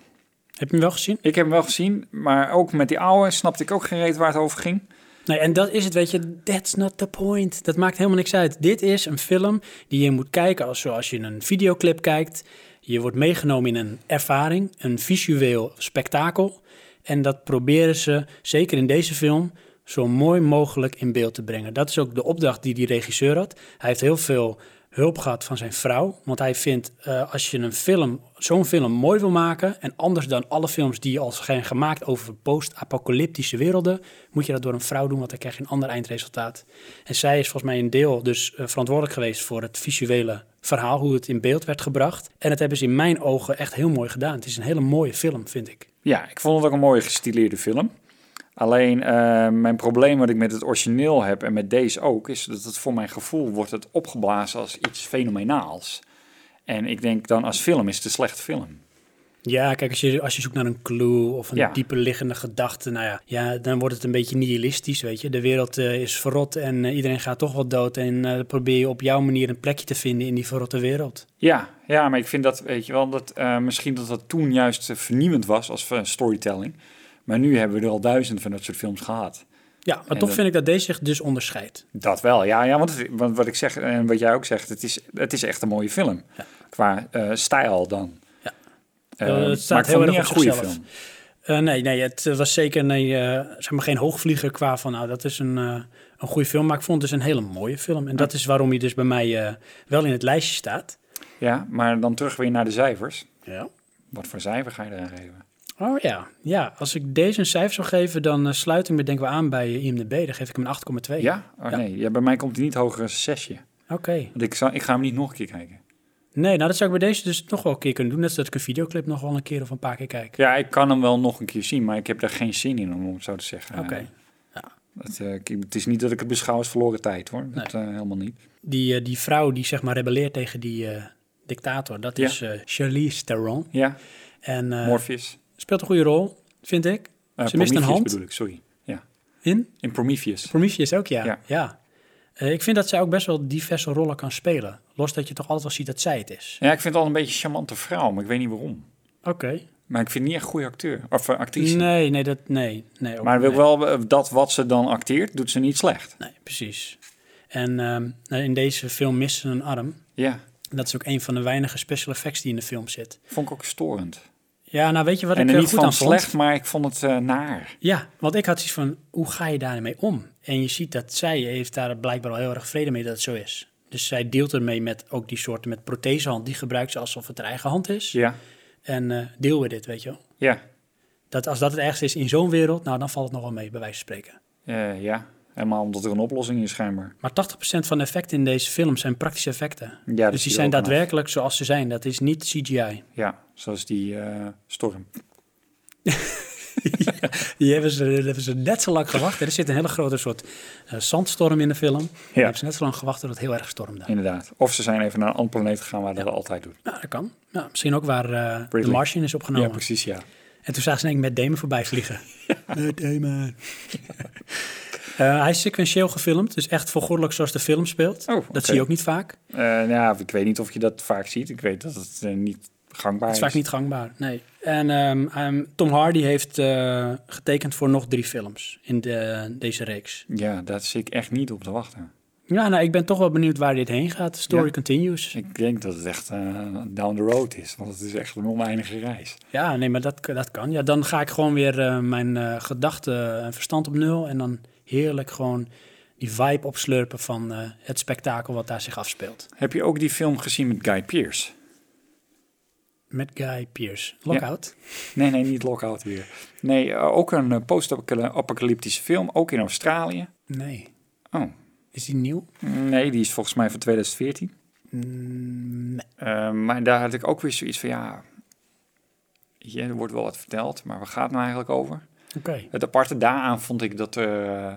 S1: Heb je hem wel gezien?
S2: Ik heb hem wel gezien, maar ook met die oude snapte ik ook geen reet waar het over ging.
S1: Nee, en dat is het, weet je, that's not the point. Dat maakt helemaal niks uit. Dit is een film die je moet kijken als, zoals je een videoclip kijkt. Je wordt meegenomen in een ervaring, een visueel spektakel. En dat proberen ze, zeker in deze film, zo mooi mogelijk in beeld te brengen. Dat is ook de opdracht die die regisseur had. Hij heeft heel veel hulp gehad van zijn vrouw. Want hij vindt, eh, als je een film, zo'n film mooi wil maken... en anders dan alle films die al zijn gemaakt over post-apocalyptische werelden... moet je dat door een vrouw doen, want dan krijg je een ander eindresultaat. En zij is volgens mij een deel dus eh, verantwoordelijk geweest... voor het visuele verhaal, hoe het in beeld werd gebracht. En dat hebben ze in mijn ogen echt heel mooi gedaan. Het is een hele mooie film, vind ik.
S2: Ja, ik vond het ook een mooie gestileerde film. Alleen eh, mijn probleem wat ik met het origineel heb en met deze ook, is dat het voor mijn gevoel wordt het opgeblazen als iets fenomenaals. En ik denk dan als film is het een slechte film.
S1: Ja, kijk, als je, als je zoekt naar een clue of een
S2: Ja.
S1: dieper liggende gedachte, nou ja, ja, dan wordt het een beetje nihilistisch, weet je. De wereld eh, is verrot en eh, iedereen gaat toch wel dood en eh, probeer je op jouw manier een plekje te vinden in die verrotte wereld.
S2: Ja, ja, maar ik vind dat, weet je wel, dat, eh, misschien dat dat toen juist eh, vernieuwend was als eh, storytelling. Maar nu hebben we er al duizend van dat soort films gehad.
S1: Ja, maar toch
S2: En dan-
S1: vind ik dat deze zich dus onderscheidt.
S2: Dat wel, ja. ja want, het- want wat ik zeg en wat jij ook zegt, het is, het is echt een mooie film. Qua eh, stijl dan. Ja.
S1: Eh, het staat heel erg op zichzelf. Eh, nee, nee, het eh, was zeker nee, eh, zeg maar geen hoogvlieger qua van, nou, dat is een, eh, een goede film. Maar ik vond het dus een hele mooie film. En dat is waarom hij dus bij mij eh, wel in het lijstje staat.
S2: Ja, maar dan terug weer naar de cijfers.
S1: Ja.
S2: Wat voor cijfer ga je eraan geven?
S1: Oh ja, ja. Als ik deze een cijfer zou geven, dan eh, sluit ik me denk ik wel aan bij eh, IMDb. Dan geef ik hem een 8,2.
S2: Ja? Oh nee, ja, bij mij komt hij niet hoger dan een zesje.
S1: Oké.
S2: Want ik, zou, ik ga hem niet nog een keer kijken.
S1: Nee, nou dat zou ik bij deze dus nog wel een keer kunnen doen. Net zoals dat ik een videoclip nog wel een keer of een paar keer kijk.
S2: Ja, ik kan hem wel nog een keer zien, maar ik heb daar geen zin in om het zo te zeggen.
S1: Oké.
S2: Eh, dat, eh, ik- het is niet dat ik het beschouw als verloren tijd hoor. Dat, eh, helemaal niet.
S1: Die, eh, die vrouw die zeg maar rebelleert tegen die eh, dictator, dat
S2: Ja.
S1: is eh Charlize Theron.
S2: Ja.
S1: En, eh,
S2: Morpheus.
S1: Speelt een goede rol, vind ik.
S2: Eh,
S1: Ze mist een
S2: Prometheus
S1: hand.
S2: bedoel ik, sorry. Ja.
S1: In?
S2: In Prometheus.
S1: Prometheus ook, ja. ja.
S2: Ja.
S1: Eh, ik vind dat zij ook best wel diverse rollen kan spelen. Los dat je toch altijd wel ziet dat zij het is.
S2: Ja, ik vind het al een beetje een charmante vrouw, maar ik weet niet waarom.
S1: Oké.
S2: Maar ik vind het niet echt een goede acteur. Of eh, actrice.
S1: Nee, nee, dat, nee, nee. ook-
S2: maar wil ik
S1: nee.
S2: wel eh, dat wat ze dan acteert, doet ze niet slecht.
S1: Nee, precies. En ehm, nou, in deze film mist ze een arm.
S2: Ja.
S1: En dat is ook een van de weinige special effects die in de film zit.
S2: Vond ik ook storend.
S1: Ja, nou weet je wat
S2: en
S1: ik
S2: er
S1: er
S2: niet
S1: goed
S2: van
S1: aan vond?
S2: slecht, maar ik vond het eh, naar.
S1: Ja, want ik had iets van, hoe ga je daarmee om? En je ziet dat zij heeft daar blijkbaar al heel erg vrede mee dat het zo is. Dus zij deelt ermee met ook die soort met prothesehand. Die gebruikt ze alsof het haar eigen hand is.
S2: Ja.
S1: En eh deel we dit, weet je wel.
S2: Ja.
S1: Dat als dat het ergste is in zo'n wereld, nou dan valt het nog wel mee, bij wijze van spreken.
S2: Eh, ja. Helemaal omdat er een oplossing is schijnbaar.
S1: Maar 80% van de effecten in deze film zijn praktische effecten.
S2: Ja,
S1: dus
S2: dat zie
S1: die
S2: je
S1: zijn
S2: ook nog.
S1: daadwerkelijk zoals ze zijn. Dat is niet CGI.
S2: Ja, zoals die eh, storm.
S1: Die hebben ze, die hebben ze net zo lang gewacht. Er zit een hele grote soort eh, zandstorm in de film. Die hebben ze net zo lang gewacht dat het heel erg stormde.
S2: Inderdaad. Of ze zijn even naar een ander planeet gegaan waar dat altijd doet.
S1: Nou, dat kan. Nou, misschien ook waar eh The
S2: Ridley.
S1: Martian is opgenomen.
S2: Ja, precies, ja.
S1: En toen zagen ze denk ik met Damon voorbij vliegen. Met Damon. Eh, hij is sequentieel gefilmd, dus echt volgordelijk zoals de film speelt.
S2: Oh,
S1: Dat zie je ook niet vaak.
S2: Eh, nou, ja, ik weet niet of je dat vaak ziet. Ik weet dat het eh, niet gangbaar
S1: Het
S2: is.
S1: is vaak niet gangbaar, nee. En ehm, ehm, Tom Hardy heeft eh, getekend voor nog drie films in de, deze reeks.
S2: Ja, daar zit ik echt niet op te wachten.
S1: Ja, nou, ik ben toch wel benieuwd waar dit heen gaat. De story
S2: Ja.
S1: continues.
S2: Ik denk dat het echt eh, down the road is, want het is echt een oneindige reis.
S1: Ja, nee, maar dat, dat kan. Ja, dan ga ik gewoon weer eh, mijn eh, gedachten en verstand op nul. En dan heerlijk gewoon die vibe opslurpen van eh, het spektakel wat daar zich afspeelt.
S2: Heb je ook die film gezien met Guy Pearce?
S1: Met Guy Pearce. Lockout?
S2: Nee, nee, niet Lockout weer. Nee, eh, ook een eh, post-apocalyptische film, ook in Australië.
S1: Nee.
S2: Oh.
S1: Is die nieuw?
S2: Nee, die is volgens mij van 2014.
S1: Mm, nee.
S2: Eh, maar daar had ik ook weer zoiets van, ja... Hier er wordt wel wat verteld, maar waar gaat het nou eigenlijk over?
S1: Oké.
S2: Het aparte daaraan vond ik dat er eh,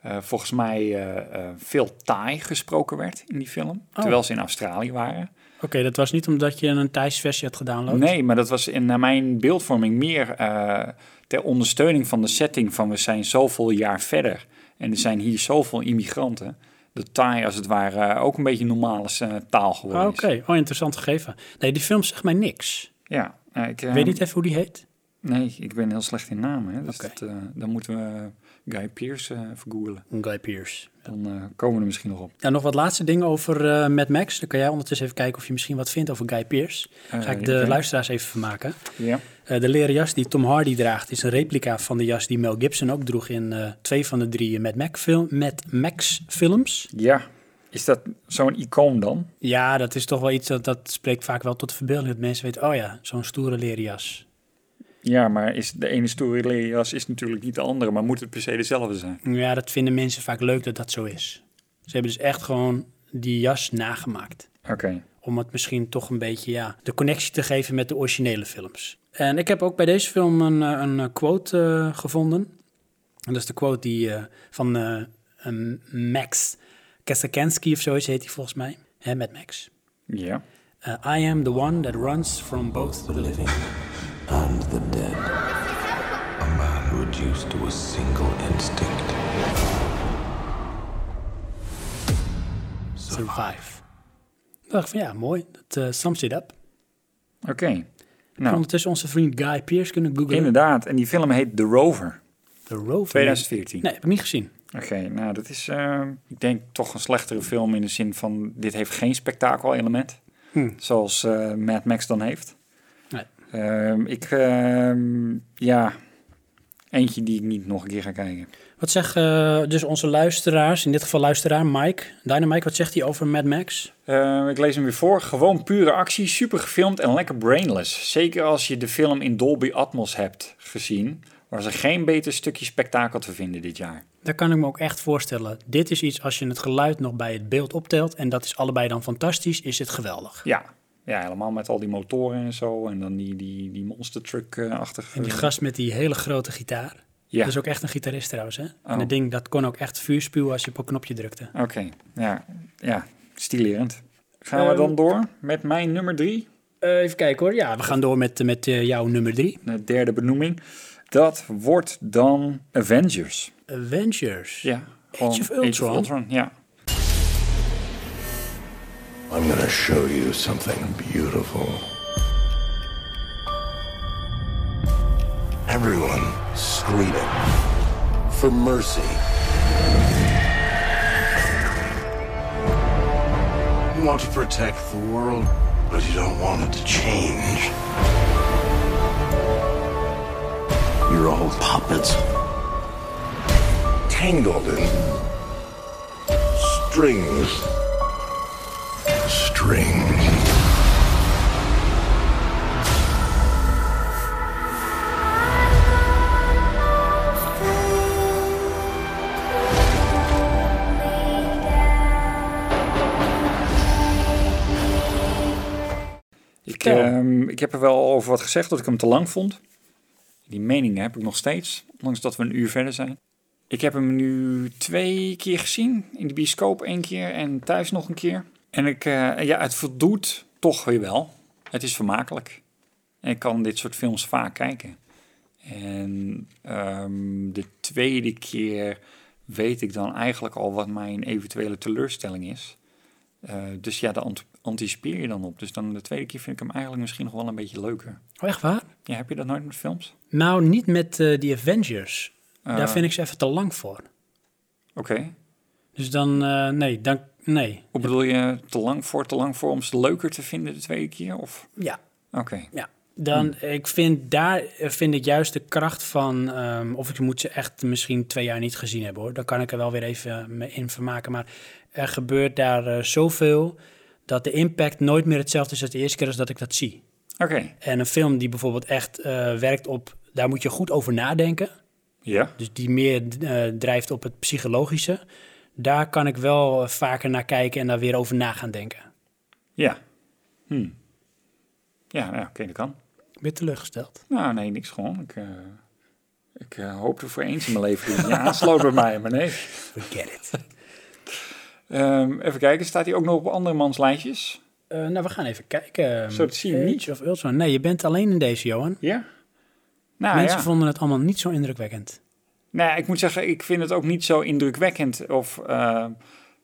S2: eh, volgens mij eh, eh, veel Thai gesproken werd in die film.
S1: Oh.
S2: Terwijl ze in Australië waren.
S1: Oké, dat was niet omdat je een Thais versie had gedownload?
S2: Nee, maar dat was in, naar mijn beeldvorming meer eh, ter ondersteuning van de setting van we zijn zoveel jaar verder. En er zijn hier zoveel immigranten. Dat Thai als het ware ook een beetje normale eh, taal
S1: Ah,
S2: geworden
S1: Oké, oh, interessant gegeven. Nee, die film zegt mij niks.
S2: is. Ja, eh, ik, eh,
S1: Weet niet even hoe die heet?
S2: Nee, ik ben heel slecht in namen. Hè? Dus dat, eh, dan moeten we Guy Pearce eh even googlen.
S1: Guy Pearce.
S2: Dan eh, komen we er misschien nog op.
S1: Ja, nog wat laatste dingen over eh Mad Max. Dan kan jij ondertussen even kijken of je misschien wat vindt over Guy Pearce.
S2: Eh,
S1: Ga ik de
S2: oké.
S1: luisteraars even vermaken.
S2: Ja.
S1: Eh, de leren jas die Tom Hardy draagt is een replica van de jas die Mel Gibson ook droeg in eh, twee van de drie Mad Max, film, Mad Max films.
S2: Ja, is dat zo'n icoon dan?
S1: Ja, dat is toch wel iets dat, dat spreekt vaak wel tot de verbeelding. Dat mensen weten, oh ja, zo'n stoere leren jas.
S2: Ja, maar is de ene stoere jas is natuurlijk niet de andere, maar moet het per se dezelfde zijn?
S1: Ja, dat vinden mensen vaak leuk dat dat zo is. Ze hebben dus echt gewoon die jas nagemaakt.
S2: Oké.
S1: Om het misschien toch een beetje ja, de connectie te geven met de originele films. En ik heb ook bij deze film een, eh, een eh, quote eh, gevonden. En dat is de quote die, eh, van eh, een Max Kasakansky of zoiets heet hij volgens mij. Hè, met Max.
S2: Ja.
S1: Eh, I am the one that runs from both the living
S13: the dead. A man reduced to a single instinct.
S1: Survive. Ik dacht van ja, mooi. Dat eh, sums it up.
S2: Oké.
S1: Nou. Ondertussen onze vriend Guy Pearce kunnen googlen.
S2: Inderdaad, en die film heet The Rover.
S1: The Rover?
S2: 2014.
S1: Nee, heb ik niet gezien.
S2: Oké, nou dat is, eh, ik denk toch een slechtere film in de zin van, dit heeft geen spektakel-element,
S1: Hm.
S2: zoals eh, Mad Max dan heeft.
S1: Nee.
S2: Ehm, ik, ehm, ja, eentje die ik niet nog een keer ga kijken.
S1: Wat zeggen eh, dus onze luisteraars, in dit geval luisteraar Mike, Dynamite, wat zegt hij over Mad Max?
S2: Eh, ik lees hem weer voor. Gewoon pure actie, super gefilmd en lekker brainless. Zeker als je de film in Dolby Atmos hebt gezien, waar ze geen beter stukje spektakel te vinden dit jaar.
S1: Daar kan ik me ook echt voorstellen. Dit is iets, als je het geluid nog bij het beeld optelt, en dat is allebei dan fantastisch, is het geweldig.
S2: Ja, ja helemaal met al die motoren en zo. En dan die, die, die monster eh, truck-achtige...
S1: En die gast met die hele grote gitaar.
S2: Mm. Ja.
S1: Dat is ook echt een gitarist trouwens, hè? En
S2: Oh.
S1: dat ding, dat kon ook echt vuur spuwen als je op een knopje drukte.
S2: Oké, ja, ja, stilerend. Gaan we
S1: Ehm,
S2: dan door met mijn nummer drie?
S1: Eh, even kijken hoor, ja. We gaan door met, eh, met eh, jouw nummer drie.
S2: De derde benoeming. Dat wordt dan Avengers.
S1: Avengers.
S2: Ja,
S1: Age of Ultron.
S2: ja.
S13: I'm gonna show you something beautiful.
S5: Everyone screaming for mercy. You want to protect the world, but you don't want it to change. You're all puppets, tangled in strings. Strings.
S2: Ik, ehm, ik heb er wel over wat gezegd dat ik hem te lang vond. Die meningen heb ik nog steeds, ondanks dat we een uur verder zijn. Ik heb hem nu twee keer gezien. In de bioscoop één keer en thuis nog een keer. En ik, eh, ja, het voldoet toch weer wel. Het is vermakelijk. En ik kan dit soort films vaak kijken. En ehm, de tweede keer weet ik dan eigenlijk al wat mijn eventuele teleurstelling is. Eh, dus ja, daar ant- anticipeer je dan op. Dus dan de tweede keer vind ik hem eigenlijk misschien nog wel een beetje leuker.
S1: Oh, echt waar?
S2: Ja, heb je dat nooit met films?
S1: Nou, niet met eh, die Avengers.
S2: Eh.
S1: Daar vind ik ze even te lang voor.
S2: Oké.
S1: Dus dan, eh, nee, dan, nee.
S2: Hoe bedoel je te lang voor, te lang voor om ze leuker te vinden de tweede keer? Of?
S1: Ja.
S2: Oké.
S1: Ja. Dan, ik vind daar eh, vind ik juist de kracht van, ehm, of ik moet ze echt misschien twee jaar niet gezien hebben hoor. Dan kan ik er wel weer even me in vermaken. Maar er gebeurt daar eh, zoveel dat de impact nooit meer hetzelfde is als de eerste keer als dat ik dat zie.
S2: Oké.
S1: En een film die bijvoorbeeld echt eh, werkt op, daar moet je goed over nadenken.
S2: Ja.
S1: Dus die meer eh, drijft op het psychologische. Daar kan ik wel eh, vaker naar kijken en daar weer over na gaan denken.
S2: Ja. Hm. Ja, nou, ja, oké, dat kan.
S1: Ik ben teleurgesteld.
S2: Nou, nee, niks gewoon. Ik, eh ik eh, hoopte voor eens in mijn leven dat je aansloot bij mij, maar nee.
S1: Forget it.
S2: Ehm, even kijken, staat hij ook nog op andere mans lijstjes?
S1: Eh, nou, we gaan even kijken.
S2: Zo, dat zie je
S1: Age
S2: niet.
S1: of Ultron. Nee, je bent alleen in deze, Johan.
S2: Ja. Nou,
S1: Mensen
S2: ja.
S1: vonden het allemaal niet zo indrukwekkend.
S2: Nou, ja, ik moet zeggen, ik vind het ook niet zo indrukwekkend of eh,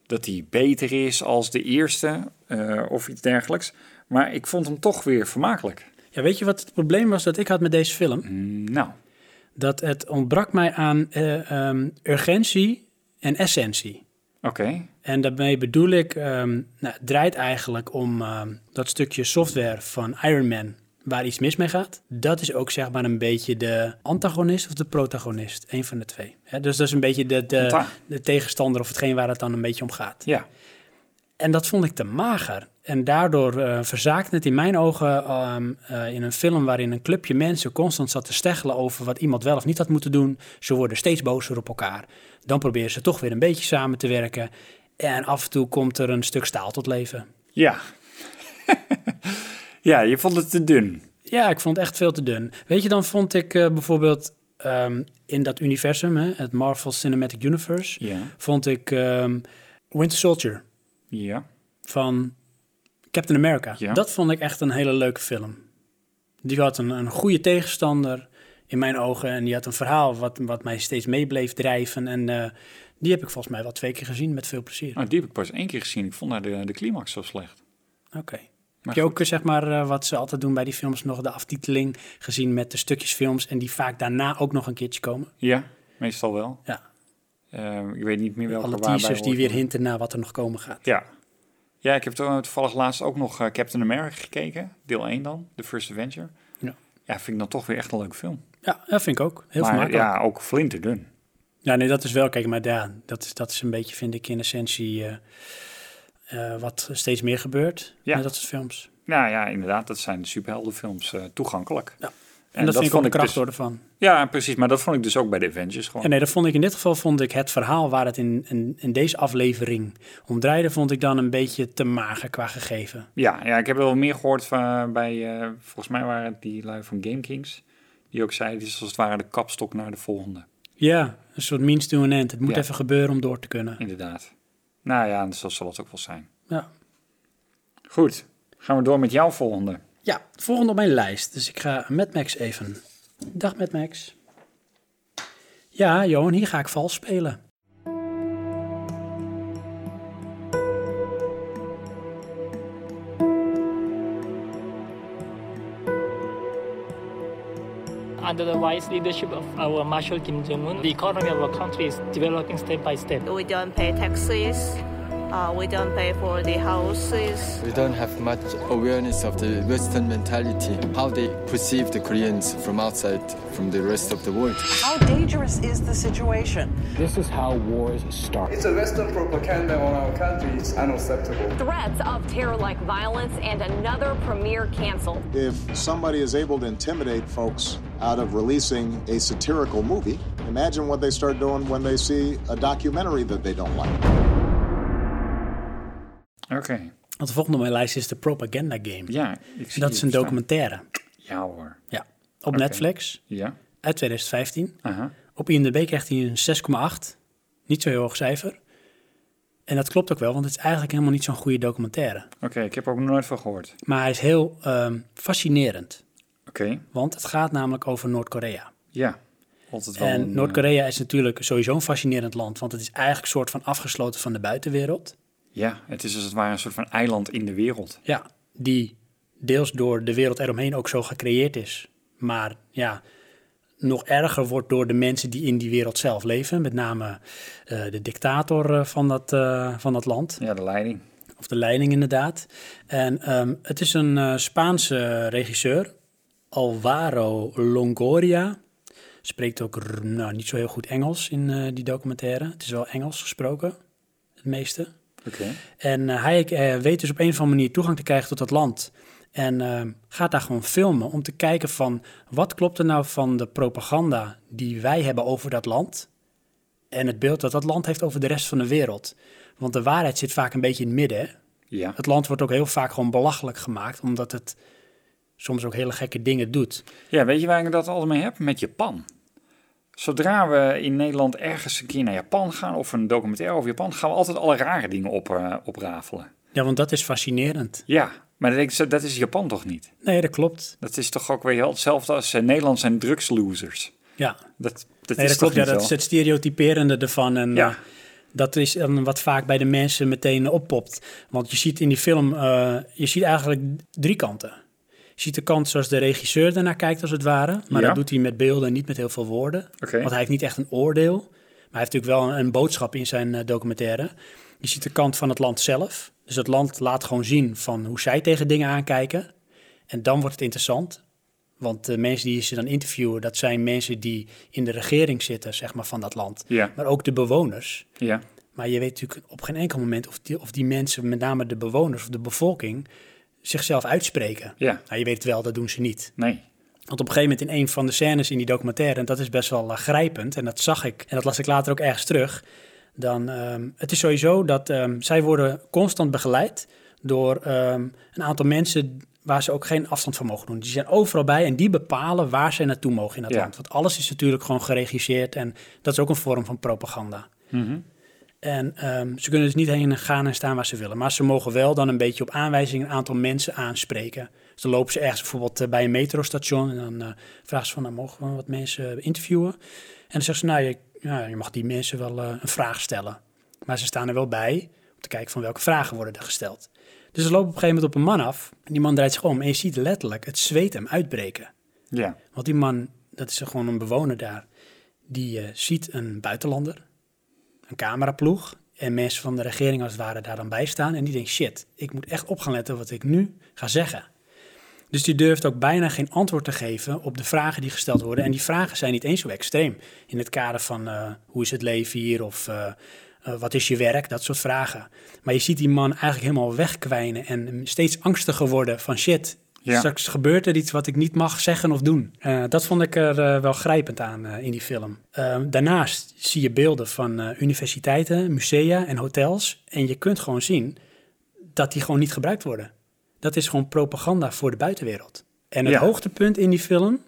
S2: dat hij beter is als de eerste eh, of iets dergelijks. Maar ik vond hem toch weer vermakelijk.
S1: Ja, weet je wat het probleem was dat ik had met deze film?
S2: nou.
S1: Dat het ontbrak mij aan eh, ehm, urgentie en essentie.
S2: Oké.
S1: En daarmee bedoel ik, ehm, nou, het draait eigenlijk om ehm, dat stukje software van Iron Man waar iets mis mee gaat. Dat is ook zeg maar een beetje de antagonist of de protagonist, een van de twee. Hè, dus dat is een beetje de, de,
S2: Anta.
S1: de tegenstander of hetgeen waar het dan een beetje om gaat.
S2: Ja.
S1: En dat vond ik te mager. En daardoor eh, verzaakte het in mijn ogen ehm, eh, in een film waarin een clubje mensen constant zat te steggelen over wat iemand wel of niet had moeten doen. Ze worden steeds bozer op elkaar. Dan proberen ze toch weer een beetje samen te werken. En af en toe komt er een stuk staal tot leven.
S2: Ja. ja, je vond het te dun.
S1: Ja, ik vond het echt veel te dun. Weet je, dan vond ik eh, bijvoorbeeld ehm, in dat universum, hè, het Marvel Cinematic Universe,
S2: Ja.
S1: vond ik ehm, Winter Soldier
S2: Ja.
S1: van Captain America.
S2: Ja.
S1: Dat vond ik echt een hele leuke film. Die had een, een goede tegenstander in mijn ogen. En die had een verhaal wat, wat mij steeds mee bleef drijven. En eh, die heb ik volgens mij wel twee keer gezien met veel plezier.
S2: Nou, die heb ik pas één keer gezien. Ik vond daar de, de climax zo slecht.
S1: Oké. Heb je ook eh, zeg maar, eh, wat ze altijd doen bij die films, nog de aftiteling gezien met de stukjes films en die vaak daarna ook nog een keertje komen?
S2: Ja, meestal wel.
S1: Ja.
S2: Eh, ik weet niet meer welke
S1: Alle
S2: waarbij
S1: teasers die
S2: hoort.
S1: weer hinten naar wat er nog komen gaat.
S2: Ja. Ja, ik heb to- toevallig laatst ook nog eh, Captain America gekeken. Deel 1 dan, The First Adventure.
S1: Ja.
S2: Ja, vind ik dan toch weer echt een leuke film.
S1: Ja, dat vind ik ook. Heel
S2: maar
S1: vermakelijk.
S2: ja, ook flinterdun.
S1: Ja, nee, dat is wel. Kijk, maar ja, dat is, dat is een beetje, vind ik, in essentie eh, eh, wat steeds meer gebeurt
S2: Ja.
S1: met dat soort films.
S2: Nou ja, inderdaad, dat zijn superheldenfilms eh, toegankelijk. Ja. En,
S1: En, dat, vind ik ook de kracht
S2: dus-
S1: worden van.
S2: Ja, precies. Maar dat vond ik dus ook bij de Avengers gewoon.
S1: En nee, dat vond ik in dit geval vond ik het verhaal waar het in, in, in deze aflevering om draaide, vond ik dan een beetje te mager qua gegeven.
S2: Ja, ja, ik heb wel meer gehoord van, bij, eh, volgens mij waren het die lui van Game Kings. Die ook zeiden, dit is als het ware de kapstok naar de volgende.
S1: Ja, een soort means to an end. Het moet
S2: Ja.
S1: even gebeuren om door te kunnen.
S2: Inderdaad. Nou ja, en zo zal het ook wel zijn.
S1: Ja.
S2: Goed, gaan we door met jouw volgende.
S1: Ja, de volgende op mijn lijst. Dus ik ga met Max even. Dag met Max. Ja, Johan, hier ga ik vals spelen.
S16: Under the wise leadership of our Marshal Kim Jong Un, the economy of our country is developing step by step.
S17: We don't pay taxes. Uh, we don't pay for the houses.
S18: We don't have much awareness of the Western mentality, how they perceive the Koreans from outside, from the rest of the world.
S19: How dangerous is the situation?
S18: This is how wars start.
S20: It's a Western propaganda on our country. It's unacceptable.
S21: Threats of terror like violence and another premiere canceled.
S22: If somebody is able to intimidate folks out of releasing a satirical movie, imagine what they start doing when they see a documentary that they don't like.
S2: Oké.
S1: Want de volgende op mijn lijst is de Propaganda Game.
S2: Ja, ik zie
S1: dat is
S2: hem
S1: een
S2: staan.
S1: documentaire.
S2: Ja hoor.
S1: Ja, op
S2: Oké.
S1: Netflix
S2: Ja.
S1: uit 2015.
S2: Aha.
S1: Op IMDb krijgt hij een 6,8. Niet zo heel hoog cijfer. En dat klopt ook wel, want het is eigenlijk helemaal niet zo'n goede documentaire.
S2: Oké, ik heb er ook nog nooit van gehoord.
S1: Maar hij is heel ehm, fascinerend.
S2: Oké.
S1: Want het gaat namelijk over Noord-Korea.
S2: Ja. Altijd wel een,
S1: En
S2: eh,
S1: Noord-Korea is natuurlijk sowieso een fascinerend land, want het is eigenlijk een soort van afgesloten van de buitenwereld.
S2: Ja, het is als het ware een soort van eiland in de wereld.
S1: Ja, die deels door de wereld eromheen ook zo gecreëerd is. Maar ja, nog erger wordt door de mensen die in die wereld zelf leven. Met name eh, de dictator eh, van dat, eh, van dat land.
S2: Ja, de leiding.
S1: Of de leiding inderdaad. En ehm, het is een eh, Spaanse regisseur, Alvaro Longoria. Spreekt ook r- nou, niet zo heel goed Engels in eh, die documentaire. Het is wel Engels gesproken, het meeste.
S2: Oké.
S1: En eh, hij eh, weet dus op een of andere manier toegang te krijgen tot dat land. En eh, gaat daar gewoon filmen om te kijken van... wat klopt er nou van de propaganda die wij hebben over dat land... en het beeld dat dat land heeft over de rest van de wereld. Want de waarheid zit vaak een beetje in het midden. hè?
S2: Ja.
S1: Het land wordt ook heel vaak gewoon belachelijk gemaakt... omdat het soms ook hele gekke dingen doet.
S2: Ja, weet je waar ik dat altijd mee heb? Met Japan. Zodra we in Nederland ergens een keer naar Japan gaan of een documentaire over Japan, gaan we altijd alle rare dingen op, eh, oprafelen.
S1: Ja, want dat is fascinerend.
S2: Ja, maar dat, denk ik, zo- dat is Japan toch niet?
S1: Nee, dat klopt.
S2: Dat is toch ook weer hetzelfde als eh, Nederland zijn drugslosers.
S1: Ja.
S2: Dat, dat
S1: nee,
S2: is
S1: dat klopt. Ja,
S2: toch
S1: dat
S2: niet
S1: is
S2: zo?
S1: het stereotyperende ervan. En
S2: Ja.
S1: eh, dat is dan wat vaak bij de mensen meteen oppopt. Want je ziet in die film, eh, je ziet eigenlijk drie kanten. Je ziet de kant zoals de regisseur daarnaar kijkt, als het ware. Maar
S2: Ja.
S1: dat doet hij met beelden en niet met heel veel woorden.
S2: Oké.
S1: Want hij heeft niet echt een oordeel. Maar hij heeft natuurlijk wel een, een boodschap in zijn eh, documentaire. Je ziet de kant van het land zelf. Dus het land laat gewoon zien van hoe zij tegen dingen aankijken. En dan wordt het interessant. Want de mensen die ze dan interviewen, dat zijn mensen die in de regering zitten, zeg maar, van dat land.
S2: Ja.
S1: Maar ook de bewoners.
S2: Ja.
S1: Maar je weet natuurlijk op geen enkel moment of die, of die mensen, met name de bewoners of de bevolking, zichzelf uitspreken.
S2: Ja.
S1: Nou, je weet wel, dat doen ze niet.
S2: Nee.
S1: Want op een gegeven moment in een van de scènes in die documentaire, en dat is best wel eh, grijpend, en dat zag ik, en dat las ik later ook ergens terug, dan, ehm, het is sowieso dat ehm, zij worden constant begeleid door ehm, een aantal mensen waar ze ook geen afstand van mogen doen. Die zijn overal bij en die bepalen waar zij naartoe mogen in dat
S2: Ja.
S1: land. Want alles is natuurlijk gewoon geregisseerd en dat is ook een vorm van propaganda.
S2: Mhm.
S1: En ehm, ze kunnen dus niet heen en gaan en staan waar ze willen. Maar ze mogen wel dan een beetje op aanwijzing een aantal mensen aanspreken. Dus dan lopen ze ergens bijvoorbeeld eh, bij een metrostation. En dan eh vragen ze van, nou mogen we wat mensen eh, interviewen? En dan zeggen ze, nou je, ja, je mag die mensen wel eh, een vraag stellen. Maar ze staan er wel bij om te kijken van welke vragen worden er gesteld. Dus ze lopen op een gegeven moment op een man af. En die man draait zich om en je ziet letterlijk het zweet hem uitbreken.
S2: Ja.
S1: Want die man, dat is gewoon een bewoner daar, die eh, ziet een buitenlander, een cameraploeg en mensen van de regering als het ware daar dan bij staan. En die denkt, shit, ik moet echt op gaan letten wat ik nu ga zeggen. Dus die durft ook bijna geen antwoord te geven op de vragen die gesteld worden. En die vragen zijn niet eens zo extreem. In het kader van eh, hoe is het leven hier of eh, eh, wat is je werk, dat soort vragen. Maar je ziet die man eigenlijk helemaal wegkwijnen en steeds angstiger worden van shit,
S2: Ja.
S1: straks gebeurt er iets wat ik niet mag zeggen of doen. Eh, dat vond ik er eh, wel grijpend aan eh, in die film. Eh, daarnaast zie je beelden van eh, universiteiten, musea en hotels. En je kunt gewoon zien dat die gewoon niet gebruikt worden. Dat is gewoon propaganda voor de buitenwereld. En het
S2: Ja.
S1: hoogtepunt in die film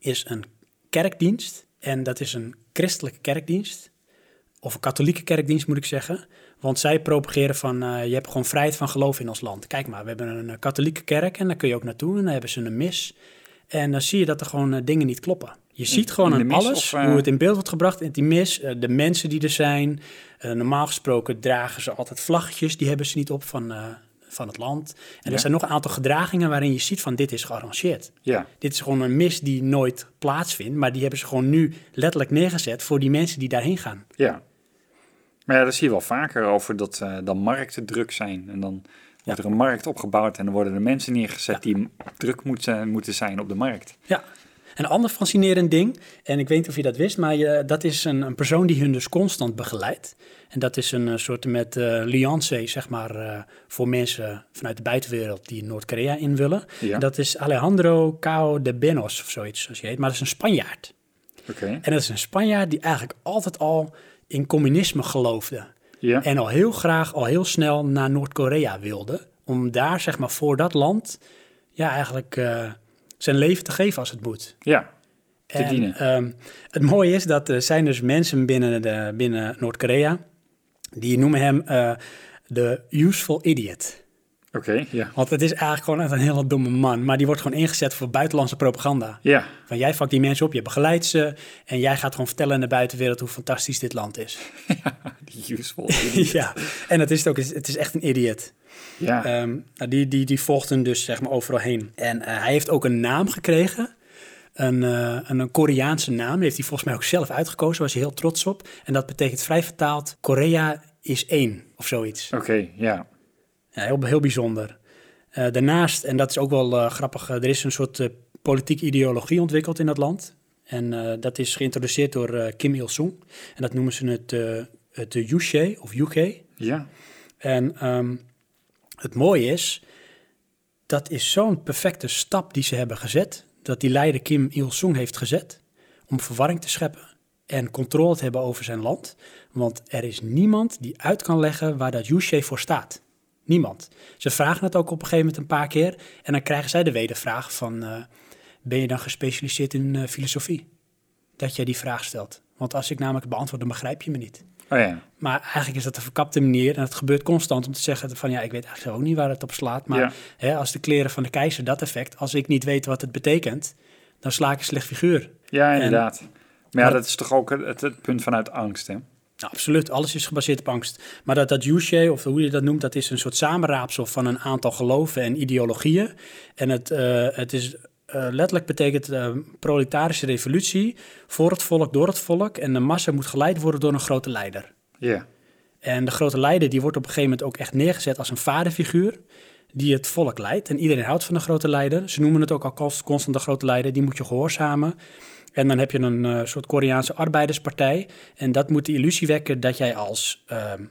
S1: is een kerkdienst. En dat is een christelijke kerkdienst. Of een katholieke kerkdienst moet ik zeggen. Want zij propageren van eh, je hebt gewoon vrijheid van geloof in ons land. Kijk maar, we hebben een eh, katholieke kerk en daar kun je ook naartoe. En dan hebben ze een mis. En dan zie je dat er gewoon eh, dingen niet kloppen. Je ziet gewoon
S2: in de
S1: aan
S2: mis
S1: alles
S2: of, eh?
S1: hoe het in beeld wordt gebracht. In die mis, eh, de mensen die er zijn. Eh, normaal gesproken dragen ze altijd vlaggetjes. Die hebben ze niet op van, eh, van het land. En
S2: Ja.
S1: er zijn nog een aantal gedragingen waarin je ziet van dit is gearrangeerd.
S2: Ja.
S1: Dit is gewoon een mis die nooit plaatsvindt. Maar die hebben ze gewoon nu letterlijk neergezet voor die mensen die daarheen gaan.
S2: Ja. Maar ja, dat zie je wel vaker over dat eh, dan markten druk zijn. En dan wordt er een markt opgebouwd en dan worden er mensen neergezet die druk moeten, moeten zijn op de markt.
S1: Ja. Een ander fascinerend ding, en ik weet niet of je dat wist, maar je, dat is een, een persoon die hun dus constant begeleidt. En dat is een eh, soort met eh liancé, zeg maar, eh, voor mensen vanuit de buitenwereld die Noord-Korea in willen.
S2: Ja.
S1: En Dat is Alejandro Cao de Benos of zoiets, als je heet. Maar dat is een Spanjaard.
S2: Oké.
S1: En dat is een Spanjaard die eigenlijk altijd al in communisme geloofde.
S2: Ja.
S1: En al heel graag, al heel snel naar Noord-Korea wilde. Om daar, zeg maar, voor dat land, ja, eigenlijk eh, zijn leven te geven als het moet.
S2: Ja. Te
S1: en,
S2: dienen.
S1: ehm, het mooie is dat er zijn dus mensen binnen, de- binnen Noord-Korea... die noemen hem eh, de useful idiot.
S2: Oké, ja.
S1: Want het is eigenlijk gewoon echt een hele domme man. Maar die wordt gewoon ingezet voor buitenlandse propaganda.
S2: Ja.
S1: Van jij vakt die mensen op, je begeleidt ze... en jij gaat gewoon vertellen aan de buitenwereld hoe fantastisch dit land is.
S2: Die useful.
S1: ja, en dat is het ook. Het is- Het is echt een idiot.
S2: Ja.
S1: Ehm, nou, die, die, die volgt hem dus zeg maar overal heen. En eh, hij heeft ook een naam gekregen. Een, eh, een, een Koreaanse naam. Die heeft hij volgens mij ook zelf uitgekozen. Daar was hij heel trots op. En dat betekent vrij vertaald... Korea is één of zoiets.
S2: Oké, ja.
S1: Ja, heel, heel bijzonder. Eh, daarnaast, en dat is ook wel eh, grappig, eh, er is een soort eh, politieke ideologie ontwikkeld in dat land. En eh, dat is geïntroduceerd door eh, Kim Il-sung. En dat noemen ze het, eh het eh, Yuche of UK.
S2: Ja.
S1: En ehm, het mooie is, dat is zo'n perfecte stap die ze hebben gezet. Dat die leider Kim Il-sung heeft gezet om verwarring te scheppen en controle te hebben over zijn land. Want er is niemand die uit kan leggen waar dat Yuche voor staat. Niemand. Ze vragen het ook op een gegeven moment een paar keer. En dan krijgen zij de wedervraag van... eh, ben je dan gespecialiseerd in eh, filosofie? Dat jij die vraag stelt. Want als ik namelijk beantwoord, dan begrijp je me niet.
S2: Oh ja.
S1: Maar eigenlijk is dat een verkapte manier. En dat gebeurt constant om te zeggen van... ja, ik weet eigenlijk ook niet waar het op slaat. Maar
S2: Ja.
S1: hè, als de kleren van de keizer dat effect... als ik niet weet wat het betekent... dan sla ik een slecht figuur.
S2: Ja,
S1: En-
S2: inderdaad. maar ja,
S1: maar-
S2: dat is toch ook het, het punt vanuit angst, hè?
S1: Nou, absoluut, alles is gebaseerd op angst. Maar dat, dat Yushe, of hoe je dat noemt, dat is een soort samenraapsel van een aantal geloven en ideologieën. En het, eh, het is eh, letterlijk betekent eh, proletarische revolutie voor het volk, door het volk. En de massa moet geleid worden door een grote leider.
S2: Ja.
S1: En de grote leider die wordt op een gegeven moment ook echt neergezet als een vaderfiguur die het volk leidt. En iedereen houdt van de grote leider. Ze noemen het ook al const- constant de grote leider, die moet je gehoorzamen. En dan heb je een eh, soort Koreaanse arbeiderspartij. En dat moet de illusie wekken dat jij als, ehm,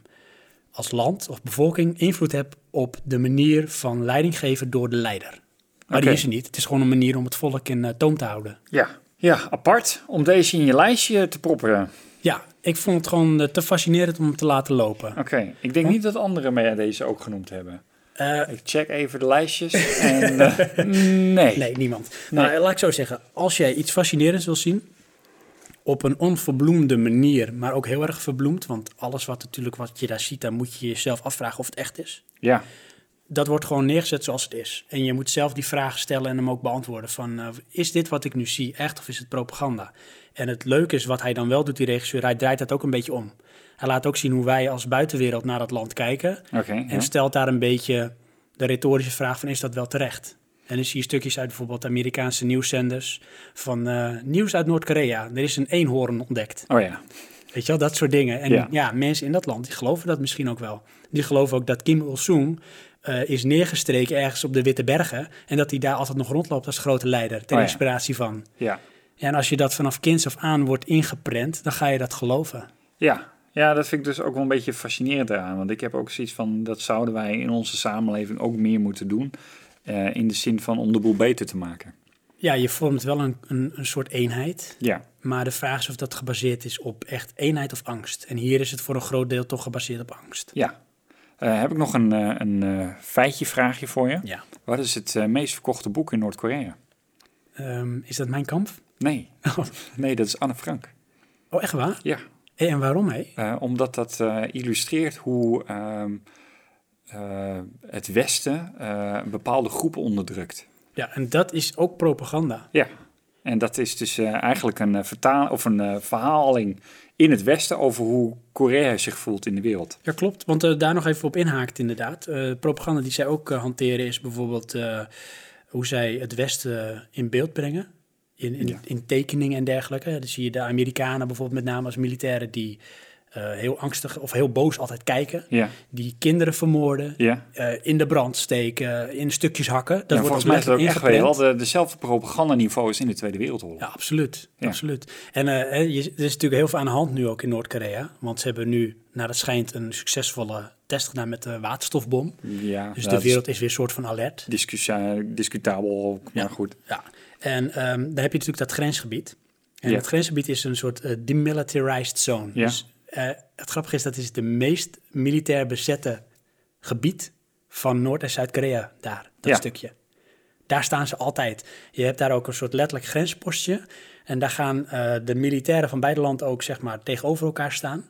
S1: als land of bevolking invloed hebt op de manier van leiding geven door de leider. Maar die
S2: Oké.
S1: is er niet. Het is gewoon een manier om het volk in eh, toom te houden.
S2: Ja. Ja, apart om deze in je lijstje te propperen.
S1: Ja, ik vond het gewoon eh, te fascinerend om hem te laten lopen.
S2: Oké, ik denk niet dat anderen mij deze ook genoemd hebben.
S1: Eh,
S2: ik check even de lijstjes en... eh, nee.
S1: Nee, niemand.
S2: Nee.
S1: Maar eh, laat ik zo zeggen, als jij iets fascinerends wil zien, op een onverbloemde manier, maar ook heel erg verbloemd. Want alles wat, natuurlijk, wat je daar ziet, dan moet je jezelf afvragen of het echt is.
S2: Ja.
S1: Dat wordt gewoon neergezet zoals het is. En je moet zelf die vraag stellen en hem ook beantwoorden. Van, eh, is dit wat ik nu zie echt of is het propaganda? En het leuke is wat hij dan wel doet, die regisseur, hij draait dat ook een beetje om. Hij laat ook zien hoe wij als buitenwereld naar dat land kijken.
S2: Oké,
S1: en
S2: ja.
S1: stelt daar een beetje de retorische vraag van, is dat wel terecht? En dan zie je stukjes uit bijvoorbeeld Amerikaanse nieuwszenders van eh, nieuws uit Noord-Korea. Er is een eenhoorn ontdekt.
S2: Oh ja.
S1: Weet je wel, dat soort dingen. En ja.
S2: Ja.
S1: mensen in dat land, die geloven dat misschien ook wel. Die geloven ook dat Kim Il-sung eh, is neergestreken ergens op de Witte Bergen. En dat hij daar altijd nog rondloopt als grote leider, ter
S2: Oh ja.
S1: inspiratie van.
S2: Ja.
S1: En als je dat vanaf kinds af aan wordt ingeprent, dan ga je dat geloven.
S2: Ja. ja, dat vind ik dus ook wel een beetje fascinerend eraan. Want ik heb ook zoiets van, dat zouden wij in onze samenleving ook meer moeten doen. eh, in de zin van om de boel beter te maken.
S1: Ja, je vormt wel een, een, een soort eenheid.
S2: Ja.
S1: Maar de vraag is of dat gebaseerd is op echt eenheid of angst. En hier is het voor een groot deel toch gebaseerd op angst.
S2: Ja. Eh, heb ik nog een, eh, een eh, feitje vraagje voor je?
S1: Ja.
S2: Wat is het eh, meest verkochte boek in Noord-Korea?
S1: Ehm, is dat mijn kamp?
S2: Nee. nee, dat is Anne Frank.
S1: Oh, echt waar?
S2: Ja.
S1: Eh, En waarom, hé?
S2: Eh, omdat dat eh, illustreert hoe ehm, eh, het Westen eh, bepaalde groepen onderdrukt.
S1: Ja, en dat is ook propaganda.
S2: Ja. En dat is dus eh, eigenlijk een, eh, vertaal, of een eh, verhaling in het Westen over hoe Korea zich voelt in de wereld.
S1: Ja, klopt. Want eh, daar nog even op inhaakt, inderdaad. Eh, propaganda die zij ook eh, hanteren is bijvoorbeeld eh, hoe zij het Westen in beeld brengen. In, in, in tekeningen en dergelijke. Dan zie je de Amerikanen bijvoorbeeld met name als militairen die eh, heel angstig of heel boos altijd kijken.
S2: Ja.
S1: Die kinderen vermoorden,
S2: Ja.
S1: eh, in de brand steken, in stukjes hakken. Dat
S2: Ja,
S1: wordt als
S2: volgens mij is dat ook echt
S1: ingeprent.
S2: weer wel de, dezelfde propagandaniveau als in de Tweede Wereldoorlog.
S1: Ja, absoluut.
S2: Ja.
S1: absoluut. En eh, hè, je- er is natuurlijk heel veel aan de hand nu ook in Noord-Korea. Want ze hebben nu, naar het schijnt, een succesvolle test gedaan met de waterstofbom.
S2: Ja,
S1: dus
S2: ja,
S1: de
S2: dat
S1: wereld is weer een soort van alert.
S2: Discussia- discutabel, ook, maar goed.
S1: Ja. En ehm, dan heb je natuurlijk dat grensgebied. En
S2: Ja.
S1: dat grensgebied is een soort eh, demilitarized zone.
S2: Ja.
S1: Dus eh, het grappige is, dat is de meest militair bezette gebied van Noord- en Zuid-Korea daar, dat
S2: Ja.
S1: stukje. Daar staan ze altijd. Je hebt daar ook een soort letterlijk grenspostje. En daar gaan eh, de militairen van beide landen ook zeg maar tegenover elkaar staan.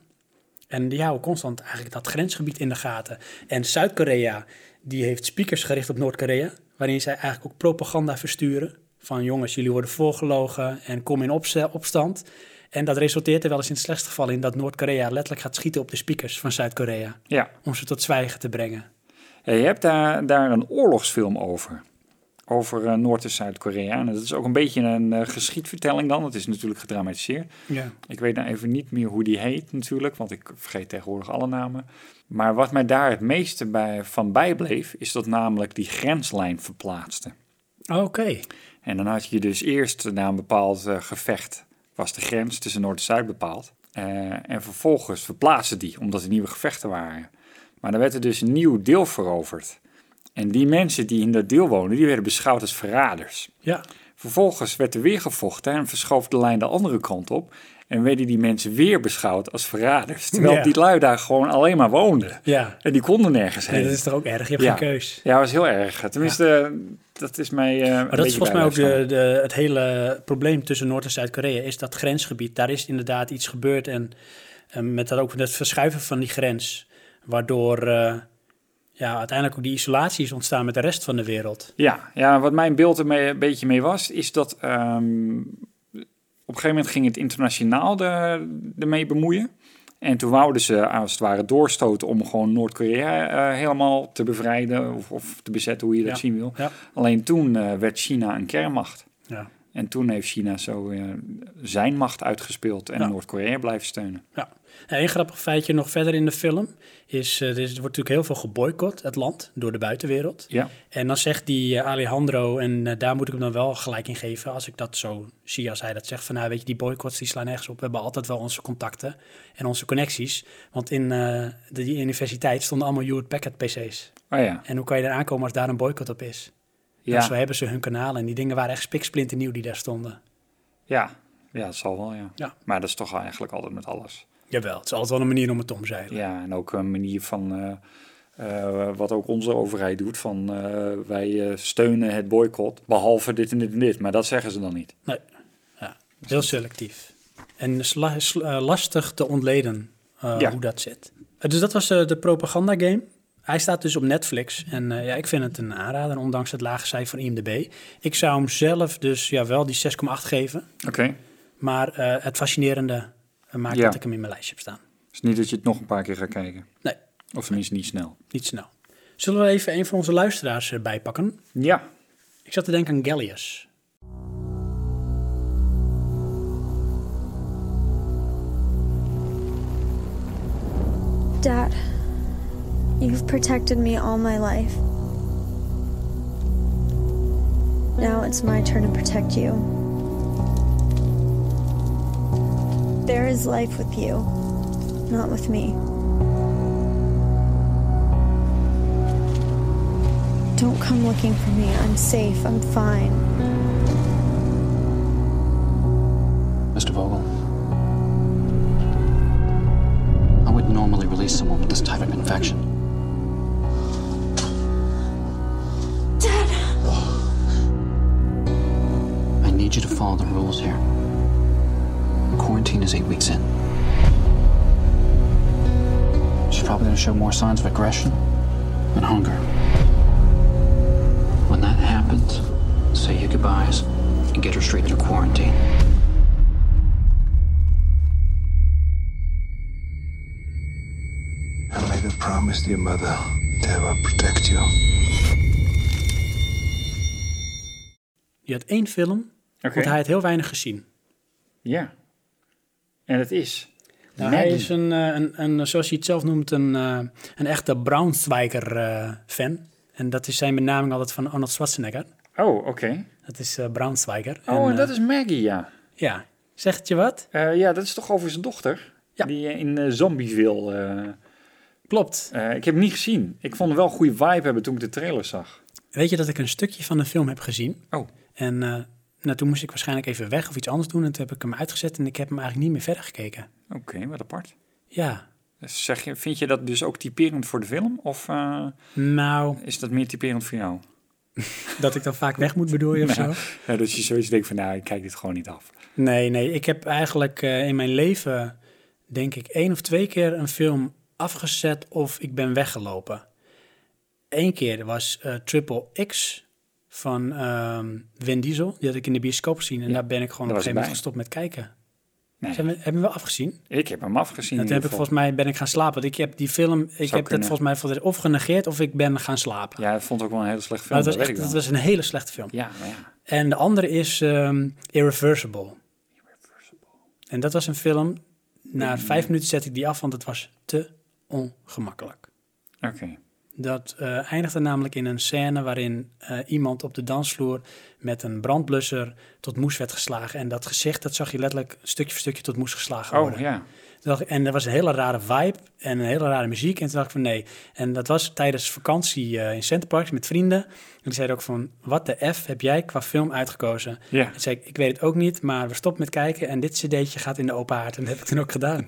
S1: En die houden constant eigenlijk dat grensgebied in de gaten. En Zuid-Korea, die heeft speakers gericht op Noord-Korea, waarin zij eigenlijk ook propaganda versturen. Van jongens, jullie worden voorgelogen en kom in opze- opstand. En dat resulteert er wel eens in het slechtste geval in dat Noord-Korea letterlijk gaat schieten op de speakers van Zuid-Korea.
S2: Ja.
S1: Om ze tot zwijgen te brengen.
S2: Ja, je hebt daar, daar een oorlogsfilm over. Over eh, Noord- en Zuid-Korea. En dat is ook een beetje een eh, geschiedvertelling dan. Het is natuurlijk gedramatiseerd.
S1: Ja.
S2: Ik weet nou even niet meer hoe die heet natuurlijk, want ik vergeet tegenwoordig alle namen. Maar wat mij daar het meeste bij, van bijbleef, is dat namelijk die grenslijn verplaatste.
S1: Oké.
S2: En dan had je dus eerst na een bepaald eh, gevecht was de grens tussen Noord en Zuid bepaald. Eh, en vervolgens verplaatsten die, omdat er nieuwe gevechten waren. Maar dan werd er dus een nieuw deel veroverd. En die mensen die in dat deel wonen, die werden beschouwd als verraders.
S1: Ja.
S2: Vervolgens werd er weer gevochten en verschoof de lijn de andere kant op. En werden die mensen weer beschouwd als verraders. Terwijl
S1: Ja.
S2: die lui daar gewoon alleen maar woonden.
S1: Ja.
S2: En die konden nergens heen.
S1: Nee, dat is toch ook erg? Je hebt
S2: ja.
S1: geen keus.
S2: Ja, dat was heel erg. Tenminste, dat is mij. eh, een
S1: Maar dat is
S2: beetje
S1: volgens mij ook
S2: bijblijven.
S1: de, de, het hele probleem tussen Noord- en Zuid-Korea, is dat grensgebied. Daar is inderdaad iets gebeurd en, en met dat ook het verschuiven van die grens, waardoor eh, ja, uiteindelijk ook die isolatie is ontstaan met de rest van de wereld.
S2: Ja, ja wat mijn beeld er mee- een beetje mee was, is dat ehm, op een gegeven moment ging het internationaal er- ermee bemoeien. En toen wouden ze als het ware doorstoten om gewoon Noord-Korea eh, helemaal te bevrijden of, of te bezetten, hoe je dat
S1: Ja,
S2: zien wil.
S1: ja.
S2: Alleen toen eh, werd China een kernmacht.
S1: Ja.
S2: En toen heeft China zo eh, zijn macht uitgespeeld en
S1: Ja.
S2: Noord-Korea blijven steunen.
S1: Ja. En een grappig feitje nog verder in de film is, eh, er is- er wordt natuurlijk heel veel geboycott, het land, door de buitenwereld.
S2: Ja.
S1: En dan zegt die eh, Alejandro, en eh, daar moet ik hem dan wel gelijk in geven als ik dat zo zie, als hij dat zegt van nou weet je, die boycotts die slaan ergens op. We hebben altijd wel onze contacten en onze connecties. Want in eh, de die universiteit stonden allemaal Hewlett Packard PC's.
S2: Oh ja.
S1: En hoe kan je eraan komen als daar een boycott op is?
S2: Ja.
S1: Ja. zo hebben ze hun kanalen en die dingen waren echt spiksplinternieuw die daar stonden.
S2: Ja, ja dat zal wel, ja.
S1: Ja.
S2: Maar dat is toch eigenlijk altijd met alles.
S1: Jawel, het is altijd wel een manier om het te omzeilen.
S2: Ja, en ook een manier van eh, eh, wat ook onze overheid doet: van eh, wij eh, steunen het boycott, behalve dit en dit en dit. Maar dat zeggen ze dan niet.
S1: Nee. Ja. Heel selectief. En is la- is, eh, lastig te ontleden eh,
S2: Ja.
S1: hoe dat zit. Eh, Dus dat was eh, de propaganda game. Hij staat dus op Netflix. En eh, ja, ik vind het een aanrader, ondanks het lage cijfer van IMDb. Ik zou hem zelf dus ja, wel die 6,8 geven.
S2: Oké.
S1: Maar eh, het fascinerende eh, maakt
S2: Ja.
S1: dat ik hem in mijn lijstje heb staan.
S2: Dus niet dat je het nog een paar keer gaat kijken.
S1: Nee.
S2: Of tenminste niet snel.
S1: Niet snel. Zullen we even een van onze luisteraars erbij pakken?
S2: Ja.
S1: Ik zat te denken aan Gallius.
S3: Dad, you've protected me all my life. Now it's my turn to protect you. There is life with you, not with me. Don't come looking for me. I'm safe. I'm fine.
S6: Mr. Vogel. I wouldn't normally release someone with this type of infection.
S3: Dad!
S6: I need you to follow the rules here. Quarantine is eight weeks in. She's probably gonna show more signs of aggression and hunger. When that happens, say your goodbyes and get her straight into quarantine.
S13: I made a promise to your mother that I would protect you.
S1: Die had één film,
S2: Oké.
S1: want hij had heel weinig gezien.
S2: Ja. En het is.
S1: Nou,
S2: Madden.
S1: hij is een, eh, een, een, zoals hij het zelf noemt, een, eh, een echte Braunschweiger-fan. en dat is zijn benaming altijd van Arnold Schwarzenegger.
S2: Oh, oké.
S1: Dat is eh Braunschweiger.
S2: Oh, en,
S1: eh,
S2: dat is Maggie, ja. Eh,
S1: Ja. Zegt het je wat?
S2: ja, dat is toch over zijn dochter? Die eh, in eh, Zombieville... eh,
S1: Klopt.
S2: eh, ik heb hem niet gezien. Ik vond hem wel een goede vibe hebben toen ik de trailer zag.
S1: Weet je dat ik een stukje van de film heb gezien?
S2: Oh.
S1: En eh, nou, toen moest ik waarschijnlijk even weg of iets anders doen. En toen heb ik hem uitgezet en ik heb hem eigenlijk niet meer verder gekeken.
S2: Oké, wat apart.
S1: Ja.
S2: Dus Zeg je, vind je dat dus ook typerend voor de film? Of eh,
S1: Nou,
S2: is dat meer typerend voor jou?
S1: dat ik dan vaak weg moet bedoel je of
S2: Nou,
S1: zo?
S2: nou, dat je zoiets denkt van, nou, ik kijk dit gewoon niet af.
S1: Nee, nee. Ik heb eigenlijk eh, in mijn leven, denk ik, één of twee keer een film afgezet of ik ben weggelopen. Eén keer was eh, Triple X van ehm Vin Diesel. Die had ik in de bioscoop gezien en daar ben ik gewoon op
S2: daar
S1: een
S2: was
S1: gegeven moment
S2: ik bij.
S1: gestopt met kijken. Zijn we, hebben we wel afgezien?
S2: Ik heb hem afgezien.
S1: Dat
S2: in
S1: heb
S2: ieder
S1: ik
S2: geval.
S1: volgens mij ben ik gaan slapen. Want Ik heb die film, ik heb dat
S2: kunnen.
S1: volgens mij voor de- of genegeerd of ik ben gaan slapen.
S2: Ja, ik vond het ook wel een hele slechte
S1: Maar het
S2: film.
S1: was,
S2: dat
S1: echt,
S2: weet ik
S1: het
S2: wel.
S1: was een hele slechte film.
S2: Ja, maar ja.
S1: En de andere is ehm, Irreversible. En dat was een film. Na vijf minuten zet ik die af, want het was te ongemakkelijk.
S2: Oké.
S1: Dat eh, eindigde namelijk in een scène waarin eh, iemand op de dansvloer met een brandblusser tot moes werd geslagen. En dat gezicht, dat zag je letterlijk stukje voor stukje tot moes geslagen worden.
S2: Oh, ja.
S1: Toen dacht ik- En er was een hele rare vibe en een hele rare muziek. En toen dacht ik van nee. En dat was tijdens vakantie eh, in Centerparks met vrienden. En die zeiden ook van, wat de F heb jij qua film uitgekozen?
S2: Ja.
S1: En zei ik, ik weet het ook niet, maar we stoppen met kijken. En dit cd'tje gaat in de open haard. En dat heb ik toen ook gedaan.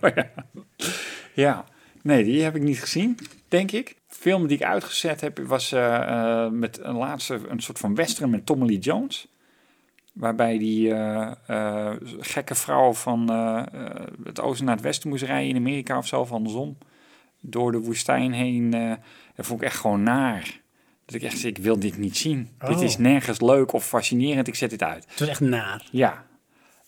S2: Ja, nee, die heb ik niet gezien, denk ik. De film die ik uitgezet heb was eh, eh, met een laatste, een soort van western met Tommy Lee Jones. Waarbij die eh, eh, gekke vrouw van eh, eh, het oosten naar het westen moest rijden in Amerika of zo, of andersom. Door de woestijn heen. eh dat vond ik echt gewoon naar. Dat ik echt zei, ik wil dit niet zien.
S1: Oh.
S2: Dit is nergens leuk of fascinerend, ik zet dit uit.
S1: Het was echt Oh, naar.
S2: Ja.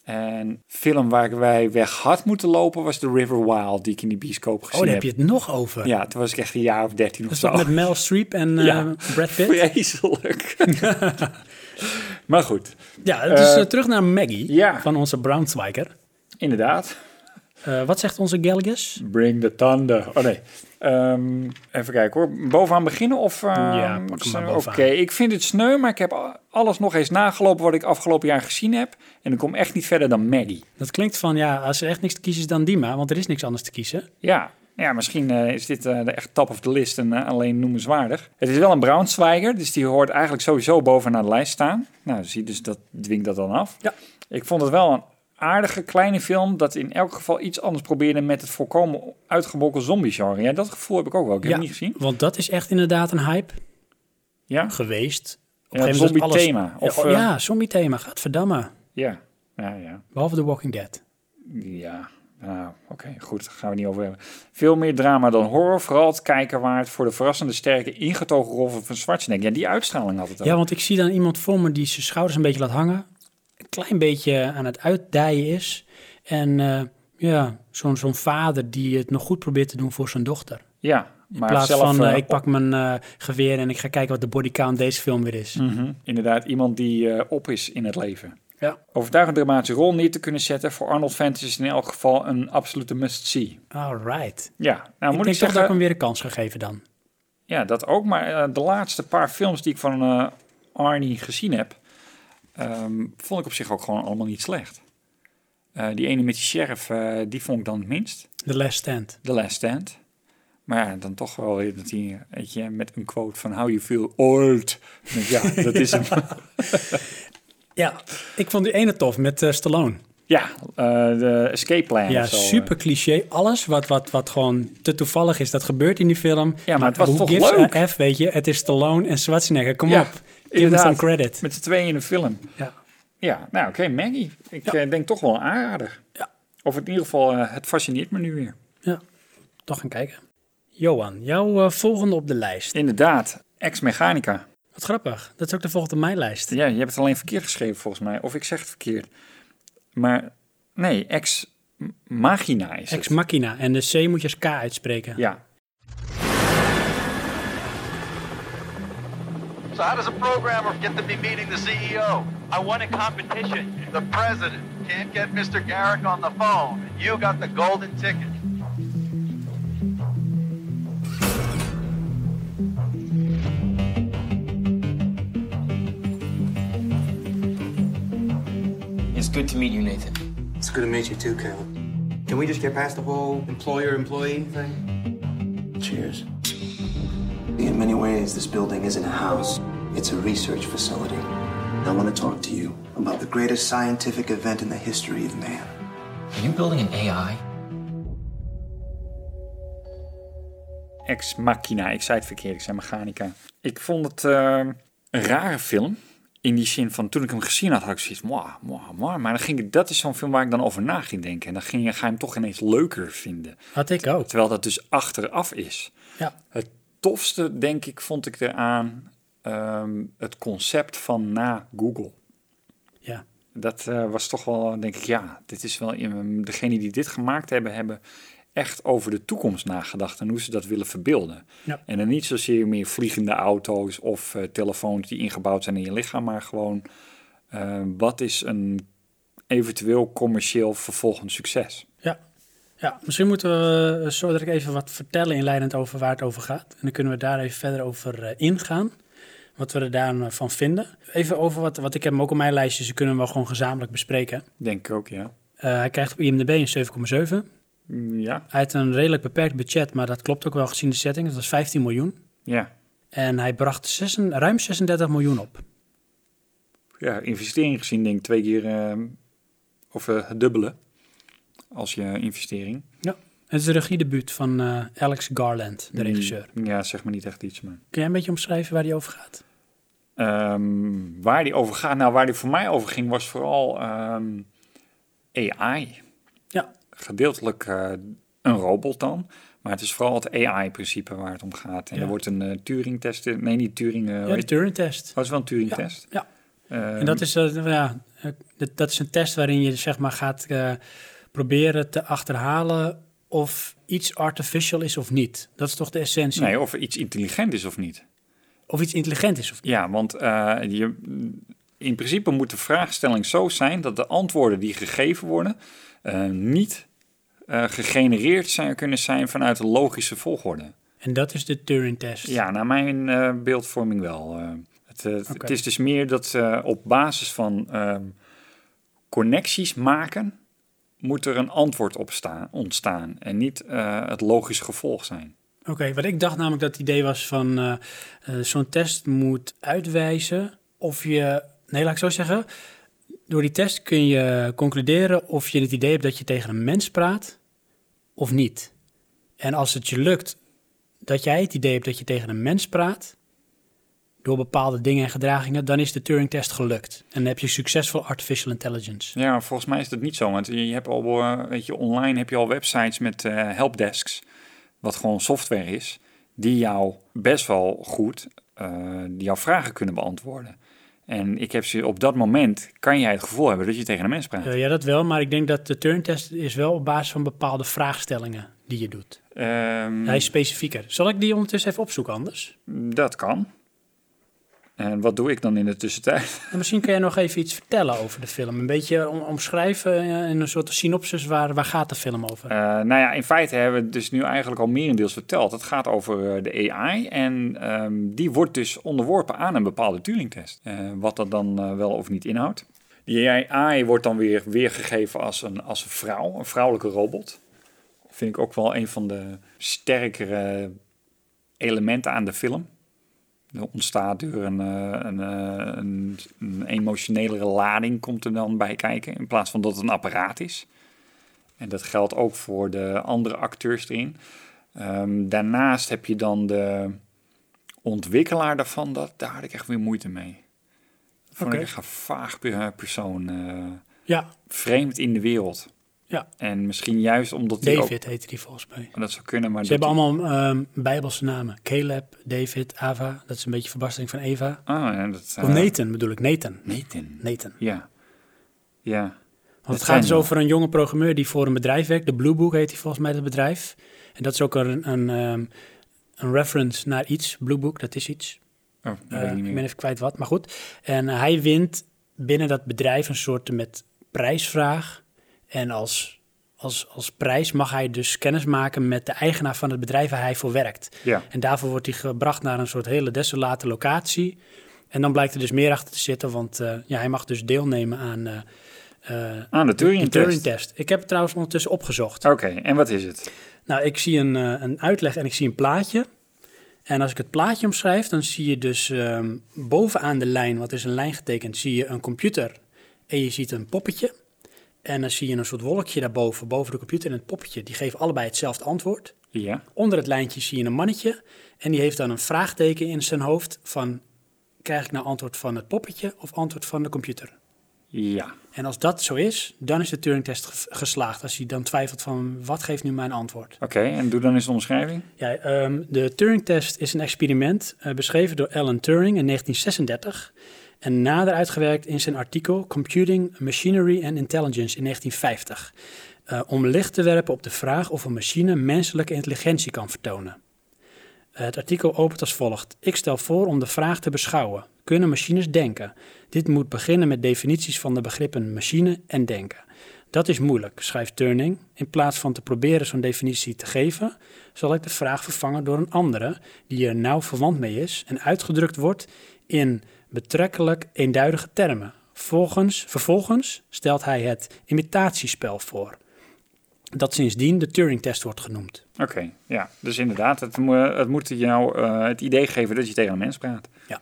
S2: En film waar wij weg had moeten lopen was The River Wild, die ik in die bioscoop gezien
S1: Oh, daar heb je het nog over.
S2: Ja, toen was ik echt een jaar of dertien
S1: Dat
S2: of
S1: is
S2: zo.
S1: toch met Mel Streep en eh,
S2: Ja.
S1: Brad Pitt?
S2: Vreselijk. maar goed.
S1: Ja, dus
S2: Eh,
S1: eh, terug naar Maggie van onze Braunschweiger.
S2: Inderdaad.
S1: Eh, wat zegt onze Galgus?
S2: Bring the thunder. Oh nee. Ehm, even kijken hoor. Bovenaan beginnen of... ehm,
S1: Ja, pak hem maar
S2: zo-
S1: bovenaan.
S2: Oké, ik vind het sneu, maar ik heb a- alles nog eens nagelopen wat ik afgelopen jaar gezien heb. En ik kom echt niet verder dan Maggie.
S1: Dat klinkt van, ja, als er echt niks te kiezen is dan die maar, want er is niks anders te kiezen.
S2: Ja, ja misschien eh, is dit eh, de echt top of the list en eh, alleen noemenswaardig. Het is wel een Braunschweiger, dus die hoort eigenlijk sowieso bovenaan de lijst staan. Nou, zie dus dat dwingt dat dan af.
S1: Ja.
S2: Ik vond het wel een aardige kleine film dat in elk geval iets anders probeerde met het volkomen uitgebokken zombie genre. Ja, dat gevoel heb ik ook wel. Ik heb
S1: Ja,
S2: hem niet gezien.
S1: Want dat is echt inderdaad een hype
S2: Ja.
S1: geweest. Op
S2: Ja,
S1: een gegeven moment was
S2: zombie-thema,
S1: alles-
S2: of,
S1: oh, ja,
S2: eh,
S1: ja, zombie thema. Gadverdamme.
S2: Ja. Ja, ja.
S1: Behalve The Walking Dead.
S2: Ja, nou, oké, goed, daar gaan we niet over hebben. Veel meer drama dan horror, vooral het kijken waard voor de verrassende sterke ingetogen rol van Schwarzenegger. Ja, die uitstraling had het ook.
S1: Ja, want ik zie dan iemand voor me die zijn schouders een beetje laat hangen. Een klein beetje aan het uitdijen is. En eh, ja, zo'n zo'n vader die het nog goed probeert te doen voor zijn dochter.
S2: Ja,
S1: In
S2: maar
S1: plaats
S2: zelf,
S1: van, eh,
S2: eh,
S1: ik pak mijn eh, geweer en ik ga kijken wat de bodycount deze film weer is.
S2: Mhm. Inderdaad, iemand die eh, op is in het leven.
S1: Ja.
S2: Overtuigend dramatische rol neer te kunnen zetten voor Arnold Fans is in elk geval een absolute must-see.
S1: All right.
S2: Ja, nou
S1: ik
S2: moet
S1: denk
S2: ik
S1: toch dat
S2: zeggen,
S1: ik hem weer een kans ga geven dan.
S2: ja, dat ook. Maar eh, de laatste paar films die ik van eh, Arnie gezien heb, ehm, vond ik op zich ook gewoon allemaal niet slecht. Eh, die ene met die sheriff, eh, die vond ik dan het minst.
S1: The Last Stand.
S2: The Last Stand. Maar ja, dan toch wel weer dat hij, eh, weet je, met een quote van How you feel old. Dan denk ik, Ja, dat is hem.
S1: Ja, ik vond die ene tof met eh, Stallone.
S2: Ja, eh, de escape plan.
S1: Ja,
S2: of zo. eh.
S1: super cliché. Alles wat, wat, wat gewoon te toevallig is, dat gebeurt in die film.
S2: Ja, maar het was
S1: who
S2: toch
S1: gives
S2: leuk?
S1: a F, weet je. Het is Stallone en Schwarzenegger. Kom
S2: Ja,
S1: op, give them
S2: inderdaad.
S1: some credit.
S2: Met z'n tweeën in een film.
S1: Ja.
S2: Ja, nou oké, Maggie. Ik eh, denk toch wel een aanrader.
S1: Ja.
S2: Of in ieder geval, eh, het fascineert me nu weer.
S1: Toch gaan kijken. Johan, jouw eh, volgende op de lijst.
S2: Inderdaad, Ex Mechanica.
S1: Wat grappig, dat is ook de volgende op mijn lijst.
S2: Ja, je hebt het alleen verkeerd geschreven volgens mij. Of ik zeg het verkeerd. Maar nee, Ex Machina is
S1: Ex
S2: het.
S1: Machina. En de C moet je als K uitspreken.
S2: Ja.
S4: So how does a programmer get to be meeting the CEO? I won a competition. The president can't get Mr. Garrick on the phone. You got the golden ticket.
S7: It's good to meet you, Nathan. It's good to meet you too, Caleb. Can we just get past the whole employer-employee thing? Cheers.
S23: In many ways, this building isn't a house, it's a research facility. I want to talk to you about the greatest scientific event in the history of man.
S7: Are you building an AI?
S2: Ex Machina. Ik zei het verkeerd, ik zei Mechanica. Ik vond het eh, een rare film. In die zin van, toen ik hem gezien had, had ik zoiets mwah, mwah, mwah. Maar dan ging ik, dat is zo'n film waar ik dan over na ging denken. En dan ging, je- ga je hem toch ineens leuker vinden.
S1: Had ik ook.
S2: Terwijl dat dus achteraf is.
S1: Ja.
S2: Het tofste, denk ik, vond ik eraan ehm, het concept van na Google.
S1: Ja.
S2: Dat eh, was toch wel, denk ik, ja, dit is wel, in- ehm, degene die dit gemaakt hebben, hebben echt over de toekomst nagedacht en hoe ze dat willen verbeelden.
S1: Ja.
S2: En dan niet zozeer meer vliegende auto's of eh, telefoons die ingebouwd zijn in je lichaam, maar gewoon eh, wat is een eventueel commercieel vervolgend succes?
S1: Ja, misschien moeten we eh, zo dat ik even wat vertellen inleidend over waar het over gaat. En dan kunnen we daar even verder over eh, ingaan. Wat we er daarvan vinden. Even over wat, wat ik heb hem ook op mijn lijstje, ze kunnen we wel gewoon gezamenlijk bespreken.
S2: Denk ik ook, ja. Mm,
S1: Eh, hij krijgt op IMDb een 7,7.
S2: Ja,
S1: Hij heeft een redelijk beperkt budget, maar dat klopt ook wel gezien de setting. Dat was 15 miljoen.
S2: ja.
S1: En hij bracht zes- ruim 36 miljoen op.
S2: ja investering gezien denk ik twee keer eh, of eh, het dubbele als je investering.
S1: Het is de regiedebuut van eh, Alex Garland,
S2: Hmm.
S1: de regisseur.
S2: Mm, Ja, zeg maar niet echt iets, maar...
S1: Kun jij een beetje omschrijven waar die over gaat?
S2: Ehm, waar die over gaat, nou waar die voor mij over ging, was vooral ehm, AI.
S1: Ja.
S2: Gedeeltelijk eh, een robot dan, maar het is vooral het AI-principe waar het om gaat. En
S1: Ja.
S2: er wordt een eh, Turing-test, in- nee niet Turing... eh, hoe
S1: ja, de
S2: heet-
S1: Turing-test.
S2: was wel een Turing-test.
S1: Ja.
S2: Ehm,
S1: En dat is, eh, nou ja, eh, dat- dat is een test waarin je zeg maar gaat eh, proberen te achterhalen of iets artificial is of niet. Dat is toch de essentie?
S2: Nee, of er iets intelligent is of niet.
S1: Of iets intelligent is of
S2: Ja, want eh, je, in principe moet de vraagstelling zo zijn dat de antwoorden die gegeven worden eh, niet eh, gegenereerd zijn, kunnen zijn vanuit een logische volgorde.
S1: En dat is de Turing-test.
S2: Ja, naar mijn eh, beeldvorming wel. eh. het, eh,
S1: Oké.
S2: het is dus meer dat eh, op basis van ehm, connecties maken moet er een antwoord op staan, ontstaan en niet eh, het logisch gevolg zijn.
S1: Oké, wat ik dacht namelijk dat het idee was van eh, eh, zo'n test moet uitwijzen of je, nee laat ik zo zeggen, door die test kun je concluderen of je het idee hebt dat je tegen een mens praat of niet. En als het je lukt dat jij het idee hebt dat je tegen een mens praat, door bepaalde dingen en gedragingen, dan is de Turing-test gelukt. En dan heb je succesvol artificial intelligence.
S2: Ja, maar volgens mij is dat niet zo. Want je hebt al, eh, weet je, online heb je al websites met eh, helpdesks, wat gewoon software is, die jou best wel goed eh, die jouw vragen kunnen beantwoorden. En ik heb ze op dat moment kan jij het gevoel hebben dat je tegen een mens praat.
S1: Eh, ja, dat wel, maar ik denk dat de Turing-test is wel op basis van bepaalde vraagstellingen die je doet.
S2: Ehm,
S1: Hij is specifieker. Zal ik die ondertussen even opzoeken anders?
S2: Dat kan. En wat doe ik dan in de tussentijd?
S1: En misschien kun jij nog even iets vertellen over de film. Een beetje om- omschrijven eh, in een soort synopsis, waar, waar gaat de film over?
S2: Eh, nou ja, in feite hebben we het dus nu eigenlijk al merendeels verteld. Het gaat over eh, de AI en ehm, die wordt dus onderworpen aan een bepaalde Turing-test. Eh, wat dat dan eh, wel of niet inhoudt. Die AI wordt dan weer weergegeven als een, als een vrouw, een vrouwelijke robot. Vind ik ook wel een van de sterkere elementen aan de film. Er ontstaat door een, eh, een, eh, een, een emotionelere lading komt er dan bij kijken. In plaats van dat het een apparaat is. En dat geldt ook voor de andere acteurs erin. Ehm, daarnaast heb je dan de ontwikkelaar daarvan. Dat, daar had ik echt weer moeite mee. Vond
S1: Oké.
S2: ik echt een vaag per- persoon. eh,
S1: Ja.
S2: Vreemd in de wereld.
S1: Ja.
S2: En misschien juist omdat die
S1: David
S2: ook...
S1: heette die volgens mij.
S2: Dat zou kunnen, maar...
S1: Ze hebben
S2: dat die-
S1: allemaal ehm, bijbelse namen. Caleb, David, Ava. Dat is een beetje verbastering van Eva.
S2: Ah, ja, dat, eh,
S1: Of Nathan bedoel ik, Nathan.
S2: Nathan.
S1: Nathan.
S2: Ja. Ja.
S1: Want het
S2: zijn
S1: gaat dus
S2: er.
S1: over een jonge programmeur die voor een bedrijf werkt. De Blue Book heet hij volgens mij, dat bedrijf. En dat is ook een, een, ehm, een reference naar iets. Blue Book, dat is iets.
S2: Oh, dat weet
S1: Eh,
S2: ik niet
S1: ik
S2: meer.
S1: ben even kwijt wat, maar goed. En eh, hij wint binnen dat bedrijf een soort met prijsvraag. En als, als, als prijs mag hij dus kennis maken met de eigenaar van het bedrijf waar hij voor werkt.
S2: Ja.
S1: En daarvoor wordt hij gebracht naar een soort hele desolate locatie. En dan blijkt er dus meer achter te zitten, want eh, ja, hij mag dus deelnemen aan, eh, eh,
S2: Aan Ah, de Turing-test.
S1: Turing-test. Ik heb het trouwens ondertussen opgezocht.
S2: Oké, en wat is het?
S1: Nou, ik zie een, eh, een uitleg en ik zie een plaatje. En als ik het plaatje omschrijf, dan zie je dus ehm, bovenaan de lijn, wat is een lijn getekend, zie je een computer en je ziet een poppetje. En dan zie je een soort wolkje daarboven, boven de computer en het poppetje. Die geven allebei hetzelfde antwoord.
S2: Ja.
S1: Onder het lijntje zie je een mannetje en die heeft dan een vraagteken in zijn hoofd van... krijg ik nou antwoord van het poppetje of antwoord van de computer?
S2: Ja.
S1: En als dat zo is, dan is de Turing-test ge- geslaagd. Als hij dan twijfelt van wat geeft nu mijn antwoord?
S2: Oké, en doe dan eens de omschrijving.
S1: Ja, ehm, de Turing-test is een experiment eh, beschreven door Alan Turing in 1936 en nader uitgewerkt in zijn artikel Computing, Machinery and Intelligence in 1950, eh, om licht te werpen op de vraag of een machine menselijke intelligentie kan vertonen. Het artikel opent als volgt. Ik stel voor om de vraag te beschouwen. Kunnen machines denken? Dit moet beginnen met definities van de begrippen machine en denken. Dat is moeilijk, schrijft Turning. In plaats van te proberen zo'n definitie te geven, zal ik de vraag vervangen door een andere die er nauw verwant mee is en uitgedrukt wordt in betrekkelijk eenduidige termen. Volgens, vervolgens stelt hij het imitatiespel voor, dat sindsdien de Turing-test wordt genoemd.
S2: Oké, ja. Dus inderdaad, het, mo- het moet jou eh, het idee geven dat je tegen een mens praat.
S1: Ja.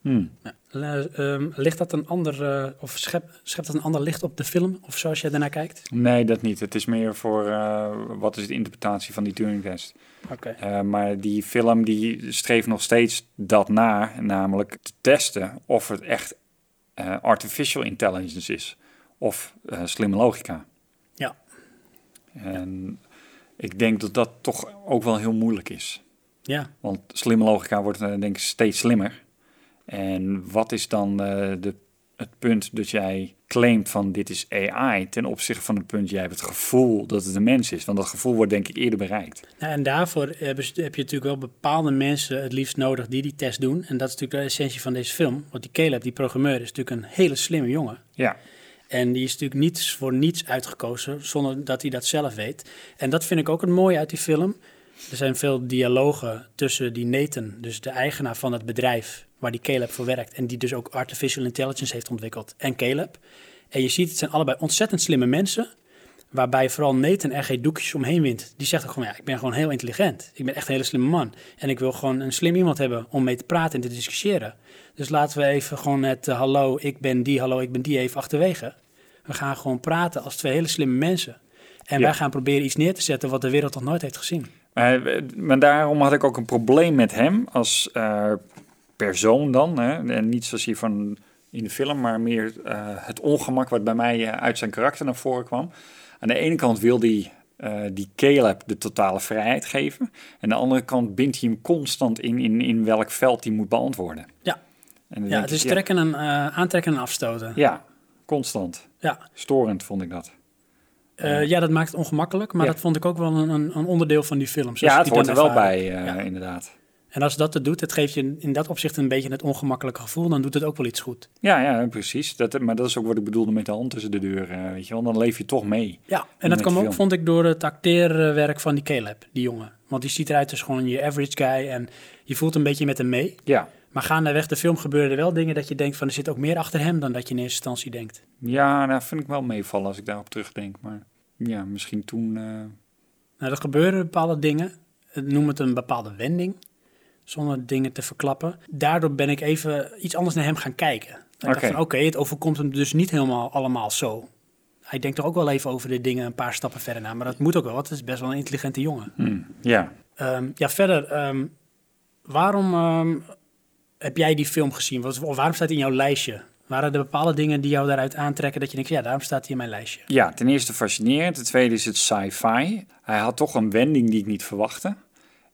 S2: Hmm.
S1: Le- ehm, ligt dat een ander, eh, of schep, schept dat een ander licht op de film, of zoals jij daarnaar kijkt?
S2: Nee, dat niet. Het is meer voor eh, wat is de interpretatie van die Turing-test.
S1: Oké.
S2: Eh, maar die film die streeft nog steeds dat na, namelijk te testen of het echt eh, artificial intelligence is of eh, slimme logica.
S1: Ja.
S2: En ik denk dat dat toch ook wel heel moeilijk is.
S1: Ja.
S2: Want slimme logica wordt eh, denk ik steeds slimmer. En wat is dan eh, de, het punt dat jij claimt van dit is AI ten opzichte van het punt jij hebt het gevoel dat het een mens is? Want dat gevoel wordt denk ik eerder bereikt.
S1: Nou, en daarvoor hebben ze- heb je natuurlijk wel bepaalde mensen het liefst nodig die die test doen. En dat is natuurlijk de essentie van deze film. Want die Caleb, die programmeur, is natuurlijk een hele slimme jongen.
S2: Ja.
S1: En die is natuurlijk niets voor niets uitgekozen zonder dat hij dat zelf weet. En dat vind ik ook het mooie uit die film. Er zijn veel dialogen tussen die Nathan, dus de eigenaar van het bedrijf waar die Caleb voor werkt. En die dus ook artificial intelligence heeft ontwikkeld. En Caleb. En je ziet, het zijn allebei ontzettend slimme mensen. Waarbij vooral Nathan er geen doekjes omheen wint. Die zegt ook gewoon, ja, ik ben gewoon heel intelligent. Ik ben echt een hele slimme man. En ik wil gewoon een slim iemand hebben om mee te praten en te discussiëren. Dus laten we even gewoon het eh, hallo, ik ben die, hallo, ik ben die even achterwege. We gaan gewoon praten als twee hele slimme mensen. En
S2: Ja.
S1: wij gaan proberen iets neer te zetten wat de wereld nog nooit heeft gezien.
S2: Maar, maar daarom had ik ook een probleem met hem als eh, persoon dan. Hè? En niet zoals hier van in de film, maar meer eh, het ongemak wat bij mij eh, uit zijn karakter naar voren kwam. Aan de ene kant wil hij eh, die Caleb de totale vrijheid geven. En aan de andere kant bindt hij hem constant in, in, in welk veld hij moet beantwoorden.
S1: Ja,
S2: En dan
S1: ja
S2: denk
S1: het
S2: ik,
S1: is trekken en, eh, aantrekken en afstoten.
S2: Ja, constant.
S1: Ja.
S2: Storend vond ik
S1: Dus
S2: dat.
S1: Eh, ja, dat maakt het ongemakkelijk, maar
S2: Ja.
S1: dat vond ik ook wel een, een, een onderdeel van die film. zoals
S2: ja,
S1: ik
S2: het
S1: die
S2: hoort er
S1: dan
S2: wel
S1: ervaar.
S2: bij, eh, inderdaad.
S1: En als dat het doet, het geeft je in dat opzicht een beetje het ongemakkelijke gevoel, dan doet het ook wel iets goed.
S2: Ja, ja, precies. Dat, maar dat is ook wat ik bedoelde met de hand tussen de deur. eh, weet je wel, dan leef je toch mee.
S1: Ja, en
S2: Met
S1: dat
S2: de
S1: kwam ook,
S2: film.
S1: vond ik, door het acteerwerk van die Caleb, die jongen. Want die ziet eruit als gewoon je average guy en je voelt een beetje met hem mee.
S2: Ja.
S1: Maar gaandeweg de film gebeuren er wel dingen dat je denkt van er zit ook meer achter hem dan dat je in eerste instantie denkt.
S2: Ja, nou vind ik wel meevallen als ik daarop terugdenk. Maar ja, misschien toen. eh,
S1: Nou, er gebeuren bepaalde dingen. Het- Noem het een bepaalde wending, zonder dingen te verklappen. Daardoor ben ik even iets anders naar hem gaan kijken. En ik dacht
S2: Oké.
S1: van oké, het overkomt hem dus niet helemaal allemaal zo. Hij denkt er ook wel even over de dingen een paar stappen verder na. Maar dat moet ook wel, want het is best wel een intelligente jongen.
S2: hmm, ja.
S1: Ehm, ja, verder, ehm, waarom ehm, heb jij die film gezien? Wat- Of waarom staat hij in jouw lijstje? Waren er bepaalde dingen die jou daaruit aantrekken dat je denkt, ja, daarom staat hij in mijn lijstje?
S2: ja, ten eerste fascinerend. Ten tweede is het sci-fi. Hij had toch een wending die ik niet verwachtte.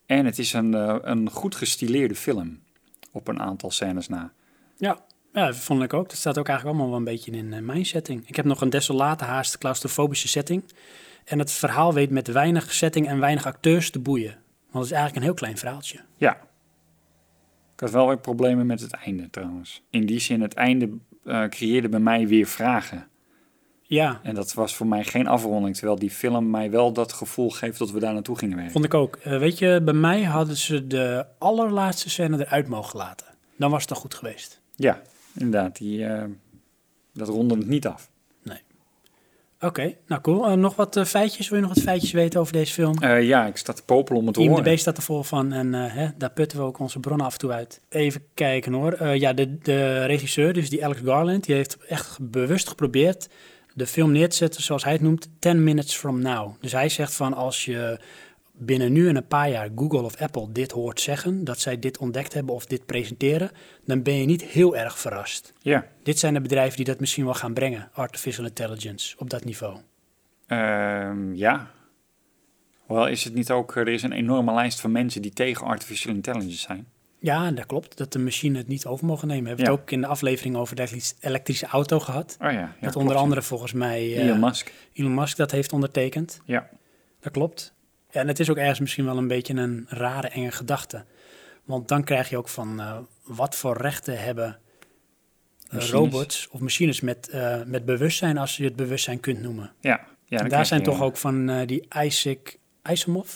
S2: En het is een, eh, een goed gestileerde film. Op een aantal scènes na.
S1: Ja. ja, dat vond ik ook. Dat staat ook eigenlijk allemaal wel een beetje in eh, mijn setting. Ik heb nog een desolate, haast claustrofobische setting. En het verhaal weet met weinig setting en weinig acteurs te boeien. Want het is eigenlijk een heel klein verhaaltje.
S2: Ja. Ik had wel weer problemen met het einde trouwens. In die zin, het einde eh, creëerde bij mij weer vragen.
S1: Ja,
S2: En dat was voor mij geen afronding. Terwijl die film mij wel dat gevoel geeft dat we daar naartoe gingen werken.
S1: vond ik ook. Eh, weet je, bij mij hadden ze de allerlaatste scène eruit mogen laten. Dan was het dan goed geweest.
S2: Ja, inderdaad. Die, eh, dat ronde het niet af.
S1: Oké, nou cool. Eh, nog wat eh, feitjes? Wil je nog wat feitjes weten over deze film?
S2: Eh, ja, ik sta te popelen om het te horen.
S1: IMDb staat er vol van en eh, hè, daar putten we ook onze bronnen af en toe uit. Even kijken hoor. Eh, ja, de, de regisseur, dus die Alex Garland, die heeft echt ge- bewust geprobeerd de film neer te zetten zoals hij het noemt, 10 minutes from now. Dus hij zegt van als je binnen nu en een paar jaar Google of Apple dit hoort zeggen, dat zij dit ontdekt hebben of dit presenteren, dan ben je niet heel erg verrast.
S2: Ja.
S1: Dit zijn de bedrijven die dat misschien wel gaan brengen, artificial intelligence, op dat niveau.
S2: Ehm, ja. Wel is het niet ook... eh, Er is een enorme lijst van mensen die tegen artificial intelligence zijn.
S1: Ja, dat klopt. Dat de machine het niet over mogen nemen. We hebben
S2: Ja.
S1: het ook in de aflevering over de elektris- elektrische auto gehad.
S2: Oh ja, ja,
S1: dat onder
S2: klopt, ja.
S1: andere volgens mij eh,
S2: Elon Musk.
S1: Elon Musk dat heeft ondertekend.
S2: Ja.
S1: Dat klopt. En het is ook ergens misschien wel een beetje een rare, enge gedachte. Want dan krijg je ook van eh, wat voor rechten hebben eh,
S2: Machines.
S1: robots of machines met, eh, met bewustzijn, als je het bewustzijn kunt noemen.
S2: Ja. ja
S1: en
S2: dan
S1: daar
S2: krijg
S1: zijn
S2: je-
S1: toch ook van eh, die Isaac Asimov.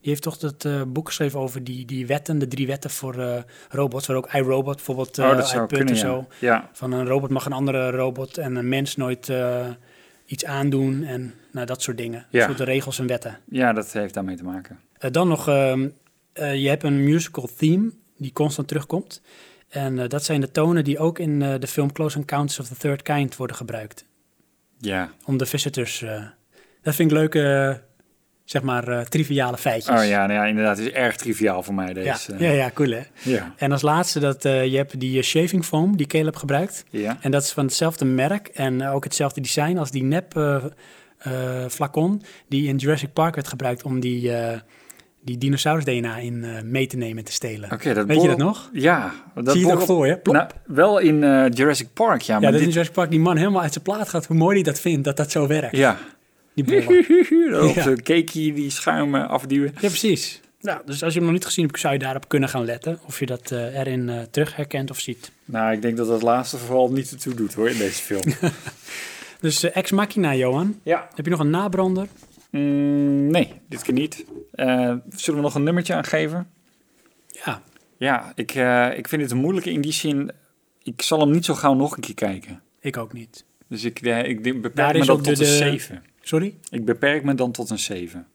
S1: Die heeft toch dat eh, boek geschreven over die, die wetten, de drie wetten voor eh, robots. Waar ook iRobot bijvoorbeeld eh
S2: Oh, dat zou
S1: uitput
S2: kunnen,
S1: en
S2: ja.
S1: zo.
S2: Ja.
S1: Van een robot mag een andere robot en een mens nooit eh, iets aandoen. En nou, dat soort dingen.
S2: Ja.
S1: Soort regels en wetten.
S2: Ja, dat heeft daarmee te maken.
S1: Eh, dan nog, ehm, eh, je hebt een musical theme die constant terugkomt. En eh, dat zijn de tonen die ook in eh, de film Close Encounters of the Third Kind worden gebruikt.
S2: Ja.
S1: Om de visitors... eh, dat vind ik leuke, eh, zeg maar, eh, triviale feitjes.
S2: Oh ja, eh, nou ja, inderdaad. Het is erg triviaal voor mij
S1: Ja,
S2: deze.
S1: ja, ja, cool hè.
S2: Ja.
S1: En als laatste, dat, eh, je hebt die eh, shaving foam die Caleb gebruikt.
S2: Ja.
S1: En dat is van hetzelfde merk en eh, ook hetzelfde design als die nep eh, eh, flacon die in Jurassic Park werd gebruikt om die, eh, die dinosaurus-DNA in eh, mee te nemen en te stelen.
S2: Oké, dat
S1: Weet je dat
S2: borrel-
S1: nog?
S2: Ja. Dat
S1: Zie je het ook
S2: borrel-
S1: voor je? Plop.
S2: Nou, wel in eh, Jurassic Park, ja.
S1: ja,
S2: Maar
S1: dat in
S2: dit...
S1: Jurassic Park die man helemaal uit zijn plaat gaat, hoe mooi hij dat vindt, dat dat zo werkt.
S2: Ja.
S1: Die bollen.
S2: Op
S1: Ja.
S2: de cakeie die schuim eh, afduwen.
S1: Ja, precies. Nou, dus als je hem nog niet gezien hebt, zou je daarop kunnen gaan letten. Of je dat eh, erin eh, terug herkent of ziet.
S2: Nou, ik denk dat dat laatste vooral niet ertoe doet hoor, in deze film.
S1: Dus eh, Ex Machina, Johan.
S2: Ja.
S1: Heb je nog een nabrander?
S2: Mm, nee, dit keer niet. Eh, zullen we nog een nummertje aan geven?
S1: Ja.
S2: Ja, ik, eh, ik vind het een moeilijke in die zin. Ik zal hem niet zo gauw nog een keer kijken.
S1: Ik ook niet.
S2: Dus ik, eh, ik denk- beperk
S1: Daar
S2: me
S1: is
S2: dan
S1: ook
S2: tot
S1: de-
S2: een
S1: de-
S2: 7.
S1: Sorry?
S2: Ik beperk me dan tot een 7.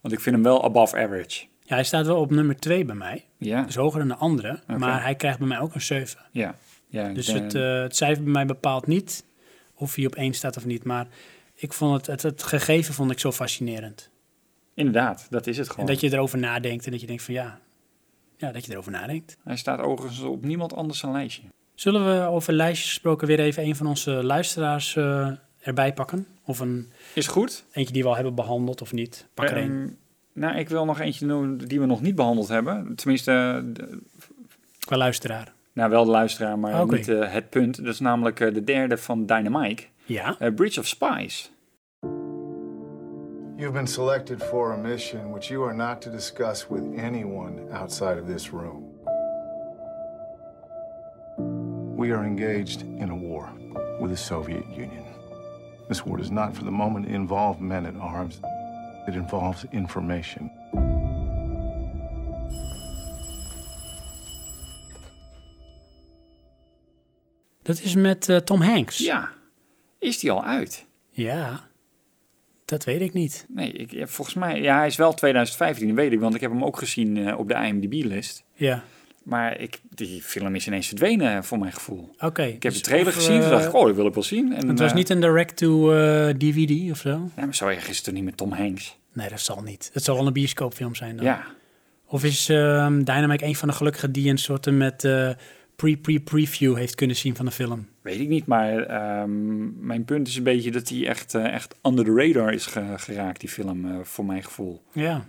S2: Want ik vind hem wel above average.
S1: Ja, hij staat wel op nummer 2 bij mij.
S2: Ja.
S1: Dus hoger dan de andere.
S2: Oké.
S1: Maar hij krijgt bij mij ook een 7.
S2: Ja. ja ik
S1: Dus
S2: denk-
S1: het, eh, het cijfer bij mij bepaalt niet of hij op 1 staat of niet. Maar ik vond het, het, het gegeven vond ik zo fascinerend.
S2: Inderdaad, dat is het gewoon.
S1: En dat je erover nadenkt en dat je denkt van ja, Ja, dat je erover nadenkt.
S2: Hij staat overigens op niemand anders zijn lijstje.
S1: Zullen we over lijstjes gesproken weer even een van onze luisteraars eh, erbij pakken? Of een,
S2: Is goed.
S1: eentje die we al hebben behandeld of niet? Pak er een.
S2: Ehm, nou, ik wil nog eentje noemen die we nog niet behandeld hebben. Tenminste, eh, de-
S1: Qua luisteraar.
S2: nou wel de luisteraar, maar
S1: Oké.
S2: niet eh, het punt. Dat is namelijk eh, de derde van Dynamite.
S1: Ja.
S2: Eh, Bridge of Spies.
S9: You've been selected for a mission which you are not to discuss with anyone outside of this room. We are engaged in a war with the Soviet Union. This war does not, for the moment, involve men at arms, it involves information.
S1: Dat is met eh, Tom Hanks.
S2: Ja. Is die al uit?
S1: Ja. Dat weet ik niet.
S2: Nee, ik, ja, volgens mij... Ja, hij is wel 2015, weet ik. Want ik heb hem ook gezien eh, op de IMDb-list.
S1: Ja.
S2: Maar ik, die film is ineens verdwenen, voor mijn gevoel.
S1: Oké.
S2: Ik heb
S1: dus
S2: de trailer
S1: of,
S2: gezien en
S1: eh,
S2: toen dacht ik, oh, dat wil ik wel zien. En,
S1: het was
S2: eh,
S1: niet een eh, direct-to-DVD of zo?
S2: Nee, maar zo erg is het er niet met Tom Hanks.
S1: Nee, dat zal niet. Het zal wel een bioscoopfilm zijn dan.
S2: Ja.
S1: Of is ehm Dynamite een van de gelukkigen die een soort met eh, pre-pre-preview heeft kunnen zien van de film?
S2: Weet ik niet, maar ehm, mijn punt is een beetje dat hij echt, eh, echt under the radar is ge- geraakt, die film, eh, voor mijn gevoel.
S1: Ja.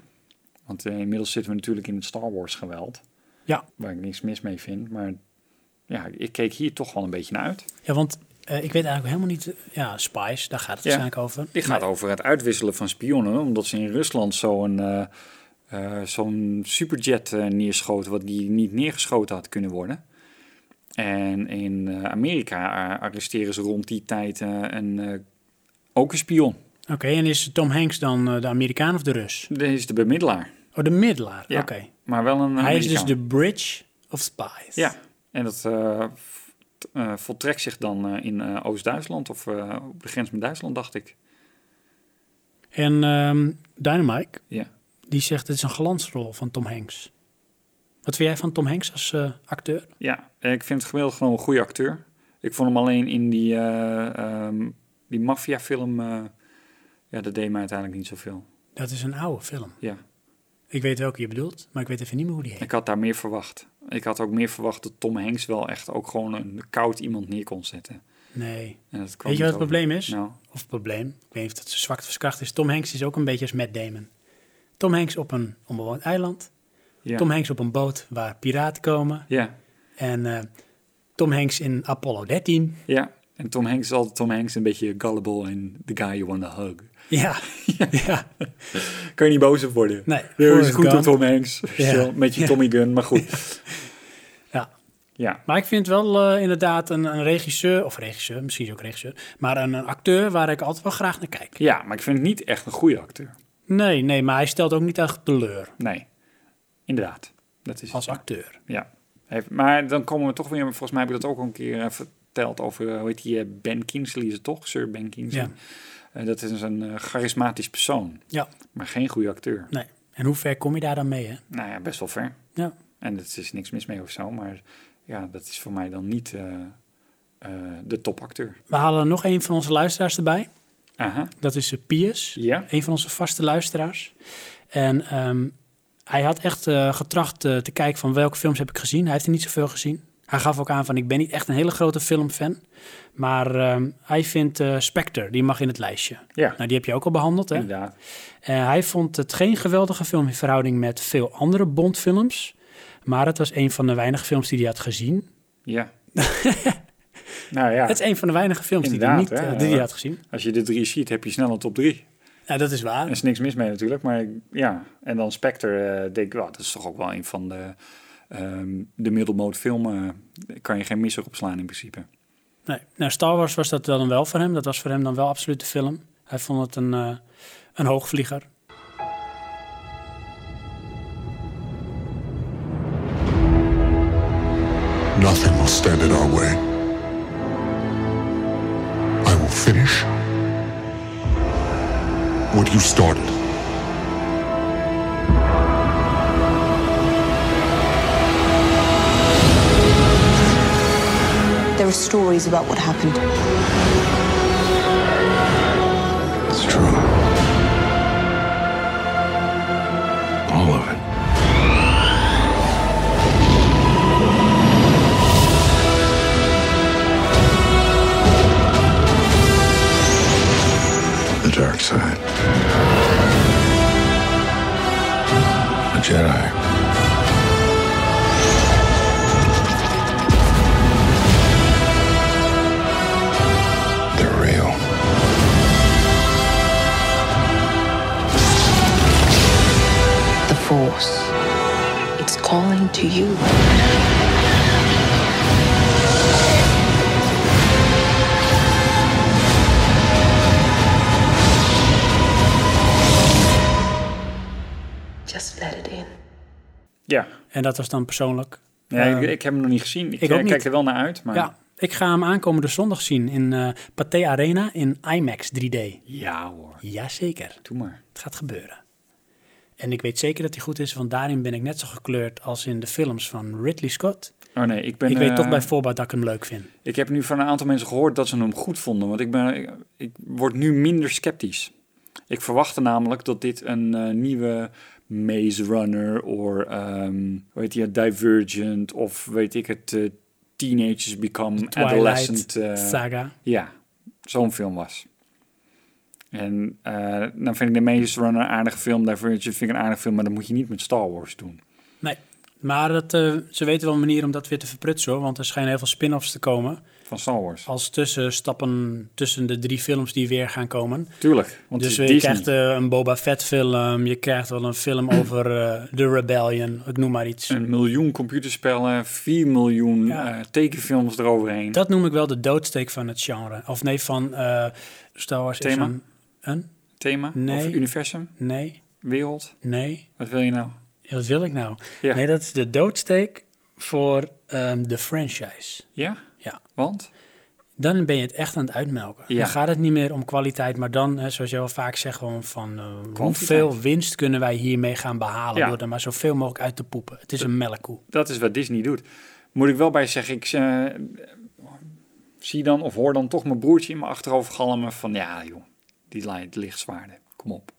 S2: Want eh, inmiddels zitten we natuurlijk in het Star Wars geweld.
S1: Ja.
S2: Waar ik niks mis mee vind, maar ja, ik keek hier toch wel een beetje naar uit.
S1: Ja, want eh, ik weet eigenlijk helemaal niet... ja, Spies, daar gaat het
S2: Ja.
S1: waarschijnlijk over.
S2: Dit gaat over het uitwisselen van spionnen, omdat ze in Rusland zo'n eh eh, zo'n superjet eh, neerschoten, wat die niet neergeschoten had kunnen worden. En in eh, Amerika eh, arresteren ze rond die tijd eh, een, eh, ook een spion.
S1: Oké, en is Tom Hanks dan eh, de Amerikaan of de Rus?
S2: Dit is de bemiddelaar.
S1: Oh, de middelaar.
S2: Ja,
S1: Oké.
S2: Maar wel een
S1: Hij is dus
S2: Amerikaan.
S1: de bridge of spies.
S2: Ja, en dat eh, v- t- eh, voltrekt zich dan eh, in eh, Oost-Duitsland of eh, op de grens met Duitsland, dacht ik.
S1: En ehm Dynamite,
S2: Ja.
S1: die zegt het is een glansrol van Tom Hanks. Wat vind jij van Tom Hanks als eh, acteur?
S2: Ja, eh, ik vind het gemiddeld gewoon een goede acteur. Ik vond hem alleen in die, eh ehm, die maffiafilm, eh, ja, dat deed mij uiteindelijk niet zoveel.
S1: Dat is een oude film.
S2: Ja.
S1: Ik weet welke je bedoelt, maar ik weet even niet meer hoe die heet.
S2: Ik had daar meer verwacht. Ik had ook meer verwacht dat Tom Hanks wel echt ook gewoon een koud iemand neer kon zetten.
S1: Nee.
S2: En dat
S1: Weet
S2: kwam
S1: je wat
S2: niet
S1: het
S2: over.
S1: probleem is?
S2: Nou,
S1: Of probleem, ik weet niet of dat zijn zwakte of zijn kracht is. Tom Hanks is ook een beetje als Matt Damon. Tom Hanks op een onbewoond eiland.
S2: Ja.
S1: Tom Hanks op een boot waar piraten komen.
S2: ja,
S1: En eh, Tom Hanks in Apollo 13.
S2: ja. En Tom Hanks is altijd Tom Hanks een beetje gullible en the guy you wanna hug.
S1: Ja,
S2: Kan je niet boos op worden.
S1: Nee,
S2: Ja, is
S1: Forrest
S2: goed op
S1: Gump.
S2: Tom Hanks.
S1: Ja.
S2: Zo, Met je Tommy Gun, maar goed.
S1: ja.
S2: Ja,
S1: Maar ik vind wel eh, inderdaad een, een regisseur, of regisseur, misschien is hij ook regisseur, maar een, een acteur waar ik altijd wel graag naar kijk.
S2: ja, maar ik vind het niet echt een goede acteur.
S1: Nee, nee, maar hij stelt ook niet echt teleur
S2: Nee, inderdaad. Dat is
S1: als acteur.
S2: Ja. Hij heeft- Maar dan komen we toch weer, volgens mij heb ik dat ook al een keer eh, verteld over, eh, hoe heet die, eh, Ben Kingsley is het toch? Sir Ben Kingsley.
S1: Ja.
S2: Eh, dat is een eh, charismatisch persoon,
S1: Ja,
S2: maar geen goede acteur.
S1: nee. En hoe ver kom je daar dan mee, hè?
S2: Nou ja, best wel ver.
S1: Ja.
S2: En dat is niks mis mee of zo, maar ja, dat is voor mij dan niet eh, eh, de topacteur.
S1: We halen nog een van onze luisteraars erbij.
S2: Aha,
S1: Dat is eh, Piers,
S2: ja.
S1: een van onze vaste luisteraars. En ehm, hij had echt eh, getracht eh, te kijken van welke films heb ik gezien. Hij heeft er niet zoveel gezien. Hij gaf ook aan van ik ben niet echt een hele grote filmfan. Maar ehm, hij vindt eh, Spectre, die mag in het lijstje.
S2: Ja,
S1: Nou, die heb je ook al behandeld, hè?
S2: inderdaad.
S1: Eh, hij vond het geen geweldige film in verhouding met veel andere Bond-films. Maar het was een van de weinige films die hij had gezien.
S2: Ja. nou ja,
S1: Het is een van de weinige films die
S2: Inderdaad,
S1: hij niet,
S2: hè?
S1: eh, die hij
S2: Ja.
S1: had gezien.
S2: als je de drie ziet, heb je snel een top drie.
S1: Ja, dat is
S2: Er
S1: waar.
S2: is niks mis mee natuurlijk, maar ik- ja. En dan Spectre, eh, denk ik, "Wow, dat is toch ook wel een van de, ehm, de middelmoot filmen. Daar kan je geen misser op slaan in principe.
S1: Nee. Nou, Star Wars was dat dan wel voor hem. Dat was voor hem dan wel absoluut de film. Hij vond het een, eh, een hoogvlieger.
S5: Nothing will stand in our way. I will finish what you started.
S10: There are stories about what happened.
S13: It's true. All of it.
S1: En dat was dan persoonlijk.
S2: Ja,
S1: Ehm,
S2: ik, ik heb hem nog niet gezien. Ik,
S1: ik
S2: eh,
S1: ook
S2: kijk
S1: niet.
S2: er wel naar uit. Maar
S1: Ja, ik ga hem aankomende zondag zien in eh Pathé Arena in IMAX 3D.
S2: Ja hoor.
S1: Jazeker.
S2: Doe maar.
S1: Het gaat gebeuren. En ik weet zeker dat hij goed is, want daarin ben ik net zo gekleurd als in de films van Ridley Scott.
S2: Oh nee, ik ben...
S1: ik weet
S2: eh,
S1: toch bij voorbaat dat ik hem leuk vind.
S2: Ik heb nu van een aantal mensen gehoord dat ze hem goed vonden. Want ik, ben, ik, ik word nu minder sceptisch. Ik verwachtte namelijk dat dit een eh, nieuwe Maze Runner of ehm, weet je, Divergent of weet ik het, eh, Teenagers Become Adolescent.
S1: Twilight
S2: eh,
S1: Saga.
S2: Ja, zo'n film was. En eh, dan vind ik de Maze Runner een aardige film, Divergent vind ik een aardige film, maar dat moet je niet met Star Wars doen.
S1: Nee, maar dat, eh, ze weten wel een manier om dat weer te verprutsen hoor, want er schijnen heel veel spin-offs te komen.
S2: Van Star Wars.
S1: Als tussenstappen tussen de drie films die weer gaan komen.
S2: Tuurlijk, want
S1: dus
S2: het
S1: je
S2: is
S1: krijgt
S2: Disney.
S1: eh, een Boba Fett film, je krijgt wel een film over eh, de Rebellion, ik noem maar iets.
S2: Een miljoen computerspellen, 4 miljoen eh, tekenfilms eroverheen.
S1: Dat noem ik wel de doodsteek van het genre. Of nee, van eh Star Wars is
S2: Thema?
S1: een... een?
S2: Thema?
S1: Nee.
S2: Of universum?
S1: Nee.
S2: Wereld?
S1: Nee.
S2: Wat wil je nou?
S1: Wat wil ik nou?
S2: Ja.
S1: Nee, dat is de doodsteek voor ehm, de franchise.
S2: Ja?
S1: Ja.
S2: Want?
S1: Dan ben je het echt aan het uitmelken.
S2: Ja.
S1: Dan gaat het niet meer om kwaliteit, maar dan, hè, zoals je wel vaak zegt, gewoon van eh,
S2: Kwantiteit.
S1: hoeveel winst kunnen wij hiermee gaan behalen
S2: Ja.
S1: door er maar zoveel mogelijk uit te poepen. Het is een melkkoe.
S2: Dat is wat Disney doet. Moet ik wel bij zeggen, ik eh, zie dan of hoor dan toch mijn broertje in mijn achterhoofd galmen van... Ja joh, die lijnt lichtzwaarde, kom op.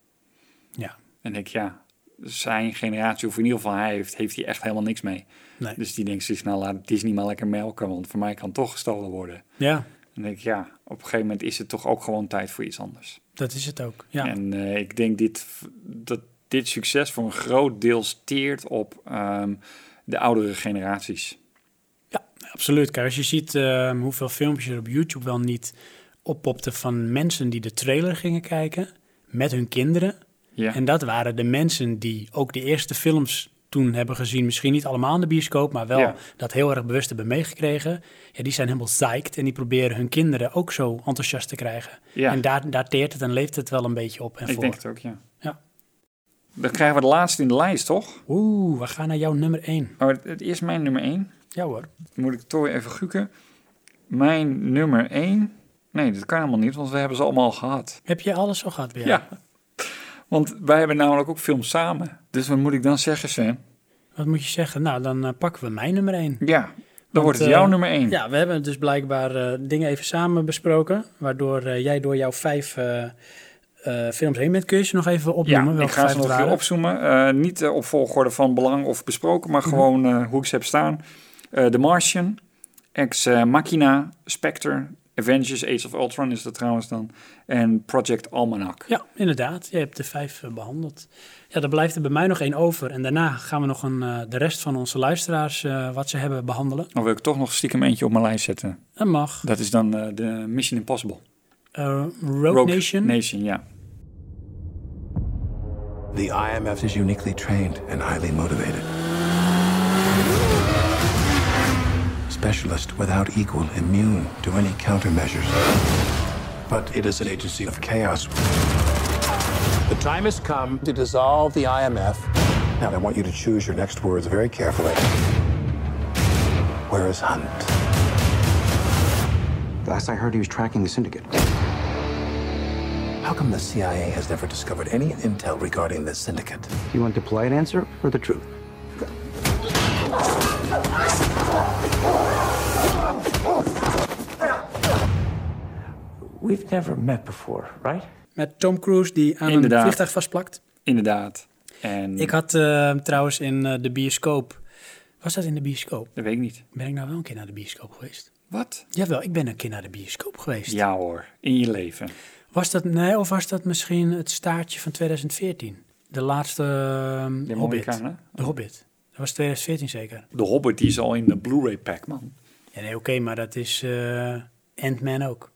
S1: Ja.
S2: En ik ja, zijn generatie, of in ieder geval hij heeft, heeft hier echt helemaal niks mee.
S1: Nee.
S2: Dus die denkt zich, nou laat Disney maar lekker melken, want voor mij kan toch gestolen worden.
S1: Ja,
S2: En ik ja, op een gegeven moment is het toch ook gewoon tijd voor iets anders.
S1: dat is het ook. Ja.
S2: En eh, ik denk dit, dat dit succes voor een groot deel steert op ehm, de oudere generaties.
S1: Absoluut. Kijk, als je ziet ehm, hoeveel filmpjes er op YouTube wel niet oppopten van mensen die de trailer gingen kijken met hun kinderen.
S2: Ja.
S1: En dat waren de mensen die ook de eerste films toen hebben gezien. Misschien niet allemaal in de bioscoop, maar wel
S2: Ja.
S1: dat heel erg bewust hebben meegekregen. Ja, die zijn helemaal psyched en die proberen hun kinderen ook zo enthousiast te krijgen.
S2: Ja.
S1: En daar, daar teert het en leeft het wel een beetje op en
S2: ik
S1: voor.
S2: denk het ook, ja.
S1: Ja.
S2: Dan krijgen we de laatste in de lijst, toch?
S1: Oeh, we gaan naar jouw nummer één.
S2: Oh, het, het is mijn nummer één.
S1: Ja hoor.
S2: Dan moet ik toch weer even gukken. Mijn nummer één... Nee, dat kan helemaal niet, want we hebben ze allemaal al gehad.
S1: Heb je alles al gehad weer?
S2: Ja. Want wij hebben namelijk ook films samen. Dus wat moet ik dan zeggen, Sven?
S1: Wat moet je zeggen? Nou, dan eh, pakken we mijn nummer één.
S2: Ja, dan
S1: Want,
S2: wordt het
S1: eh,
S2: jouw nummer één.
S1: Ja, we hebben dus blijkbaar eh, dingen even samen besproken. Waardoor eh, jij door jouw vijf eh, eh, films heen bent. Kun je ze nog even opnoemen?
S2: Ja, ik
S1: welke
S2: ga
S1: vijf
S2: ze
S1: het
S2: nog even
S1: waren?
S2: opzoomen. Eh, niet eh, op volgorde van belang of besproken,
S1: Mhm.
S2: maar gewoon eh, hoe ik ze heb staan. Eh The Martian, Ex eh, Machina, Spectre, Avengers, Age of Ultron is dat trouwens dan. En Project Almanac.
S1: Ja, inderdaad. Je hebt de vijf eh, behandeld. Ja, er blijft er bij mij nog één over. En daarna gaan we nog een, eh, de rest van onze luisteraars, eh, wat ze hebben, behandelen.
S2: Dan wil ik toch nog stiekem eentje op mijn lijst zetten.
S1: Dat mag.
S2: Dat is dan eh, de Mission Impossible.
S1: Eh, Road
S2: Rogue
S1: Nation.
S2: Nation, ja.
S13: The IMF is uniquely trained and highly motivated. Specialist without equal, immune to any countermeasures. But it is an agency of chaos. The time has come to dissolve the IMF. Now, I want you to choose your next words very carefully. Where is Hunt?
S23: Last I heard, he was tracking the syndicate.
S13: How come the CIA has never discovered any intel regarding this syndicate?
S23: You want the polite answer or the truth?
S8: We've never met before, right?
S1: Met Tom Cruise die aan
S2: Inderdaad.
S1: een vliegtuig vastplakt.
S2: Inderdaad. En
S1: Ik had eh, trouwens in eh, de bioscoop... Was dat in de bioscoop?
S2: dat weet ik niet.
S1: Ben ik nou wel een keer naar de bioscoop geweest?
S2: Wat?
S1: Jawel, ik ben een keer naar de bioscoop geweest.
S2: Ja hoor, in je leven.
S1: Was dat, nee, of was dat misschien het staartje van 2014? De laatste ehm,
S2: De
S1: Hobbit.
S2: Mohikanen?
S1: De Hobbit. Dat was 2014 zeker.
S2: De Hobbit die is al in de Blu-ray pack, man.
S1: Ja, nee, oké, maar dat is eh Ant-Man ook.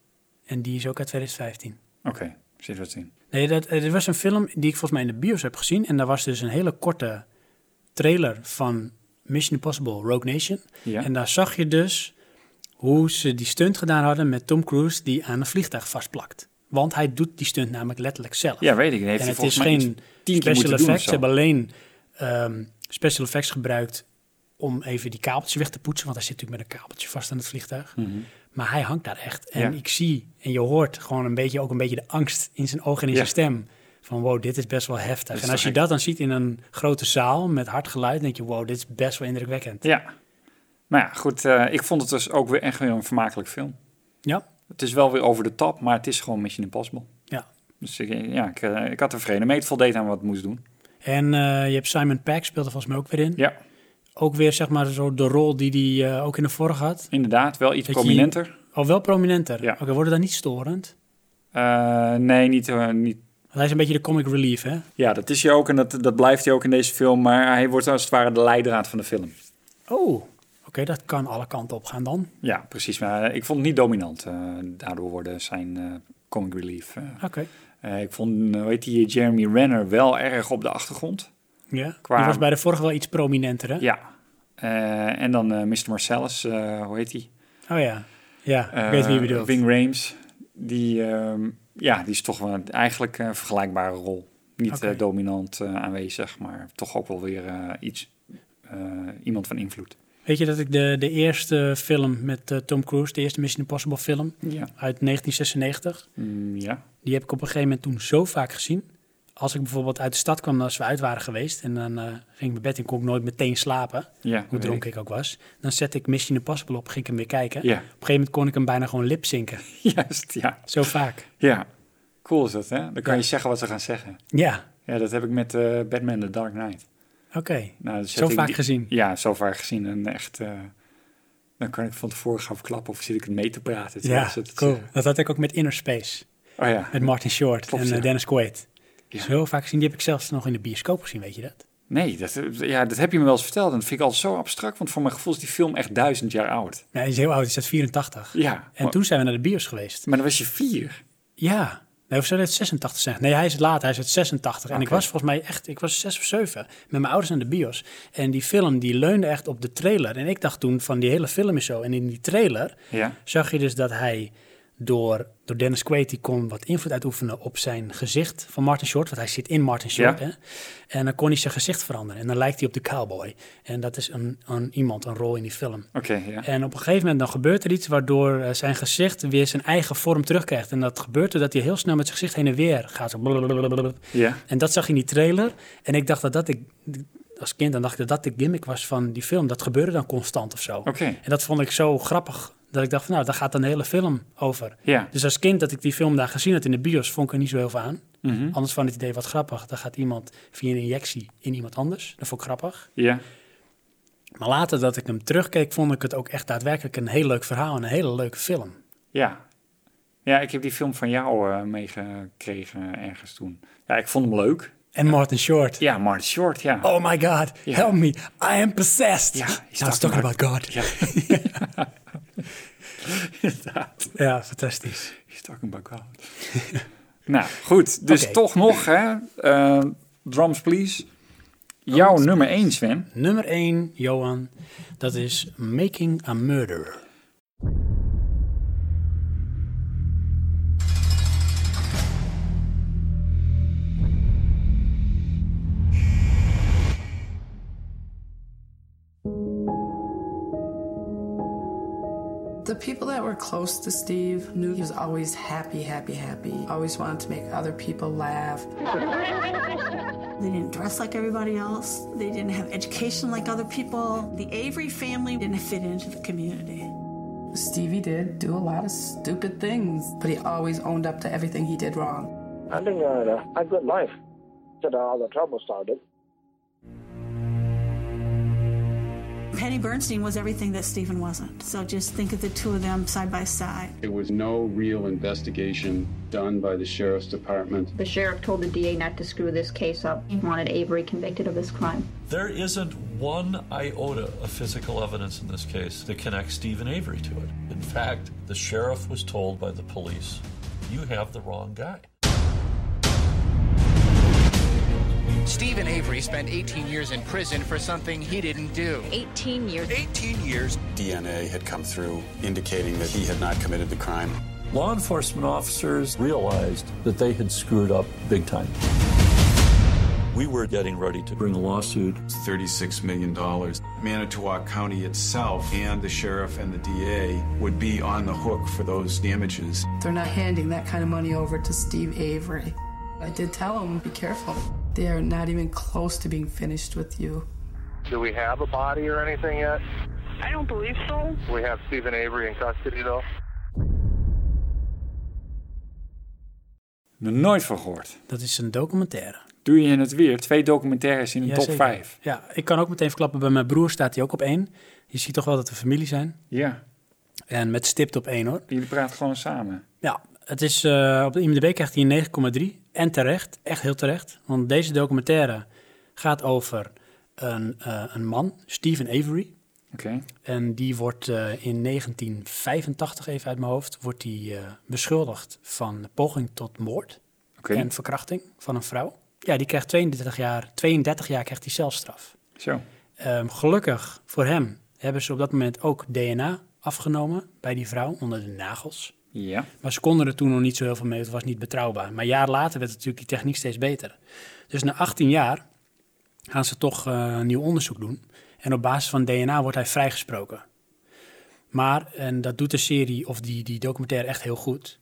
S1: En die is ook uit 2015.
S2: Oké, zit wat in.
S1: Nee, dat, eh, dit was een film die ik volgens mij in de bios heb gezien. En daar was dus een hele korte trailer van Mission Impossible Rogue Nation.
S2: Ja.
S1: En daar zag je dus hoe ze die stunt gedaan hadden met Tom Cruise die aan een vliegtuig vastplakt. Want hij doet die stunt namelijk letterlijk zelf.
S2: Ja, weet ik. Heeft hij
S1: en het
S2: volgens
S1: is
S2: mij iets
S1: geen
S2: tien keer moeten
S1: special
S2: doen of
S1: effects. Ze
S2: zo.
S1: hebben alleen ehm, special effects gebruikt om even die kabeltjes weg te poetsen. Want hij zit natuurlijk met een kabeltje vast aan het vliegtuig.
S2: Mhm.
S1: Maar hij hangt daar echt. En
S2: Ja.
S1: ik zie en je hoort gewoon een beetje, ook een beetje de angst in zijn ogen en in
S2: Ja.
S1: zijn stem. Van wow, dit is best wel heftig.
S2: is
S1: En
S2: toch
S1: als je
S2: gek.
S1: dat dan ziet in een grote zaal met hard geluid, denk je wow, dit is best wel indrukwekkend.
S2: Ja. Nou ja, goed. eh, ik vond het dus ook weer echt weer een vermakelijk film.
S1: Ja.
S2: Het is wel weer over de top, maar het is gewoon Mission Impossible.
S1: Ja.
S2: Dus ik, ja, ik, eh, ik had er vrede mee. Het voldeed aan wat het moest doen.
S1: En eh, je hebt Simon Peck speelt er volgens mij ook weer in.
S2: Ja.
S1: Ook weer zeg maar zo de rol die, die hij ook in de vorige had.
S2: Inderdaad, wel iets
S1: Dat je-
S2: prominenter.
S1: Al wel prominenter. Oké, wordt het dan niet storend?
S2: Eh, nee, niet, eh, niet.
S1: Want hij is een beetje de comic relief, hè?
S2: Ja, dat is hij ook en dat, dat blijft hij ook in deze film. Maar hij wordt als het ware de leidraad van de film.
S1: Oh, oké, dat kan alle kanten op gaan dan.
S2: Ja, precies. Maar eh, ik vond het niet dominant eh, daardoor worden zijn eh, comic relief. eh.
S1: Oké.
S2: Eh, ik vond, eh, hoe heet die, Jeremy Renner wel erg op de achtergrond.
S1: Ja.
S2: Qua-
S1: Die was bij de vorige wel iets prominenter, hè?
S2: Ja. Eh, en dan eh, Mr. Marcellus, eh, hoe heet die?
S1: Oh ja. Ja, ik
S2: Eh,
S1: weet wie je bedoelt.
S2: Ving Rames. Die, ehm, ja, die is toch wel een- eigenlijk een vergelijkbare rol. Niet
S1: Oké.
S2: eh, dominant eh, aanwezig, maar toch ook wel weer eh, iets, eh, iemand van invloed.
S1: Weet je dat ik de, de eerste film met eh, Tom Cruise, de eerste Mission Impossible film
S2: Ja.
S1: uit 1996,
S2: Mm, ja.
S1: die heb ik op een gegeven moment toen zo vaak gezien. Als ik bijvoorbeeld uit de stad kwam, als we uit waren geweest en dan eh, ging ik mijn bed in, kon ik nooit meteen slapen,
S2: Ja,
S1: hoe
S2: weet
S1: dronken ik. ook was. Dan zette ik Mission Impossible op, ging ik hem weer kijken.
S2: Ja.
S1: Op een gegeven moment kon ik hem bijna gewoon lipzinken.
S2: Juist, ja.
S1: Zo vaak.
S2: Ja, cool is dat, hè? Dan kan je zeggen wat ze gaan zeggen.
S1: Ja,
S2: Ja, dat heb ik met eh, Batman The Dark Knight.
S1: oké.
S2: Nou, dan zet
S1: Zo
S2: ik
S1: vaak
S2: die-
S1: gezien.
S2: Ja, zo vaak gezien. En echt, eh, dan kan ik van tevoren gaan verklappen of zit ik het mee te praten. terwijl
S1: Ja,
S2: ze het
S1: cool.
S2: zeggen.
S1: Dat had ik ook met Inner Space.
S2: Oh ja.
S1: Met Martin Short
S2: Klopt,
S1: en eh,
S2: ja.
S1: Dennis Quaid. Zo vaak gezien. Die heb ik zelfs nog in de bioscoop gezien, weet je dat?
S2: Nee, dat, ja, dat heb je me wel eens verteld. En dat vind ik altijd zo abstract, want voor mijn gevoel is die film echt duizend jaar oud.
S1: Nee, hij is heel oud. Hij is uit 84.
S2: Ja.
S1: En toen zijn we naar de bios geweest.
S2: Maar dan was je vier.
S1: Ja. Nee, of zou dat 86 zijn? Nee, hij is laat. Hij is uit 86. En ik
S2: Oké.
S1: was volgens mij echt... Ik was zes of zeven met mijn ouders aan de bios. En die film, die leunde echt op de trailer. En ik dacht toen van, die hele film is zo. En in die trailer
S2: Ja.
S1: zag je dus dat hij door, door Dennis Quaid... die kon wat invloed uitoefenen op zijn gezicht van Martin Short. Want hij zit in Martin Short,
S2: Ja.
S1: hè? En dan kon hij zijn gezicht veranderen. En dan lijkt hij op de cowboy. En dat is een, een iemand, een rol in die film.
S2: Oké, ja.
S1: En op een gegeven moment dan gebeurt er iets waardoor eh, zijn gezicht weer zijn eigen vorm terugkrijgt. En dat gebeurt doordat hij heel snel met zijn gezicht heen en weer gaat. Zo blablabla.
S2: Ja.
S1: En dat zag je in die trailer. En ik dacht dat dat ik, als kind, dan dacht ik dat dat de gimmick was van die film. Dat gebeurde dan constant of zo.
S2: Oké.
S1: En dat vond ik zo grappig. Dat ik dacht, van, nou, daar gaat dan de hele film over.
S2: Ja.
S1: Dus als kind dat ik die film daar gezien had in de bios, vond ik er niet zo heel veel aan.
S2: Mhm.
S1: Anders van het idee wat grappig. Dan gaat iemand via een injectie in iemand anders. Dat vond ik grappig.
S2: Ja.
S1: Maar later dat ik hem terugkeek, vond ik het ook echt daadwerkelijk een heel leuk verhaal en een hele leuke film.
S2: Ja. Ja, ik heb die film van jou eh, meegekregen eh, ergens toen. Ja, ik vond hem leuk.
S1: En Martin Short.
S2: Ja, Martin Short, ja.
S1: Oh my god,
S2: Ja.
S1: help me, I am possessed.
S2: Ja,
S1: Now
S2: he's
S1: it's talking about God.
S2: Ja. Inderdaad.
S1: Ja, fantastisch.
S2: He's talking about God. nou, goed. Dus toch nog, hè. eh, drums, please. Jouw nummer 1, Sven.
S1: Nummer 1, Johan, dat is Making a Murderer.
S11: The people that were close to Steve knew he was always happy, happy, happy. Always wanted to make other people laugh.
S12: They didn't dress like everybody else. They didn't have education like other people. The Avery family didn't fit into the community.
S11: Stevie did do a lot of stupid things, but he always owned up to everything he did wrong.
S14: having a, a good life until all the trouble started.
S12: Penny Bernstein was everything that Stephen wasn't. So just think of the two of them side by side.
S24: There was no real investigation done by the sheriff's department.
S25: The sheriff told the DA not to screw this case up. He wanted Avery convicted of this crime.
S26: There isn't one iota of physical evidence in this case that connects Stephen Avery to it. In fact, the sheriff was told by the police, you have the wrong guy.
S27: Stephen Avery spent 18 years in prison for something he didn't do.
S28: 18 years.
S27: 18 years?
S29: DNA had come through indicating that he had not committed the crime.
S26: Law enforcement officers realized that they had screwed up big time. We were getting ready to bring a lawsuit.
S29: It's $36 million. Manitowoc County itself and the sheriff and the DA would be on the hook for those damages.
S11: They're not handing that kind of money over to Steve Avery. I did tell him, be careful. They are not even close to being finished with you.
S14: Do we have a body or anything yet?
S15: I don't believe so.
S14: We have Stephen Avery in custody, though.
S2: Nog nooit van gehoord.
S1: Dat is een documentaire.
S2: Doe je het weer? Twee documentaires in de
S1: Ja,
S2: top
S1: zeker.
S2: 5.
S1: Ja, ik kan ook meteen verklappen, bij mijn broer staat hij ook op één. Je ziet toch wel dat we familie zijn.
S2: Ja.
S1: En met stipt op één hoor.
S2: Jullie praten gewoon samen.
S1: Ja, het is, eh, op de IMDb krijgt hij een 9,3. En terecht, echt heel terecht. Want deze documentaire gaat over een, eh, een man, Stephen Avery.
S2: Oké.
S1: En die wordt eh, in 1985, even uit mijn hoofd, wordt die, eh, beschuldigd van poging tot moord
S2: Oké.
S1: en verkrachting van een vrouw. Ja, die krijgt 32 jaar, 32 jaar krijgt hij celstraf.
S2: Zo.
S1: Ehm, gelukkig voor hem hebben ze op dat moment ook DNA afgenomen bij die vrouw onder de nagels.
S2: Ja.
S1: Maar ze konden er toen nog niet zo heel veel mee, het was niet betrouwbaar. Maar jaar later werd natuurlijk die techniek steeds beter. Dus na 18 jaar gaan ze toch eh, een nieuw onderzoek doen. En op basis van DNA wordt hij vrijgesproken. Maar, en dat doet de serie of die, die documentaire echt heel goed,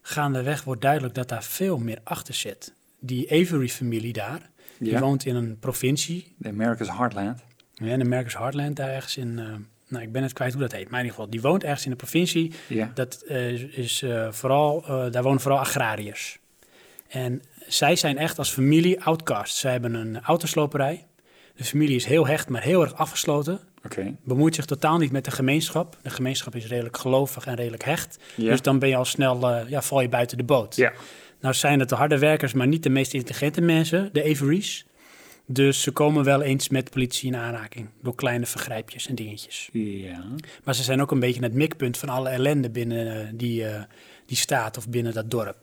S1: gaandeweg wordt duidelijk dat daar veel meer achter zit. Die Avery-familie daar, die
S2: Ja.
S1: woont in een provincie,
S2: The America's Heartland.
S1: ja, in America's Heartland, daar ergens in, eh, nou ik ben het kwijt hoe dat heet, maar in ieder geval, die woont ergens in een provincie
S2: Ja.
S1: dat eh, is- is eh, vooral, eh, daar wonen vooral agrariërs. En zij zijn echt als familie outcasts. Zij hebben een autosloperij. De familie is heel hecht, maar heel erg afgesloten.
S2: Oké.
S1: Bemoeit zich totaal niet met de gemeenschap. De gemeenschap is redelijk gelovig en redelijk hecht.
S2: Ja.
S1: Dus dan ben je al snel, eh, ja, val je buiten de boot. Nou zijn het de harde werkers, maar niet de meest intelligente mensen, de Avery's. Dus ze komen wel eens met politie in aanraking door kleine vergrijpjes en dingetjes.
S2: Ja.
S1: Maar ze zijn ook een beetje het mikpunt van alle ellende binnen eh, die, eh, die staat of binnen dat dorp.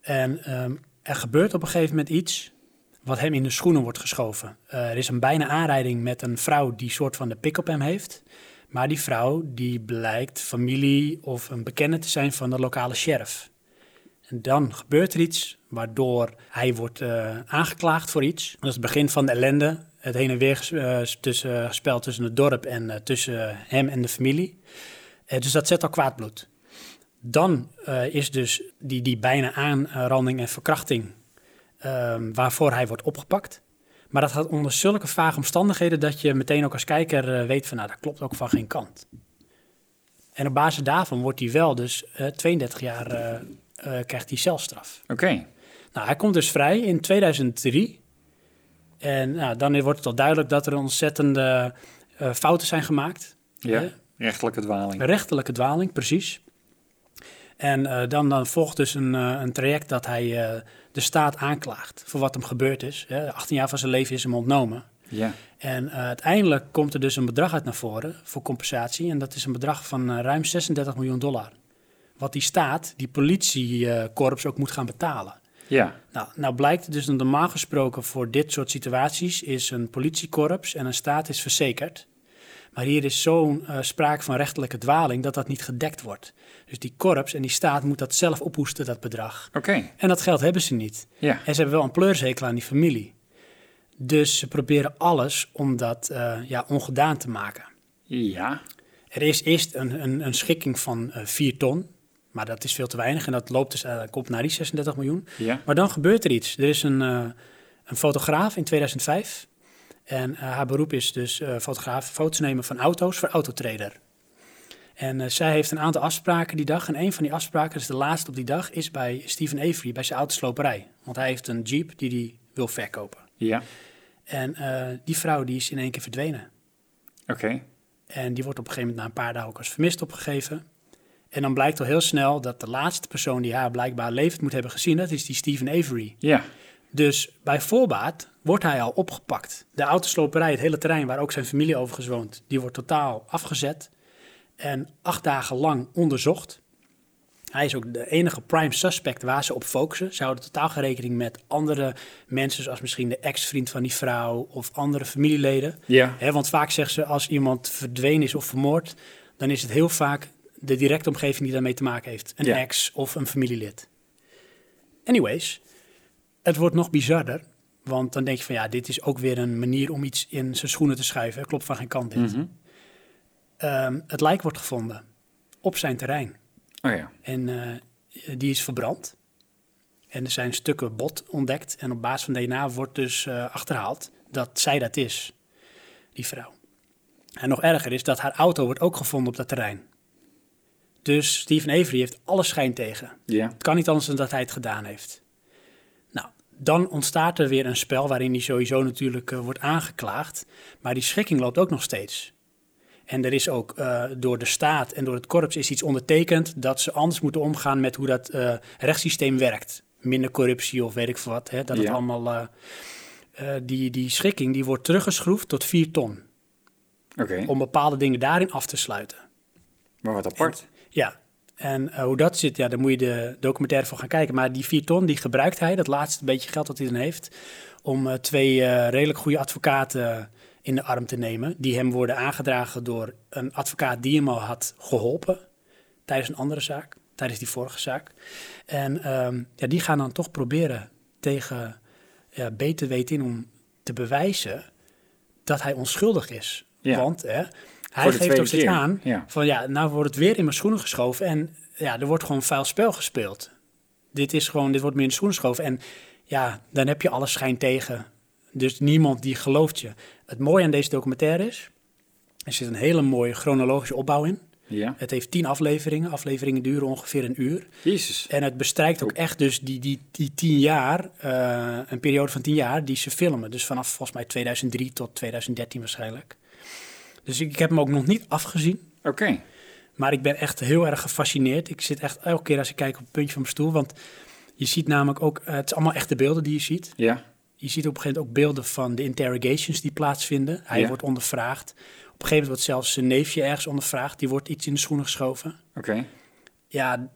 S1: En ehm, er gebeurt op een gegeven moment iets wat hem in de schoenen wordt geschoven. Eh, er is een bijna aanrijding met een vrouw die soort van de pik op hem heeft. Maar die vrouw die blijkt familie of een bekende te zijn van de lokale sheriff. En dan gebeurt er iets waardoor hij wordt eh, aangeklaagd voor iets. Dat is het begin van de ellende. Het heen en weer ges- eh, tussen, spel tussen het dorp en eh, tussen hem en de familie. Eh, dus dat zet al kwaad bloed. Dan eh, is dus die, die bijna aanranding en verkrachting ehm, waarvoor hij wordt opgepakt. Maar dat gaat onder zulke vage omstandigheden dat je meteen ook als kijker eh, weet van nou, dat klopt ook van geen kant. En op basis daarvan wordt hij wel dus eh, 32 jaar eh, eh, krijgt hij celstraf.
S2: Oké.
S1: Nou, hij komt dus vrij in 2003. En nou, dan wordt het al duidelijk dat er ontzettende eh, fouten zijn gemaakt.
S2: Ja.
S1: Hè?
S2: Rechtelijke dwaling.
S1: Rechtelijke dwaling, precies. En eh, dan, dan volgt dus een, eh, een traject dat hij eh, de staat aanklaagt voor wat hem gebeurd is. Hè. 18 jaar van zijn leven is hem ontnomen.
S2: Ja.
S1: En eh, uiteindelijk komt er dus een bedrag uit naar voren voor compensatie. En dat is een bedrag van eh, ruim 36 miljoen dollar. Wat die staat, die politiekorps, ook moet gaan betalen.
S2: Ja.
S1: Nou, nou blijkt dus dat normaal gesproken voor dit soort situaties is een politiekorps en een staat is verzekerd. Maar hier is zo'n eh, sprake van rechtelijke dwaling dat dat niet gedekt wordt. Dus die korps en die staat moet dat zelf ophoesten, dat bedrag.
S2: Oké.
S1: En dat geld hebben ze niet.
S2: Ja.
S1: En ze hebben wel een pleurshekel aan die familie. Dus ze proberen alles om dat eh, ja, ongedaan te maken.
S2: Ja.
S1: Er is eerst een, een, een schikking van eh 4 ton, maar dat is veel te weinig. En dat loopt dus, eh, komt naar die 36 miljoen.
S2: Ja.
S1: Maar dan gebeurt er iets. Er is een, eh, een fotograaf in 2005. En eh, haar beroep is dus eh, fotograaf, foto's nemen van auto's voor autotrader. En eh, zij heeft een aantal afspraken die dag. En een van die afspraken, dat is de laatste op die dag, is bij Steven Avery, bij zijn autosloperij. Want hij heeft een jeep die hij wil verkopen.
S2: Ja.
S1: En eh, die vrouw die is in één keer verdwenen.
S2: Oké.
S1: En die wordt op een gegeven moment na een paar dagen ook als vermist opgegeven. En dan blijkt al heel snel dat de laatste persoon die haar blijkbaar levend moet hebben gezien, dat is die Steven Avery.
S2: Ja.
S1: Dus bij voorbaat wordt hij al opgepakt. De autosloperij, het hele terrein waar ook zijn familie overigens woont, die wordt totaal afgezet. En acht dagen lang onderzocht. Hij is ook de enige prime suspect waar ze op focussen. Ze houden totaal geen rekening met andere mensen, zoals misschien de ex-vriend van die vrouw of andere familieleden.
S2: Ja.
S1: Hè, want vaak zeggen ze als iemand verdwenen is of vermoord, dan is het heel vaak de directe omgeving die daarmee te maken heeft. Een
S2: Ja.
S1: ex of een familielid. Anyways, het wordt nog bizarder, Want dan denk je van ja, dit is ook weer een manier om iets in zijn schoenen te schuiven. Klopt van geen kant dit.
S2: Mhm.
S1: Ehm, het lijk wordt gevonden op zijn terrein.
S2: Oh ja.
S1: En eh, die is verbrand. En er zijn stukken bot ontdekt. En op basis van DNA wordt dus eh, achterhaald dat zij dat is, die vrouw. En nog erger is dat haar auto wordt ook gevonden op dat terrein. Dus Steven Avery heeft alle schijn tegen.
S2: Ja.
S1: Het kan niet anders dan dat hij het gedaan heeft. Nou, dan ontstaat er weer een spel waarin hij sowieso natuurlijk eh, wordt aangeklaagd. Maar die schikking loopt ook nog steeds. En er is ook eh, door de staat en door het korps is iets ondertekend dat ze anders moeten omgaan met hoe dat eh, rechtssysteem werkt. Minder corruptie of weet ik veel wat. Hè? Dat het
S2: Ja.
S1: allemaal. eh, eh, die, die schikking die wordt teruggeschroefd tot 4 ton.
S2: Oké,
S1: Om bepaalde dingen daarin af te sluiten.
S2: maar wat apart.
S1: Ja, en eh, hoe dat zit, ja, daar moet je de documentaire voor gaan kijken. Maar die 4 ton, die gebruikt hij, dat laatste beetje geld dat hij dan heeft, om eh, twee eh, redelijk goede advocaten in de arm te nemen. Die hem worden aangedragen door een advocaat die hem al had geholpen tijdens een andere zaak, tijdens die vorige zaak. En ehm, ja, die gaan dan toch proberen tegen ja, beter weten in om te bewijzen dat hij onschuldig is.
S2: Ja.
S1: Want hè, hij
S2: de
S1: geeft
S2: tweede
S1: ook steeds
S2: keer.
S1: aan
S2: Ja.
S1: van ja, nou wordt het weer in mijn schoenen geschoven en ja, er wordt gewoon vuil spel gespeeld. Dit is gewoon, dit wordt meer in de schoenen geschoven en ja, dan heb je alle schijn tegen. Dus niemand die gelooft je. Het mooie aan deze documentaire is, er zit een hele mooie chronologische opbouw in.
S2: Ja.
S1: Het heeft tien afleveringen. Afleveringen duren ongeveer een uur.
S2: Jezus.
S1: En het bestrijkt ook echt dus die, die, die tien jaar, eh, een periode van tien jaar die ze filmen. Dus vanaf volgens mij 2003 tot 2013 waarschijnlijk. Dus ik, ik heb hem ook nog niet afgezien.
S2: Oké.
S1: Maar ik ben echt heel erg gefascineerd. Ik zit echt elke keer als ik kijk op het puntje van mijn stoel. Want je ziet namelijk ook, eh, het zijn allemaal echte beelden die je ziet.
S2: Ja.
S1: Je ziet op een gegeven moment ook beelden van de interrogations die plaatsvinden. Hij
S2: Ja.
S1: wordt ondervraagd. Op een gegeven moment wordt zelfs zijn neefje ergens ondervraagd. Die wordt iets in de schoenen geschoven.
S2: Oké.
S1: Ja,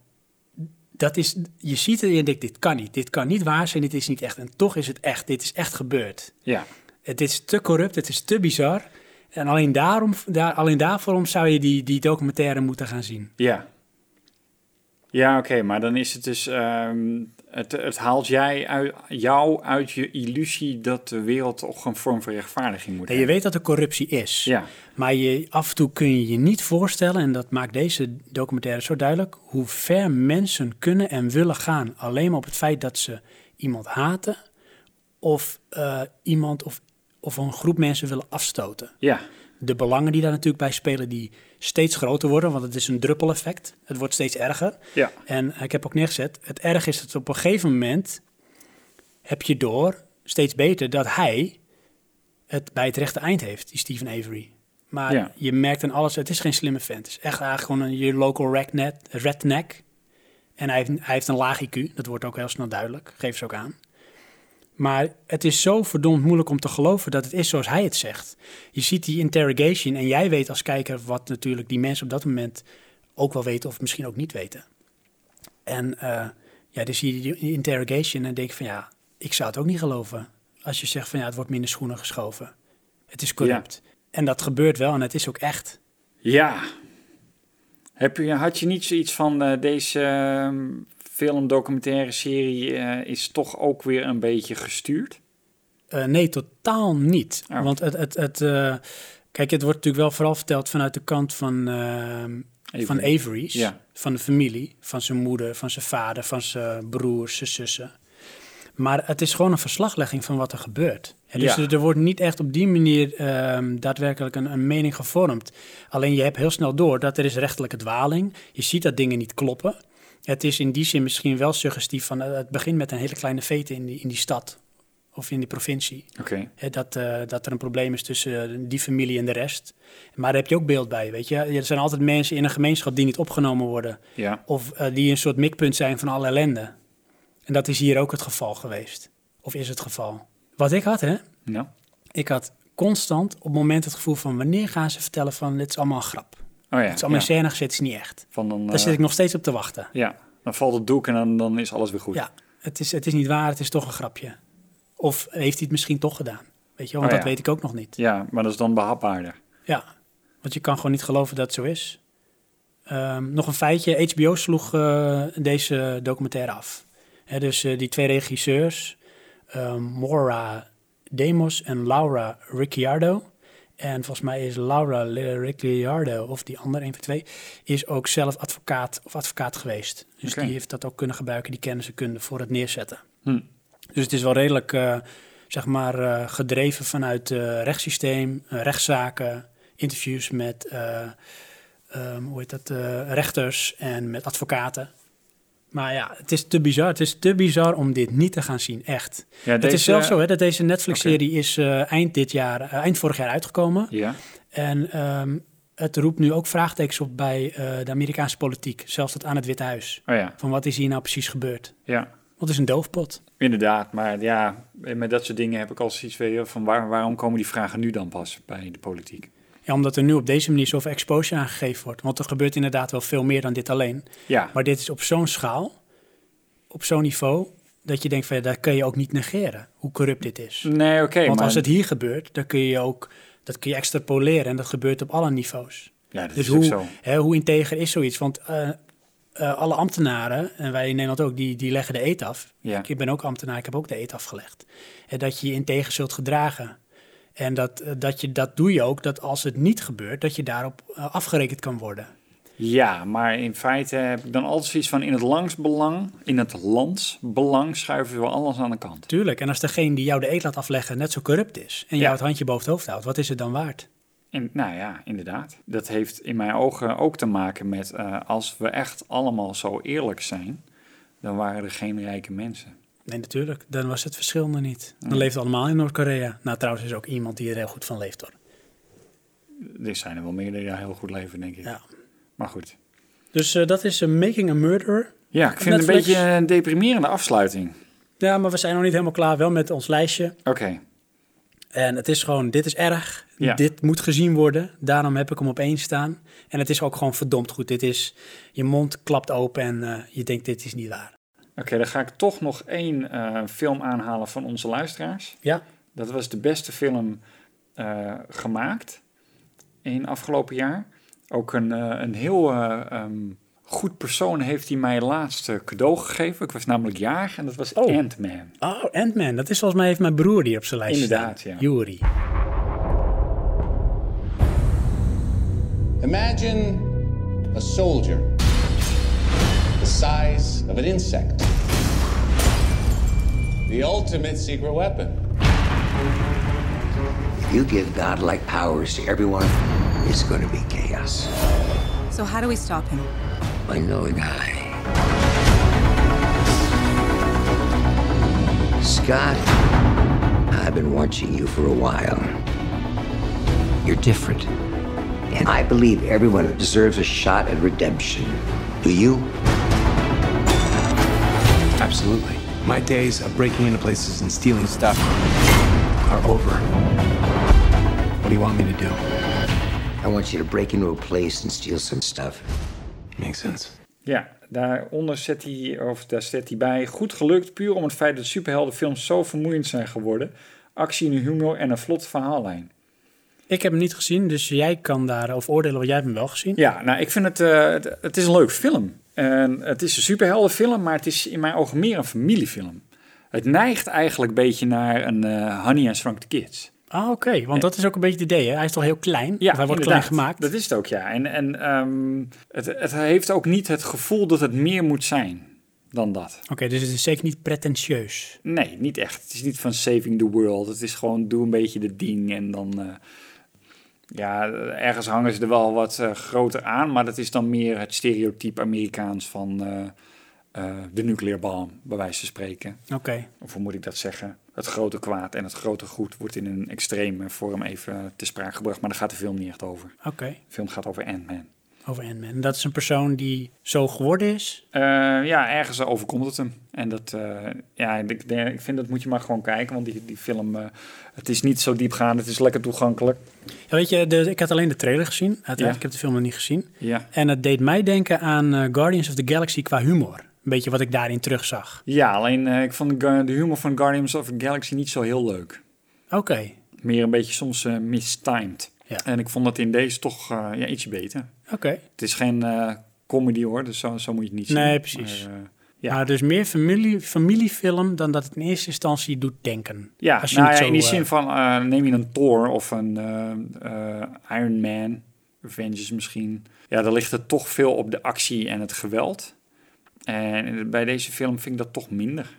S1: dat is, je ziet het en je denkt, dit kan niet. Dit kan niet waar zijn, dit is niet echt. En toch is het echt, dit is echt gebeurd.
S2: Ja.
S1: Het is te corrupt, het is te bizar. En alleen, daarom, daar, alleen daarvoor zou je die, die documentaire moeten gaan zien.
S2: Ja. Ja, oké, maar dan is het dus. ehm, het, het haalt jij uit, jou uit je illusie dat de wereld toch een vorm van rechtvaardiging moet
S1: En
S2: hebben.
S1: je weet dat er corruptie is.
S2: Ja.
S1: Maar je, af en toe kun je je niet voorstellen, en dat maakt deze documentaire zo duidelijk, hoe ver mensen kunnen en willen gaan. Alleen maar op het feit dat ze iemand haten of eh, iemand of, of een groep mensen willen afstoten.
S2: Ja.
S1: De belangen die daar natuurlijk bij spelen, die steeds groter worden, want het is een druppeleffect. Het wordt steeds erger.
S2: Ja.
S1: En ik heb ook neergezet, het erg is dat op een gegeven moment heb je door, steeds beter, dat hij het bij het rechte eind heeft, die Steven Avery. Maar
S2: Ja.
S1: je merkt aan alles, het is geen slimme vent. Het is echt eigenlijk gewoon een je local redneck. redneck. En hij heeft, hij heeft een laag IQ, dat wordt ook heel snel duidelijk, geef ze ook aan. Maar het is zo verdomd moeilijk om te geloven dat het is zoals hij het zegt. Je ziet die interrogation en jij weet als kijker wat natuurlijk die mensen op dat moment ook wel weten of misschien ook niet weten. En eh, ja, dan zie je die interrogation en denk je van ja, ik zou het ook niet geloven. Als je zegt van ja, het wordt minder schoenen geschoven. Het is corrupt. En dat gebeurt wel en het is ook echt.
S2: Ja. Heb je, had je niet zoiets van eh, deze ehm, film, documentaire serie eh, is toch ook weer een beetje gestuurd?
S1: Eh, nee, totaal niet.
S2: Oh.
S1: Want het, het, het eh, kijk, het wordt natuurlijk wel vooral verteld vanuit de kant van, ehm,
S2: Avery.
S1: van Avery's,
S2: Ja.
S1: van de familie, van zijn moeder, van zijn vader, van zijn broers, zijn zussen. Maar het is gewoon een verslaglegging van wat er gebeurt. En dus
S2: Ja.
S1: er, er wordt niet echt op die manier ehm, daadwerkelijk een, een mening gevormd. Alleen je hebt heel snel door dat er is rechtelijke dwaling. Je ziet dat dingen niet kloppen. Het is in die zin misschien wel suggestief van eh, het begint met een hele kleine vete in die, in die stad of in die provincie.
S2: Oké.
S1: Hè, dat, eh, dat er een probleem is tussen eh, die familie en de rest. Maar daar heb je ook beeld bij, weet je. Er zijn altijd mensen in een gemeenschap die niet opgenomen worden.
S2: Ja.
S1: Of eh, die een soort mikpunt zijn van alle ellende. En dat is hier ook het geval geweest. Of is het geval. Wat ik had, hè.
S2: Nou.
S1: Ik had constant op het moment het gevoel van... wanneer gaan ze vertellen van dit is allemaal een grap.
S2: Oh ja.
S1: Het is allemaal
S2: ja.
S1: in scène gezet, het is niet echt.
S2: Van dan,
S1: Daar
S2: eh,
S1: zit ik nog steeds op te wachten.
S2: Ja. Dan valt het doek en dan, dan is alles weer goed.
S1: Ja, het is, het is niet waar, het is toch een grapje. Of heeft hij het misschien toch gedaan? Weet je, want
S2: Oh
S1: dat
S2: ja.
S1: weet ik ook nog niet.
S2: Ja, maar dat is dan behapbaarder.
S1: Ja, want je kan gewoon niet geloven dat het zo is. Ehm, nog een feitje, HBO sloeg eh, deze documentaire af. Hè, dus eh, die twee regisseurs, eh, Maura Demos en Laura Ricciardo. En volgens mij is Laura Li- Ricciardo, of die andere, een van twee, is ook zelf advocaat of advocaat geweest. Dus
S2: Oké.
S1: die heeft dat ook kunnen gebruiken, die kennis en kunde voor het neerzetten.
S2: Hm.
S1: Dus het is wel redelijk, eh, zeg maar, eh, gedreven vanuit eh rechtssysteem, eh, rechtszaken, interviews met, eh, ehm, hoe heet dat, eh, rechters en met advocaten. Maar ja, het is te bizar. Het is te bizar om dit niet te gaan zien, echt.
S2: Ja,
S1: het
S2: deze-
S1: is zelfs zo hè, dat deze Netflix-serie is eh, eind, dit jaar, eh, eind vorig jaar uitgekomen.
S2: Ja.
S1: En ehm, het roept nu ook vraagtekens op bij eh, de Amerikaanse politiek. Zelfs tot aan het Witte Huis.
S2: Oh ja.
S1: Van wat is hier nou precies gebeurd?
S2: Ja.
S1: Want het is een doofpot.
S2: Inderdaad, maar ja, met dat soort dingen heb ik al zoiets van, joh, van waar, waarom komen die vragen nu dan pas bij de politiek?
S1: Ja, omdat er nu op deze manier zoveel exposure aan gegeven wordt. Want er gebeurt inderdaad wel veel meer dan dit alleen.
S2: Ja.
S1: Maar dit is op zo'n schaal, op zo'n niveau, dat je denkt van ja, dat kun je ook niet negeren, hoe corrupt dit is.
S2: Nee, oké.
S1: Want
S2: maar-
S1: als het hier gebeurt, dan kun je ook, dat kun je extrapoleren en dat gebeurt op alle niveaus.
S2: Ja, dat
S1: dus
S2: is ook
S1: hoe,
S2: zo.
S1: Hè, hoe integer is zoiets? Want eh, eh, alle ambtenaren, en wij in Nederland ook, die, die leggen de eet af.
S2: Ja.
S1: Ik ben ook ambtenaar, ik heb ook de eet afgelegd. En dat je je integer zult gedragen. En dat, eh, dat, je, dat doe je ook, dat als het niet gebeurt, dat je daarop eh, afgerekend kan worden.
S2: Ja, maar in feite heb ik dan altijd zoiets van in het landsbelang, in het landsbelang schuiven we alles aan de kant.
S1: Tuurlijk, en als degene die jou de eet laat afleggen net zo corrupt is... en
S2: Ja.
S1: jou het handje boven het hoofd houdt, wat is het dan waard?
S2: En, nou ja, inderdaad. Dat heeft in mijn ogen ook te maken met eh, als we echt allemaal zo eerlijk zijn, dan waren er geen rijke mensen.
S1: Nee, natuurlijk. Dan was het verschil er niet. Dan leeft het allemaal in Noord-Korea. Nou, trouwens is er ook iemand die er heel goed van leeft, hoor.
S2: Er zijn er wel meer die daar heel goed leven, denk ik.
S1: Ja.
S2: Maar goed.
S1: Dus eh, dat is eh, Making a Murderer.
S2: Ja, ik vind het een
S1: Netflix.
S2: beetje eh, een deprimerende afsluiting.
S1: Ja, maar we zijn nog niet helemaal klaar. Wel met ons lijstje.
S2: Oké.
S1: En het is gewoon, dit is erg.
S2: Ja.
S1: Dit moet gezien worden. Daarom heb ik hem op één staan. En het is ook gewoon verdomd goed. Dit is, je mond klapt open en eh, je denkt, dit is niet waar.
S2: Oké, dan ga ik toch nog één eh, film aanhalen van onze luisteraars.
S1: Ja.
S2: Dat was de beste film eh, gemaakt in afgelopen jaar. Ook een, eh, een heel eh, ehm, goed persoon heeft hij mij laatst eh, cadeau gegeven. Ik was namelijk jarig en dat was Ant-Man.
S1: Oh, Ant-Man. Dat is volgens mij, heeft mijn broer die op zijn lijstje
S2: Inderdaad,
S1: staan.
S2: ja.
S1: Yuri.
S3: Imagine a soldier the size of an insect. The ultimate secret weapon.
S23: You give godlike powers to everyone, it's going to be chaos.
S16: So, how do we stop him?
S23: I know a guy. Scott, I've been watching you for a while. You're different. And I believe everyone deserves a shot at redemption. Do you?
S3: Absolutely. My days of breaking into places and stealing stuff are over. What do you want me to do?
S23: I want you to break into a place and steal some stuff. Makes sense.
S2: Ja, daaronder zet hij, of daar zet hij bij. Goed gelukt, puur om het feit dat superheldenfilms zo vermoeiend zijn geworden. Actie en humor en een vlot verhaallijn.
S1: Ik heb hem niet gezien, dus jij kan daarover oordelen, want jij hebt hem wel gezien.
S2: Ja, nou, ik vind het, eh, het, het is een leuk film. En het is een superheldenfilm, maar het is in mijn ogen meer een familiefilm. Het neigt eigenlijk een beetje naar een eh Honey and Shrunk the Kids.
S1: Ah, oké. Want dat is ook een beetje het idee, hè? Hij is toch heel klein? Of hij wordt klein
S2: inderdaad.
S1: gemaakt.
S2: Dat is het ook, ja. En, en ehm, het, het heeft ook niet het gevoel dat het meer moet zijn dan dat.
S1: Oké, dus het is zeker niet pretentieus.
S2: Nee, niet echt. Het is niet van saving the world. Het is gewoon doe een beetje de ding en dan... eh, ja, ergens hangen ze er wel wat eh, groter aan, maar dat is dan meer het stereotype Amerikaans van eh, eh, de nuclear bomb, bij wijze van spreken.
S1: Oké.
S2: Of hoe moet ik dat zeggen? Het grote kwaad en het grote goed wordt in een extreme vorm even eh, te sprake gebracht, maar daar gaat de film niet echt over.
S1: Oké,
S2: De film gaat over Ant-Man.
S1: over Ant-Man. En Dat is een persoon die zo geworden is.
S2: Eh, ja, ergens overkomt het hem. En dat, eh, ja, ik, denk- ik vind dat moet je maar gewoon kijken, want die, die film, eh, het is niet zo diepgaand, het is lekker toegankelijk.
S1: Ja, weet je, de, ik had alleen de trailer gezien. Uiteraard,
S2: Ja.
S1: ik heb de film nog niet gezien.
S2: Ja.
S1: En het deed mij denken aan eh, Guardians of the Galaxy qua humor. Een beetje wat ik daarin terugzag.
S2: Ja, alleen eh, ik vond de gu- de humor van Guardians of the Galaxy niet zo heel leuk.
S1: Oké,
S2: Meer een beetje soms eh, mistimed.
S1: Ja.
S2: En ik vond dat in deze toch eh, ja, ietsje beter.
S1: oké.
S2: Het is geen eh, comedy hoor, dus zo, zo moet je het niet zien.
S1: Nee, precies.
S2: Maar, eh,
S1: Ja. Maar dus meer familie, familiefilm dan dat het in eerste instantie doet denken.
S2: Ja,
S1: Als je
S2: nou
S1: het
S2: ja,
S1: zo,
S2: in die
S1: eh,
S2: zin van eh, neem je een Thor of een eh, eh, Iron Man, Avengers misschien. Ja, dan ligt het toch veel op de actie en het geweld. En bij deze film vind ik dat toch minder.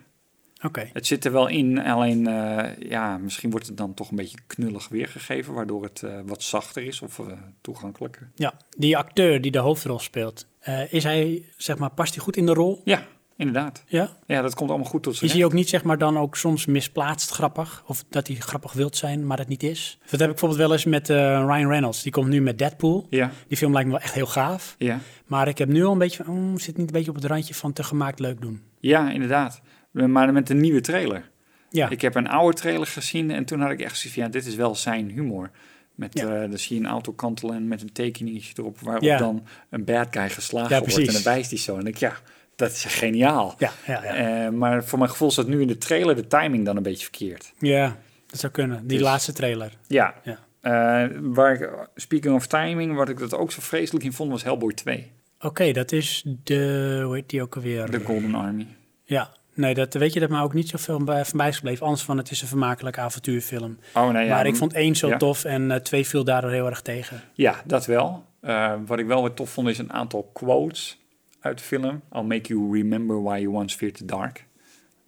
S1: Oké.
S2: Het zit er wel in, alleen eh, ja, misschien wordt het dan toch een beetje knullig weergegeven, waardoor het eh, wat zachter is of eh, toegankelijker.
S1: Ja, die acteur die de hoofdrol speelt, eh, is hij, zeg maar, past hij goed in de rol?
S2: Ja, inderdaad.
S1: Ja?
S2: Ja, dat komt allemaal goed tot z'n
S1: Is hij ook niet, zeg maar, dan ook soms misplaatst grappig? Of dat hij grappig wilt zijn, maar het niet is? Dat heb ik bijvoorbeeld wel eens met eh, Ryan Reynolds. Die komt nu met Deadpool.
S2: Ja.
S1: Die film lijkt me wel echt heel gaaf.
S2: Ja.
S1: Maar ik heb nu al een beetje van, mm, zit niet een beetje op het randje van te gemaakt leuk doen.
S2: Ja, inderdaad. Maar met een nieuwe trailer.
S1: Ja.
S2: Ik heb een oude trailer gezien en toen had ik echt zoiets van... ja, dit is wel zijn humor. Met, eh, dan zie je een auto kantelen met een tekeningetje erop... waarop
S1: Ja.
S2: dan een bad guy geslagen
S1: Ja,
S2: wordt. En
S1: precies.
S2: dan wijst hij zo. En ik, ja, dat is geniaal.
S1: Ja, ja, ja.
S2: Eh, maar voor mijn gevoel zat nu in de trailer de timing dan een beetje verkeerd.
S1: Ja, dat zou kunnen. Die
S2: Dus-
S1: laatste trailer.
S2: Ja. Eh, waar ik, speaking of timing, wat ik dat ook zo vreselijk in vond... was Hellboy 2,
S1: Oké, dat is de, hoe heet die ook alweer?
S2: The Golden Army.
S1: Ja, nee, dat weet je, dat maar ook niet zoveel bij- van mij is gebleven. Anders van, het is een vermakelijke avontuurfilm.
S2: Oh, nee, ja,
S1: maar ik
S2: m-
S1: vond één zo
S2: ja.
S1: tof en eh, twee viel daardoor heel erg tegen.
S2: Ja, dat wel. Eh, wat ik wel weer tof vond is een aantal quotes uit de film. I'll make you remember why you once feared the dark.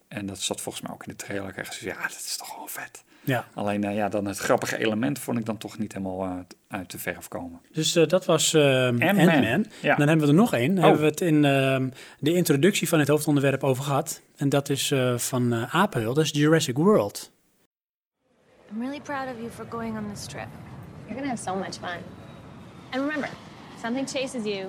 S2: En dat zat volgens mij ook in de trailer. Ik dacht, ja, dat is toch wel vet.
S1: Ja.
S2: Alleen eh, ja, dan het grappige element vond ik dan toch niet helemaal eh, uit de verf komen.
S1: Dus eh, dat was eh, Ant-Man.
S2: Ja.
S1: Dan hebben we er nog één. Daar
S2: Oh.
S1: hebben we het in ehm, de introductie van het hoofdonderwerp over gehad. En dat is eh, van eh Apenhul, dat is Jurassic World.
S4: I'm really proud of you for going on this trip. You're gonna have so much fun. And remember, if something chases you,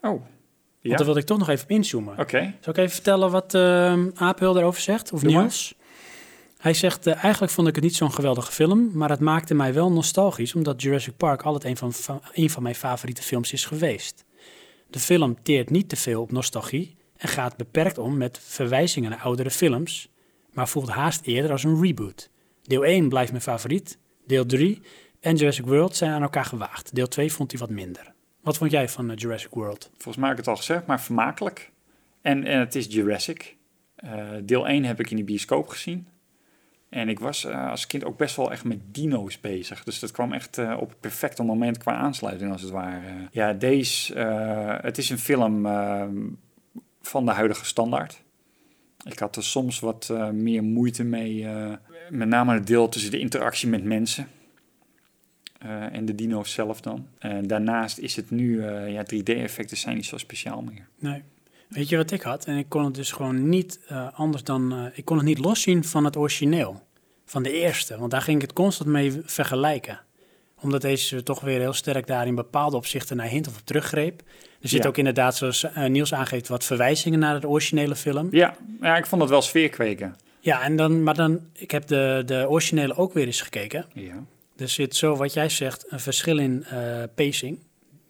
S2: Oh.
S1: Want daar wilde ik toch nog even op inzoomen.
S2: Oké.
S1: Zal ik even vertellen wat ehm Apel daarover zegt? Of
S2: Doe maar.
S1: Niels? Hij zegt, eh, eigenlijk vond ik het niet zo'n geweldige film, maar het maakte mij wel nostalgisch, omdat Jurassic Park altijd een van, van- een van mijn favoriete films is geweest. De film teert niet te veel op nostalgie en gaat beperkt om met verwijzingen naar oudere films, maar voelt haast eerder als een reboot. Deel 1 blijft mijn favoriet, deel 3 en Jurassic World zijn aan elkaar gewaagd. Deel 2 vond hij wat minder. Wat vond jij van eh, Jurassic World?
S2: Volgens mij heb ik het al gezegd, maar vermakelijk. En, en het is Jurassic. Eh, deel 1 heb ik in de bioscoop gezien. En ik was eh, als kind ook best wel echt met dino's bezig. Dus dat kwam echt eh, op het perfecte moment qua aansluiting, als het ware. Ja, deze. eh, het is een film eh, van de huidige standaard. Ik had er soms wat eh, meer moeite mee. eh, met name het deel tussen de interactie met mensen. eh, en de dino's zelf dan. En daarnaast is het nu, eh, ja, 3D-effecten zijn niet zo speciaal meer.
S1: Nee. Weet je wat ik had? En ik kon het dus gewoon niet eh, anders dan... eh, ik kon het niet loszien van het origineel. Van de eerste. Want daar ging ik het constant mee vergelijken. Omdat deze toch weer heel sterk daar in bepaalde opzichten naar hint of op teruggreep. Er zit
S2: Ja.
S1: ook inderdaad, zoals eh, Niels aangeeft, wat verwijzingen naar het originele film.
S2: Ja, ja, ik vond het wel sfeer kweken.
S1: Ja, en dan, maar dan, ik heb de, de originele ook weer eens gekeken.
S2: Ja.
S1: Er zit zo, wat jij zegt, een verschil in eh, pacing.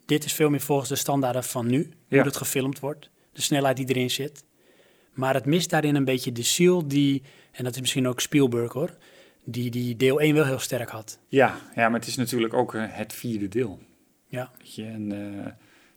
S1: Dit is veel meer volgens de standaarden van nu,
S2: Ja.
S1: hoe het gefilmd wordt, de snelheid die erin zit. Maar het mist daarin een beetje de ziel die, en dat is misschien ook Spielberg hoor, die, die deel 1 wel heel sterk had.
S2: Ja, ja, maar het is natuurlijk ook eh, het vierde deel.
S1: Ja.
S2: Weet je, en, eh,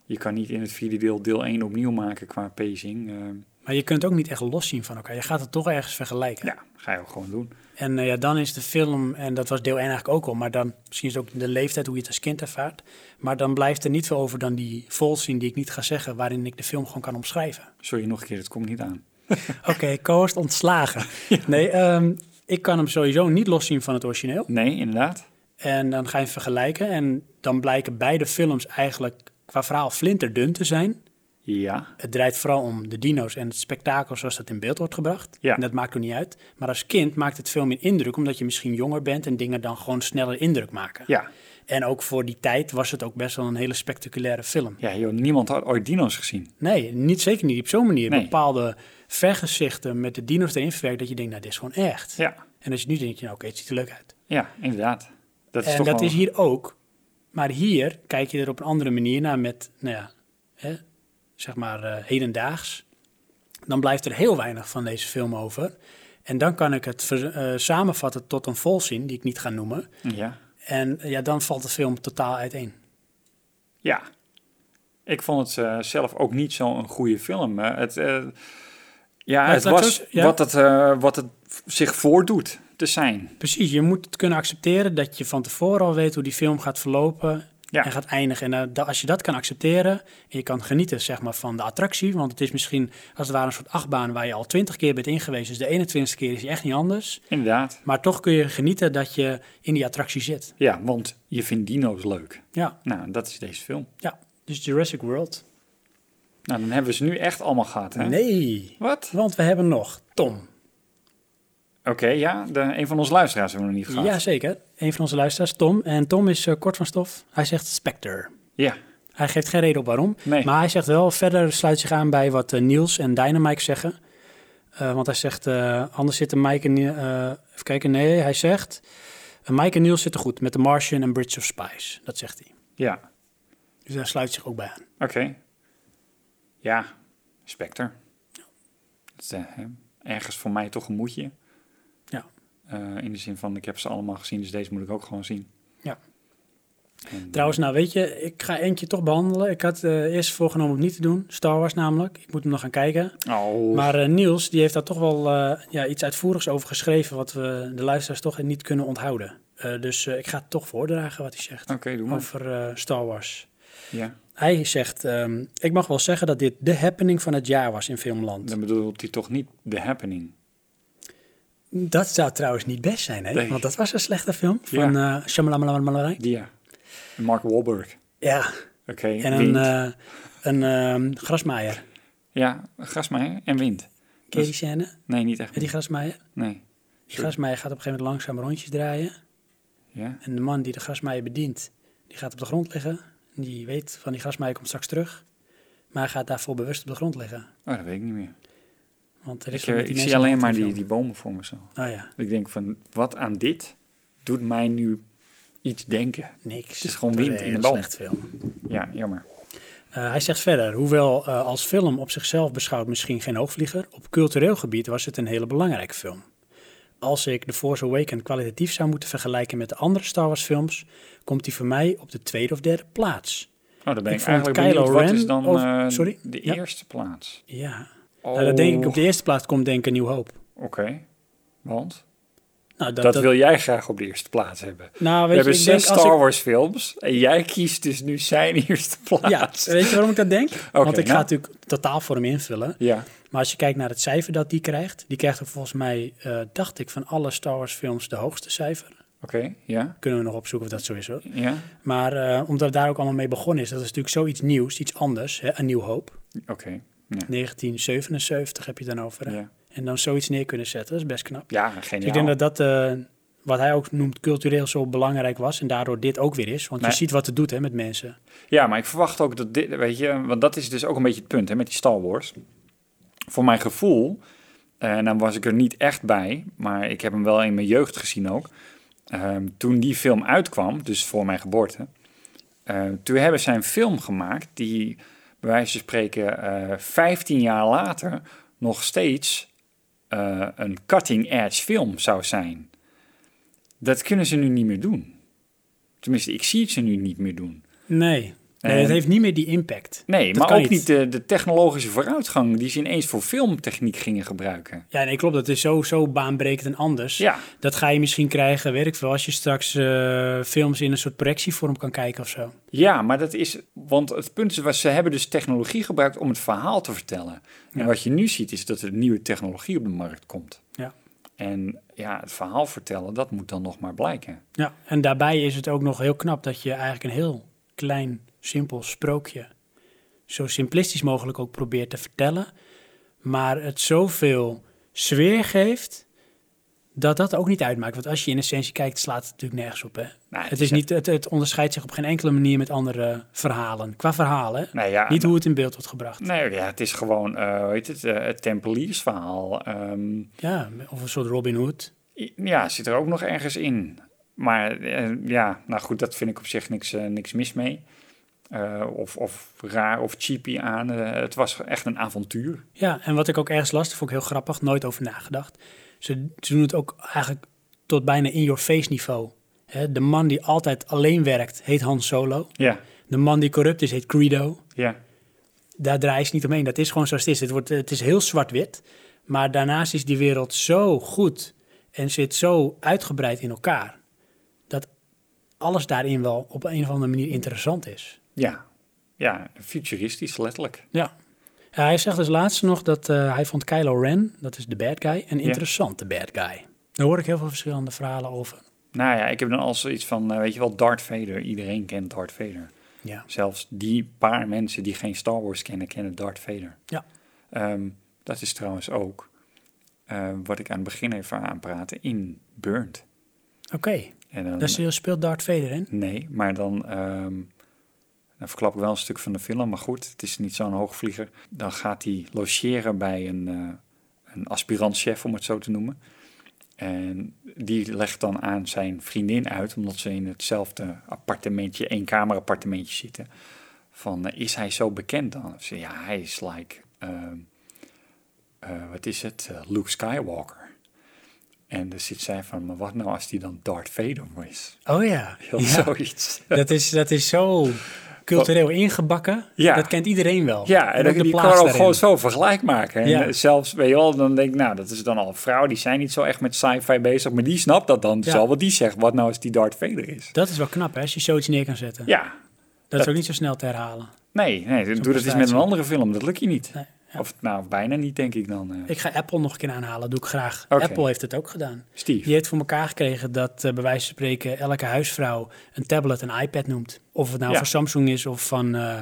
S2: je kan niet in het vierde deel deel 1 opnieuw maken qua pacing. eh,
S1: Maar je kunt het ook niet echt loszien van elkaar. Je gaat het toch ergens vergelijken.
S2: Ja. ga je ook gewoon doen.
S1: En eh, ja, dan is de film, en dat was deel 1 eigenlijk ook al, maar dan misschien is het ook de leeftijd hoe je het als kind ervaart. Maar dan blijft er niet veel over dan die volzin die ik niet ga zeggen, waarin ik de film gewoon kan omschrijven.
S2: Sorry, nog een keer, het komt niet aan.
S1: Oké, co-host ontslagen. Nee, ehm, ik kan hem sowieso niet loszien van het origineel.
S2: Nee, inderdaad.
S1: En dan ga je vergelijken en dan blijken beide films eigenlijk qua verhaal flinterdun te zijn.
S2: Ja.
S1: Het draait vooral om de dino's en het spektakel zoals dat in beeld wordt gebracht.
S2: Ja.
S1: En dat maakt ook niet uit. Maar als kind maakt het veel meer indruk omdat je misschien jonger bent en dingen dan gewoon sneller indruk maken.
S2: Ja.
S1: En ook voor die tijd was het ook best wel een hele spectaculaire film.
S2: Ja, joh, niemand had ooit dino's gezien.
S1: Nee, niet, zeker niet op zo'n manier.
S2: Nee.
S1: Bepaalde vergezichten met de dino's erin verwerkt dat je denkt, nou dit is gewoon echt.
S2: Ja.
S1: En als je nu denkt, nou oké, het ziet er leuk uit.
S2: Ja, inderdaad. Dat is
S1: en
S2: toch
S1: dat
S2: wel-
S1: is hier ook. Maar hier kijk je er op een andere manier naar met, nou ja, hè, zeg maar eh, hedendaags. Dan blijft er heel weinig van deze film over. En dan kan ik het ver- eh, samenvatten tot een volzin, die ik niet ga noemen.
S2: Ja.
S1: En eh, ja, dan valt de film totaal uiteen.
S2: Ja. Ik vond het eh, zelf ook niet zo'n goede film. Eh, het, eh, ja,
S1: Maar
S2: het
S1: dat
S2: was
S1: ook- ja.
S2: Wat, het, eh, wat het zich voordoet te zijn.
S1: Precies, je moet het kunnen accepteren dat je van tevoren al weet hoe die film gaat verlopen
S2: Ja.
S1: en gaat eindigen. En eh, da- als je dat kan accepteren en je kan genieten zeg maar, van de attractie, want het is misschien als het ware een soort achtbaan waar je al twintig keer bent ingeweest, dus de 21ste keer is die echt niet anders.
S2: Inderdaad.
S1: Maar toch kun je genieten dat je in die attractie zit.
S2: Ja, want je vindt dino's leuk.
S1: Ja,
S2: Nou, dat is deze film.
S1: ja. dus Jurassic World.
S2: Nou, dan hebben we ze nu echt allemaal gehad, hè?
S1: Nee.
S2: Wat?
S1: Want we hebben nog Tom.
S2: Oké, ja. De, een van onze luisteraars hebben we nog niet gehad.
S1: Jazeker, een van onze luisteraars, Tom. En Tom is eh, kort van stof. Hij zegt Spectre.
S2: Ja.
S1: Hij geeft geen reden op waarom.
S2: Nee.
S1: Maar hij zegt wel, verder sluit zich aan bij wat eh, Niels en Dynamite zeggen. Eh, want hij zegt, eh, anders zitten Mike en... Niels. even kijken, nee, hij zegt... eh, Mike en Niels zitten goed met The Martian en Bridge of Spies. Dat zegt hij.
S2: Ja.
S1: Dus daar sluit zich ook bij aan.
S2: Oké. Ja, Spectre. Dat is, eh, hè, ergens voor mij toch een moedje.
S1: Ja.
S2: Eh, in de zin van, ik heb ze allemaal gezien, dus deze moet ik ook gewoon zien.
S1: Ja.
S2: En, eh,
S1: Trouwens, nou weet je, ik ga eentje toch behandelen. Ik had eh, eerst voorgenomen om het niet te doen. Star Wars namelijk. Ik moet hem nog gaan kijken.
S2: Oh.
S1: Maar eh, Niels, die heeft daar toch wel eh, ja, iets uitvoerigs over geschreven... wat we de luisteraars toch niet kunnen onthouden. Eh, dus eh, ik ga het toch voordragen wat hij zegt.
S2: Oké, doe maar.
S1: Over eh, Star Wars.
S2: Ja.
S1: Hij zegt, ehm, ik mag wel zeggen dat dit de happening van het jaar was in filmland.
S2: Dan bedoelt hij toch niet The Happening?
S1: Dat zou trouwens niet best zijn, hè?
S2: Nee.
S1: Want dat was een slechte film
S2: Ja.
S1: van eh Shyamalan.
S2: Ja. Mark Wahlberg.
S1: Ja.
S2: Oké,
S1: En een,
S2: wind.
S1: eh een ehm, grasmaaier.
S2: ja, grasmaaier en wind.
S1: Ken je die
S2: Dus-
S1: scène?
S2: Nee, niet echt.
S1: Met die grasmaaier?
S2: Nee.
S1: Die grasmaaier gaat op een gegeven moment langzaam rondjes draaien.
S2: Ja.
S1: En de man die de grasmaaier bedient, die gaat op de grond liggen. En Die weet van die grasmaaier komt straks terug. Maar hij gaat daarvoor bewust op de grond liggen.
S2: Oh, dat weet ik niet meer.
S1: Want er is wat
S2: Ik, eh,
S1: met die
S2: ik zie
S1: mensen aan
S2: alleen
S1: de
S2: maar
S1: hand in
S2: die,
S1: de
S2: die bomen voor me zo.
S1: film. Oh ja,
S2: Ik denk van, wat aan dit doet mij nu iets denken?
S1: niks.
S2: Het is gewoon
S1: Dat
S2: wind
S1: een
S2: in de
S1: heel
S2: boom.
S1: slecht film.
S2: Ja, jammer.
S1: Uh, hij zegt verder, hoewel eh, als film op zichzelf beschouwd misschien geen hoogvlieger, op cultureel gebied was het een hele belangrijke film. Als ik The Force Awakens kwalitatief zou moeten vergelijken met de andere Star Wars films, komt die voor mij op de tweede of derde plaats.
S2: Oh, dan ben
S1: Ik
S2: ik,
S1: vond
S2: eigenlijk
S1: Kylo
S2: benieuwd. Wat
S1: Ren
S2: is dan
S1: over-
S2: eh,
S1: sorry?
S2: de
S1: Ja.
S2: eerste plaats?
S1: Ja, nou, dat denk ik
S2: Oh.
S1: op de eerste plaats komt denk ik een nieuw hoop.
S2: Oké, want?
S1: Nou,
S2: Dat, wil jij graag op de eerste plaats hebben.
S1: Nou, weet
S2: We
S1: je,
S2: hebben
S1: ik
S2: zes
S1: denk als
S2: Star
S1: ik-
S2: Wars films en jij kiest dus nu zijn eerste
S1: Ja,
S2: plaats.
S1: weet je waarom ik dat denk? Want ik ga
S2: nou.
S1: natuurlijk totaal voor hem invullen.
S2: Ja.
S1: Maar als je kijkt naar het cijfer dat die krijgt, die krijgt ook volgens mij, eh, dacht ik, van alle Star Wars films de hoogste cijfer.
S2: Oké, ja.
S1: Kunnen we nog opzoeken of dat zo is hoor.
S2: Ja,
S1: Maar eh, omdat daar ook allemaal mee begonnen is, dat is natuurlijk zoiets nieuws, iets anders. Hè? Een nieuw hoop.
S2: oké. Ja.
S1: 1977 heb je het dan over. hè?
S2: Ja.
S1: En dan zoiets neer kunnen zetten, dat is best knap.
S2: Ja,
S1: Dus
S2: geniaal.
S1: ik denk dat dat, eh, wat hij ook noemt, cultureel zo belangrijk was. En daardoor dit ook weer is. Want je
S2: Nee.
S1: ziet wat het doet hè, met mensen.
S2: Ja, maar ik verwacht ook dat dit, weet je, want dat is dus ook een beetje het punt hè, met die Star Wars. Voor mijn gevoel, en dan was ik er niet echt bij, maar ik heb hem wel in mijn jeugd gezien ook. Ehm, toen die film uitkwam, dus voor mijn geboorte, eh, toen hebben zij een film gemaakt die, bij wijze van spreken, eh 15 jaar later nog steeds eh, een cutting-edge film zou zijn. Dat kunnen ze nu niet meer doen. Tenminste, ik zie het ze nu niet meer doen.
S1: Nee, nee
S2: En-
S1: het heeft niet meer die impact.
S2: Nee,
S1: Dat
S2: maar
S1: kan
S2: ook niet de, de technologische vooruitgang die ze ineens voor filmtechniek gingen gebruiken.
S1: Ja, nee, klopt. Dat is zo, zo baanbrekend en anders.
S2: Ja.
S1: Dat ga je misschien krijgen, weet ik veel, als je straks eh, films in een soort projectievorm kan kijken of zo.
S2: Ja, maar dat is. Want het punt is, was, ze hebben dus technologie gebruikt om het verhaal te vertellen. En wat je nu ziet, is dat er nieuwe technologie op de markt komt.
S1: Ja.
S2: En ja, het verhaal vertellen, dat moet dan nog maar blijken.
S1: Ja, en daarbij is het ook nog heel knap dat je eigenlijk een heel klein, simpel sprookje zo simplistisch mogelijk ook probeert te vertellen, maar het zoveel sfeer geeft dat dat ook niet uitmaakt. Want als je in essentie kijkt, slaat het natuurlijk nergens op. Hè?
S2: Nee,
S1: het, is niet, het, het onderscheidt zich op geen enkele manier met andere verhalen. Qua verhalen,
S2: Nou ja,
S1: niet hoe het in beeld wordt gebracht.
S2: Nee, ja, het is gewoon, eh, hoe heet het, eh, het Tempeliersverhaal. Ehm,
S1: Ja, of een soort Robin Hood.
S2: i- ja, zit er ook nog ergens in. Maar eh, ja, nou goed, dat vind ik op zich niks, eh, niks mis mee. Eh, of, of raar of cheapy aan. Eh, het was echt een avontuur.
S1: Ja, en wat ik ook ergens las, dat vond ik heel grappig, nooit over nagedacht. Ze, ze doen het ook eigenlijk tot bijna in your face niveau. Hè, de man die altijd alleen werkt, heet Han Solo.
S2: Ja,
S1: De man die corrupt is, heet Credo.
S2: ja.
S1: Daar draai je niet omheen. Dat is gewoon zoals het is. Het, wordt, het is heel zwart-wit. Maar daarnaast is die wereld zo goed en zit zo uitgebreid in elkaar. Dat alles daarin wel op een of andere manier interessant is.
S2: Ja, ja futuristisch letterlijk.
S1: Ja. Ja, hij zegt dus laatst nog dat eh, hij vond Kylo Ren, dat is de bad guy, een
S2: Ja.
S1: interessante bad guy. Daar hoor ik heel veel verschillende verhalen over.
S2: Nou ja, ik heb dan al zoiets van, eh, weet je wel, Darth Vader. Iedereen kent Darth Vader.
S1: Ja.
S2: Zelfs die paar mensen die geen Star Wars kennen, kennen Darth Vader.
S1: Ja.
S2: Ehm, dat is trouwens ook eh, wat ik aan het begin even aanpraten in Burnt.
S1: Oké,
S2: En dan,
S1: daar speel- speelt Darth Vader in.
S2: Nee, maar dan, ehm, dan verklap ik wel een stuk van de film. Maar goed, het is niet zo'n hoogvlieger. Dan gaat hij logeren bij een, eh een aspirantchef, om het zo te noemen. En die legt dan aan zijn vriendin uit, omdat ze in hetzelfde appartementje, eenkamerappartementje zitten. Van, eh, is hij zo bekend dan? Ze, ja, hij is like, ehm, eh, wat is het, Eh, Luke Skywalker. En dan zit zij van, maar wat nou als die dan Darth Vader is?
S1: Oh ja.
S2: Heel
S1: Ja.
S2: zoiets.
S1: Dat is, dat is zo cultureel ingebakken.
S2: Ja.
S1: Dat kent iedereen wel.
S2: Ja, en,
S1: ook
S2: die
S1: plaats
S2: kan ook
S1: daarin.
S2: gewoon zo vergelijk maken. En
S1: Ja.
S2: eh, zelfs, weet je wel, dan denk ik, nou, dat is dan al een vrouw. Die zijn niet zo echt met sci-fi bezig, maar die snapt dat dan. Dus
S1: Ja.
S2: al wat die zegt, wat nou als die Darth Vader is.
S1: Dat is wel knap, hè, als je zoiets neer kan zetten.
S2: Ja.
S1: Dat,
S2: dat-
S1: is ook niet zo snel te herhalen.
S2: Nee, nee doe dat eens met
S1: prestatie.
S2: een andere film. Dat lukt je niet. Of nou, bijna niet, denk ik dan. eh.
S1: Ik ga Apple nog een keer aanhalen, doe ik graag.
S2: Oké.
S1: Apple heeft het ook gedaan.
S2: Steve.
S1: Die heeft voor elkaar gekregen dat, eh bij wijze van spreken, elke huisvrouw een tablet een iPad noemt. Of het nou
S2: Ja.
S1: van Samsung is of van, eh,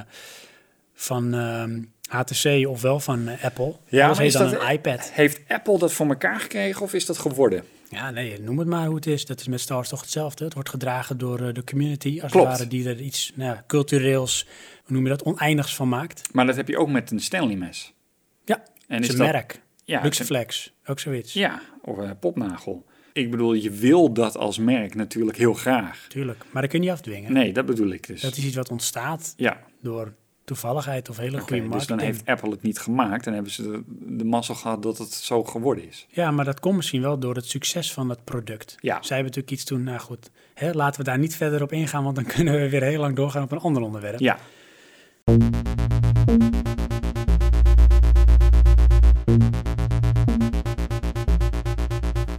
S1: van ehm, HTC of wel van eh, Apple. Ja, Alles
S2: maar
S1: heet
S2: is
S1: dan
S2: dat- e-
S1: een iPad.
S2: Heeft Apple dat voor elkaar gekregen of is dat geworden?
S1: Ja, nee, noem het maar hoe het is. Dat is met Star Wars toch hetzelfde. Het wordt gedragen door eh, de community, als
S2: Klopt.
S1: het ware, die er iets nou, ja, cultureels, hoe noem je dat, oneindigs van maakt.
S2: Maar dat heb je ook met een Stanley-mes.
S1: Ja,
S2: En
S1: het
S2: is
S1: is een
S2: dat-
S1: merk.
S2: Ja,
S1: Luxe
S2: het-
S1: Flex, ook zoiets.
S2: Ja, of een popnagel. Ik bedoel, je wil dat als merk natuurlijk heel graag.
S1: Tuurlijk, maar dat kun je niet afdwingen.
S2: Nee, dat bedoel ik dus.
S1: Dat is iets wat ontstaat
S2: Ja,
S1: door toevalligheid of hele
S2: Oké,
S1: goede
S2: dus
S1: marketing.
S2: dan heeft Apple het niet gemaakt en hebben ze de, de mazzel gehad dat het zo geworden is.
S1: Ja, maar dat komt misschien wel door het succes van dat product.
S2: Ja.
S1: Zij hebben natuurlijk iets toen, nou goed, hè, laten we daar niet verder op ingaan, want dan kunnen we weer heel lang doorgaan op een ander onderwerp.
S2: Ja.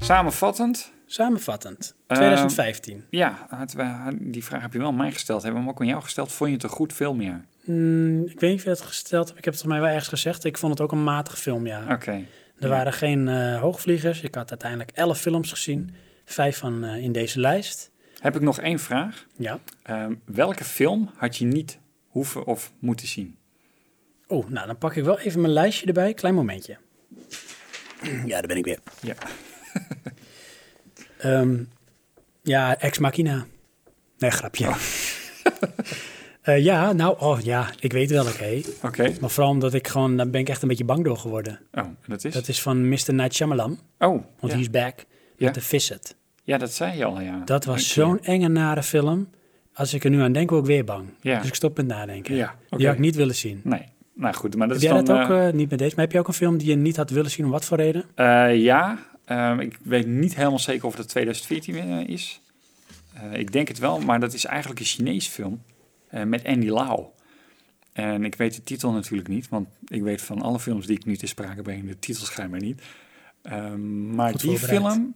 S2: Samenvattend,
S1: Samenvattend,
S2: Eh,
S1: 2015.
S2: ja, had- we- die vraag heb je wel aan mij gesteld. Hebben we hem ook aan jou gesteld? Vond je het een goed film, ja?
S1: Mm, ik weet niet of je dat gesteld hebt, ik heb het voor mij wel ergens gezegd. Ik vond het ook een matig film, ja.
S2: Oké.
S1: Er waren geen eh, hoogvliegers, ik had uiteindelijk 11 films gezien, vijf van eh, in deze lijst.
S2: Heb ik nog één vraag?
S1: Ja.
S2: Ehm, welke film had je niet hoeven of moeten zien?
S1: Oh, nou dan pak ik wel even mijn lijstje erbij, klein momentje. Ja, daar ben ik weer.
S2: Ja.
S1: Ehm, ja, Ex Machina. Nee, grapje. Eh, ja, nou, oh ja, ik weet welk, hé.
S2: Oké.
S1: Maar vooral omdat ik gewoon, daar ben ik echt een beetje bang door geworden.
S2: Oh, en dat is?
S1: Dat is van Mr. Night Shyamalan,
S2: Oh,
S1: want
S2: ja.
S1: he's back,
S2: Ja.
S1: met de Visit.
S2: ja, dat zei je al, ja.
S1: Dat was
S2: Een keer.
S1: zo'n enge, nare film. Als ik er nu aan denk, word ik weer bang.
S2: Ja.
S1: Dus ik stop met nadenken.
S2: Ja, oké.
S1: Die had ik niet willen zien.
S2: Nee, nou goed, maar dat
S1: heb jij
S2: is dan...
S1: dat ook,
S2: eh,
S1: eh, niet met deze, maar heb je ook een film die je niet had willen zien om wat voor reden?
S2: Eh, ja, Ehm, ik weet niet helemaal zeker of dat 2014 weer, eh, is. Eh, ik denk het wel, maar dat is eigenlijk een Chinees film eh, met Andy Lau. En ik weet de titel natuurlijk niet, want ik weet van alle films die ik nu te sprake breng, de titels schijnbaar niet. Ehm, maar
S1: Goed
S2: die
S1: voorbereid.
S2: film,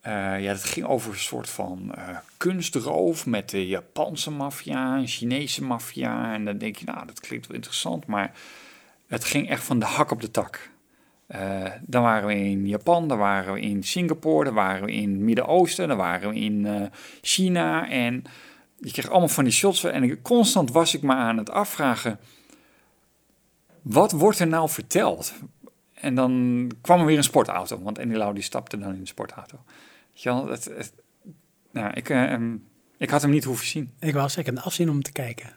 S2: eh, ja, dat ging over een soort van eh, kunstroof met de Japanse maffia en Chinese maffia. En dan denk je, nou, dat klinkt wel interessant, maar het ging echt van de hak op de tak. Eh, dan waren we in Japan, dan waren we in Singapore, dan waren we in het Midden-Oosten, dan waren we in eh, China. En je kreeg allemaal van die shots. En ik, constant was ik me aan het afvragen, wat wordt er nou verteld? En dan kwam er weer een sportauto, want Andy Lau die stapte dan in de sportauto. Weet je wel, het, het- nou, ik, eh, ehm, ik had hem niet hoeven zien.
S1: Ik wou zeggen, ik heb nou zin om te kijken.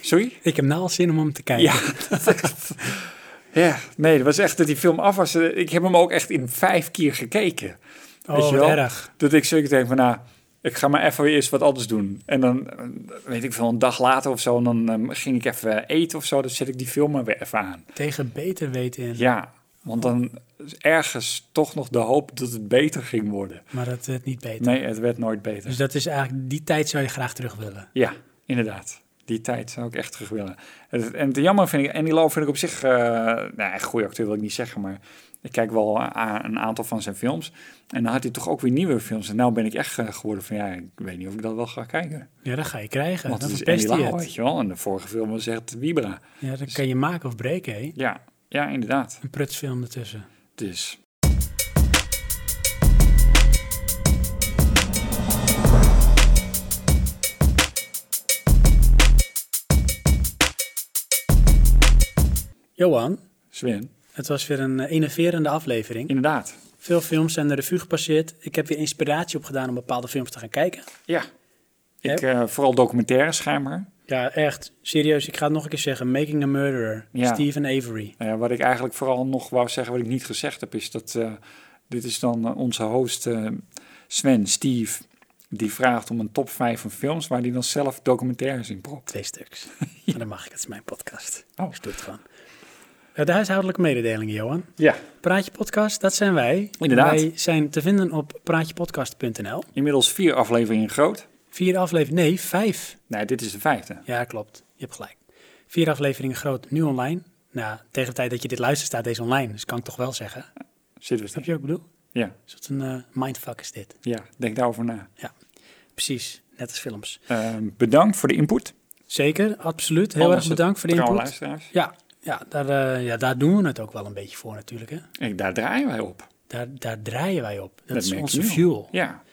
S2: Sorry?
S1: Ik heb nou al zin om hem te kijken.
S2: Ja, dat echt- ja, nee, dat was echt dat die film af was. eh, Ik heb hem ook echt in vijf keer gekeken.
S1: Oh,
S2: Weet je
S1: wat
S2: wel?
S1: erg.
S2: Dat ik zeker denk van, nou, ik ga maar even weer eerst wat anders doen. En dan, eh, weet ik veel, een dag later of zo, en dan eh, ging ik even eten of zo. Dan zet ik die film maar weer even aan.
S1: Tegen beter weten in.
S2: Ja, want dan is ergens toch nog de hoop dat het beter ging worden.
S1: Maar dat werd niet beter.
S2: Nee, het werd nooit beter.
S1: Dus dat is eigenlijk, die tijd zou je graag terug willen.
S2: Ja, inderdaad. Die tijd zou ik echt terug willen. Het- En het jammer vind ik, Andy Lau vind ik op zich, eh nou, een goede acteur wil ik niet zeggen, maar ik kijk wel a- een aantal van zijn films. En dan had hij toch ook weer nieuwe films. En nou ben ik echt eh, geworden van, ja, ik weet niet of ik dat wel ga kijken.
S1: Ja, dat ga je krijgen.
S2: Want
S1: dan
S2: het is
S1: verpest
S2: Andy
S1: hij
S2: Lau,
S1: het.
S2: weet je wel. En de vorige film was echt Vibra.
S1: Ja, dat kan je maken of breken, hè?
S2: Ja, ja, inderdaad.
S1: Een prutsfilm ertussen.
S2: Dus,
S1: Johan,
S2: Sven,
S1: het was weer een eh, innoverende aflevering.
S2: Inderdaad.
S1: Veel films zijn de revue gepasseerd. Ik heb weer inspiratie opgedaan om bepaalde films te gaan kijken.
S2: ja. Ik, eh, vooral documentaires schijnbaar.
S1: Ja, echt. Serieus, ik ga het nog een keer zeggen. Making a Murderer,
S2: Ja.
S1: Stephen Avery.
S2: Nou ja, wat ik eigenlijk vooral nog wou zeggen, wat ik niet gezegd heb, is dat eh, dit is dan eh, onze host eh, Sven, Steve, die vraagt om een top 5 van films waar hij dan zelf documentaires in propt.
S1: Twee stuks. Maar dan mag ik, het is mijn podcast.
S2: Oh.
S1: Ik doe het gewoon. Eh, De huishoudelijke mededelingen, Johan.
S2: Ja.
S1: Praatje Podcast, dat zijn wij.
S2: Inderdaad.
S1: Wij zijn te vinden op praatjepodcast.nl.
S2: Inmiddels vier afleveringen groot.
S1: Vier afleveringen, nee, vijf.
S2: Nee, dit is de vijfde.
S1: Ja, klopt. Je hebt gelijk. Vier afleveringen groot, nu online. Nou, tegen de tijd dat je dit luistert staat deze online, dus kan ik toch wel zeggen.
S2: Zitten we
S1: Snap je wat ik bedoel?
S2: Ja,
S1: Dus wat een eh, mindfuck is dit.
S2: ja, denk daarover na.
S1: Precies, net als films.
S2: Eh, bedankt voor de input.
S1: Zeker, absoluut. Heel
S2: Al
S1: erg
S2: onze
S1: bedankt voor de
S2: trouwe
S1: input.
S2: luisteraars.
S1: Ja, ja, daar, eh, ja, daar doen we het ook wel een beetje voor natuurlijk. Hè?
S2: En daar draaien wij op.
S1: Daar, daar draaien wij op. Dat,
S2: Dat
S1: is
S2: merk je
S1: onze
S2: nu al.
S1: fuel.
S2: Ja.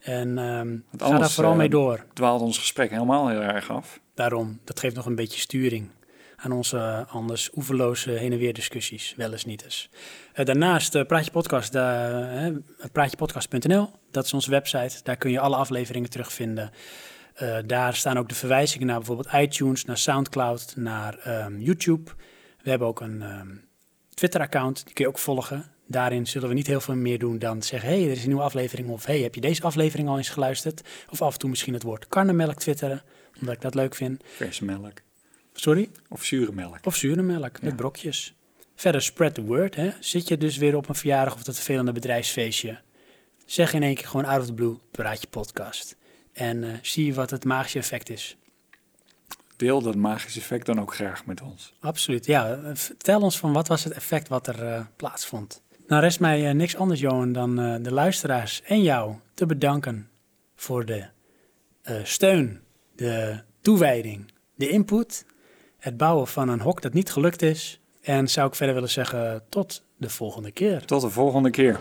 S1: En ehm,
S2: Want
S1: ga daar
S2: anders,
S1: vooral
S2: eh,
S1: mee door.
S2: dwaalt ons gesprek helemaal heel erg af.
S1: Daarom, dat geeft nog een beetje sturing aan onze eh, anders oeverloze heen en weer discussies, wel eens niet eens. Eh, daarnaast eh, Praatje Podcast, daar, eh, praatjepodcast.nl, dat is onze website. Daar kun je alle afleveringen terugvinden. Eh, daar staan ook de verwijzingen naar bijvoorbeeld iTunes, naar Soundcloud, naar ehm, YouTube. We hebben ook een ehm, Twitter-account, die kun je ook volgen. Daarin zullen we niet heel veel meer doen dan zeggen... hey, er is een nieuwe aflevering of hey, heb je deze aflevering al eens geluisterd? Of af en toe misschien het woord karnemelk twitteren, omdat ik dat leuk vind.
S2: Verse melk.
S1: Sorry?
S2: Of zure melk.
S1: Of zure melk met brokjes. Verder spread the word. Hè? Zit je dus weer op een verjaardag of dat vervelende bedrijfsfeestje? Zeg in één keer gewoon out of the blue, praat je podcast. En eh, zie wat het magische effect is.
S2: Deel dat magische effect dan ook graag met ons.
S1: Absoluut, ja. eh, Vertel ons van wat was het effect wat er eh, plaatsvond. Nou rest mij eh, niks anders, Johan, dan eh, de luisteraars en jou te bedanken voor de eh, steun, de toewijding, de input, het bouwen van een hok dat niet gelukt is. En zou ik verder willen zeggen, tot de volgende keer.
S2: Tot de volgende keer.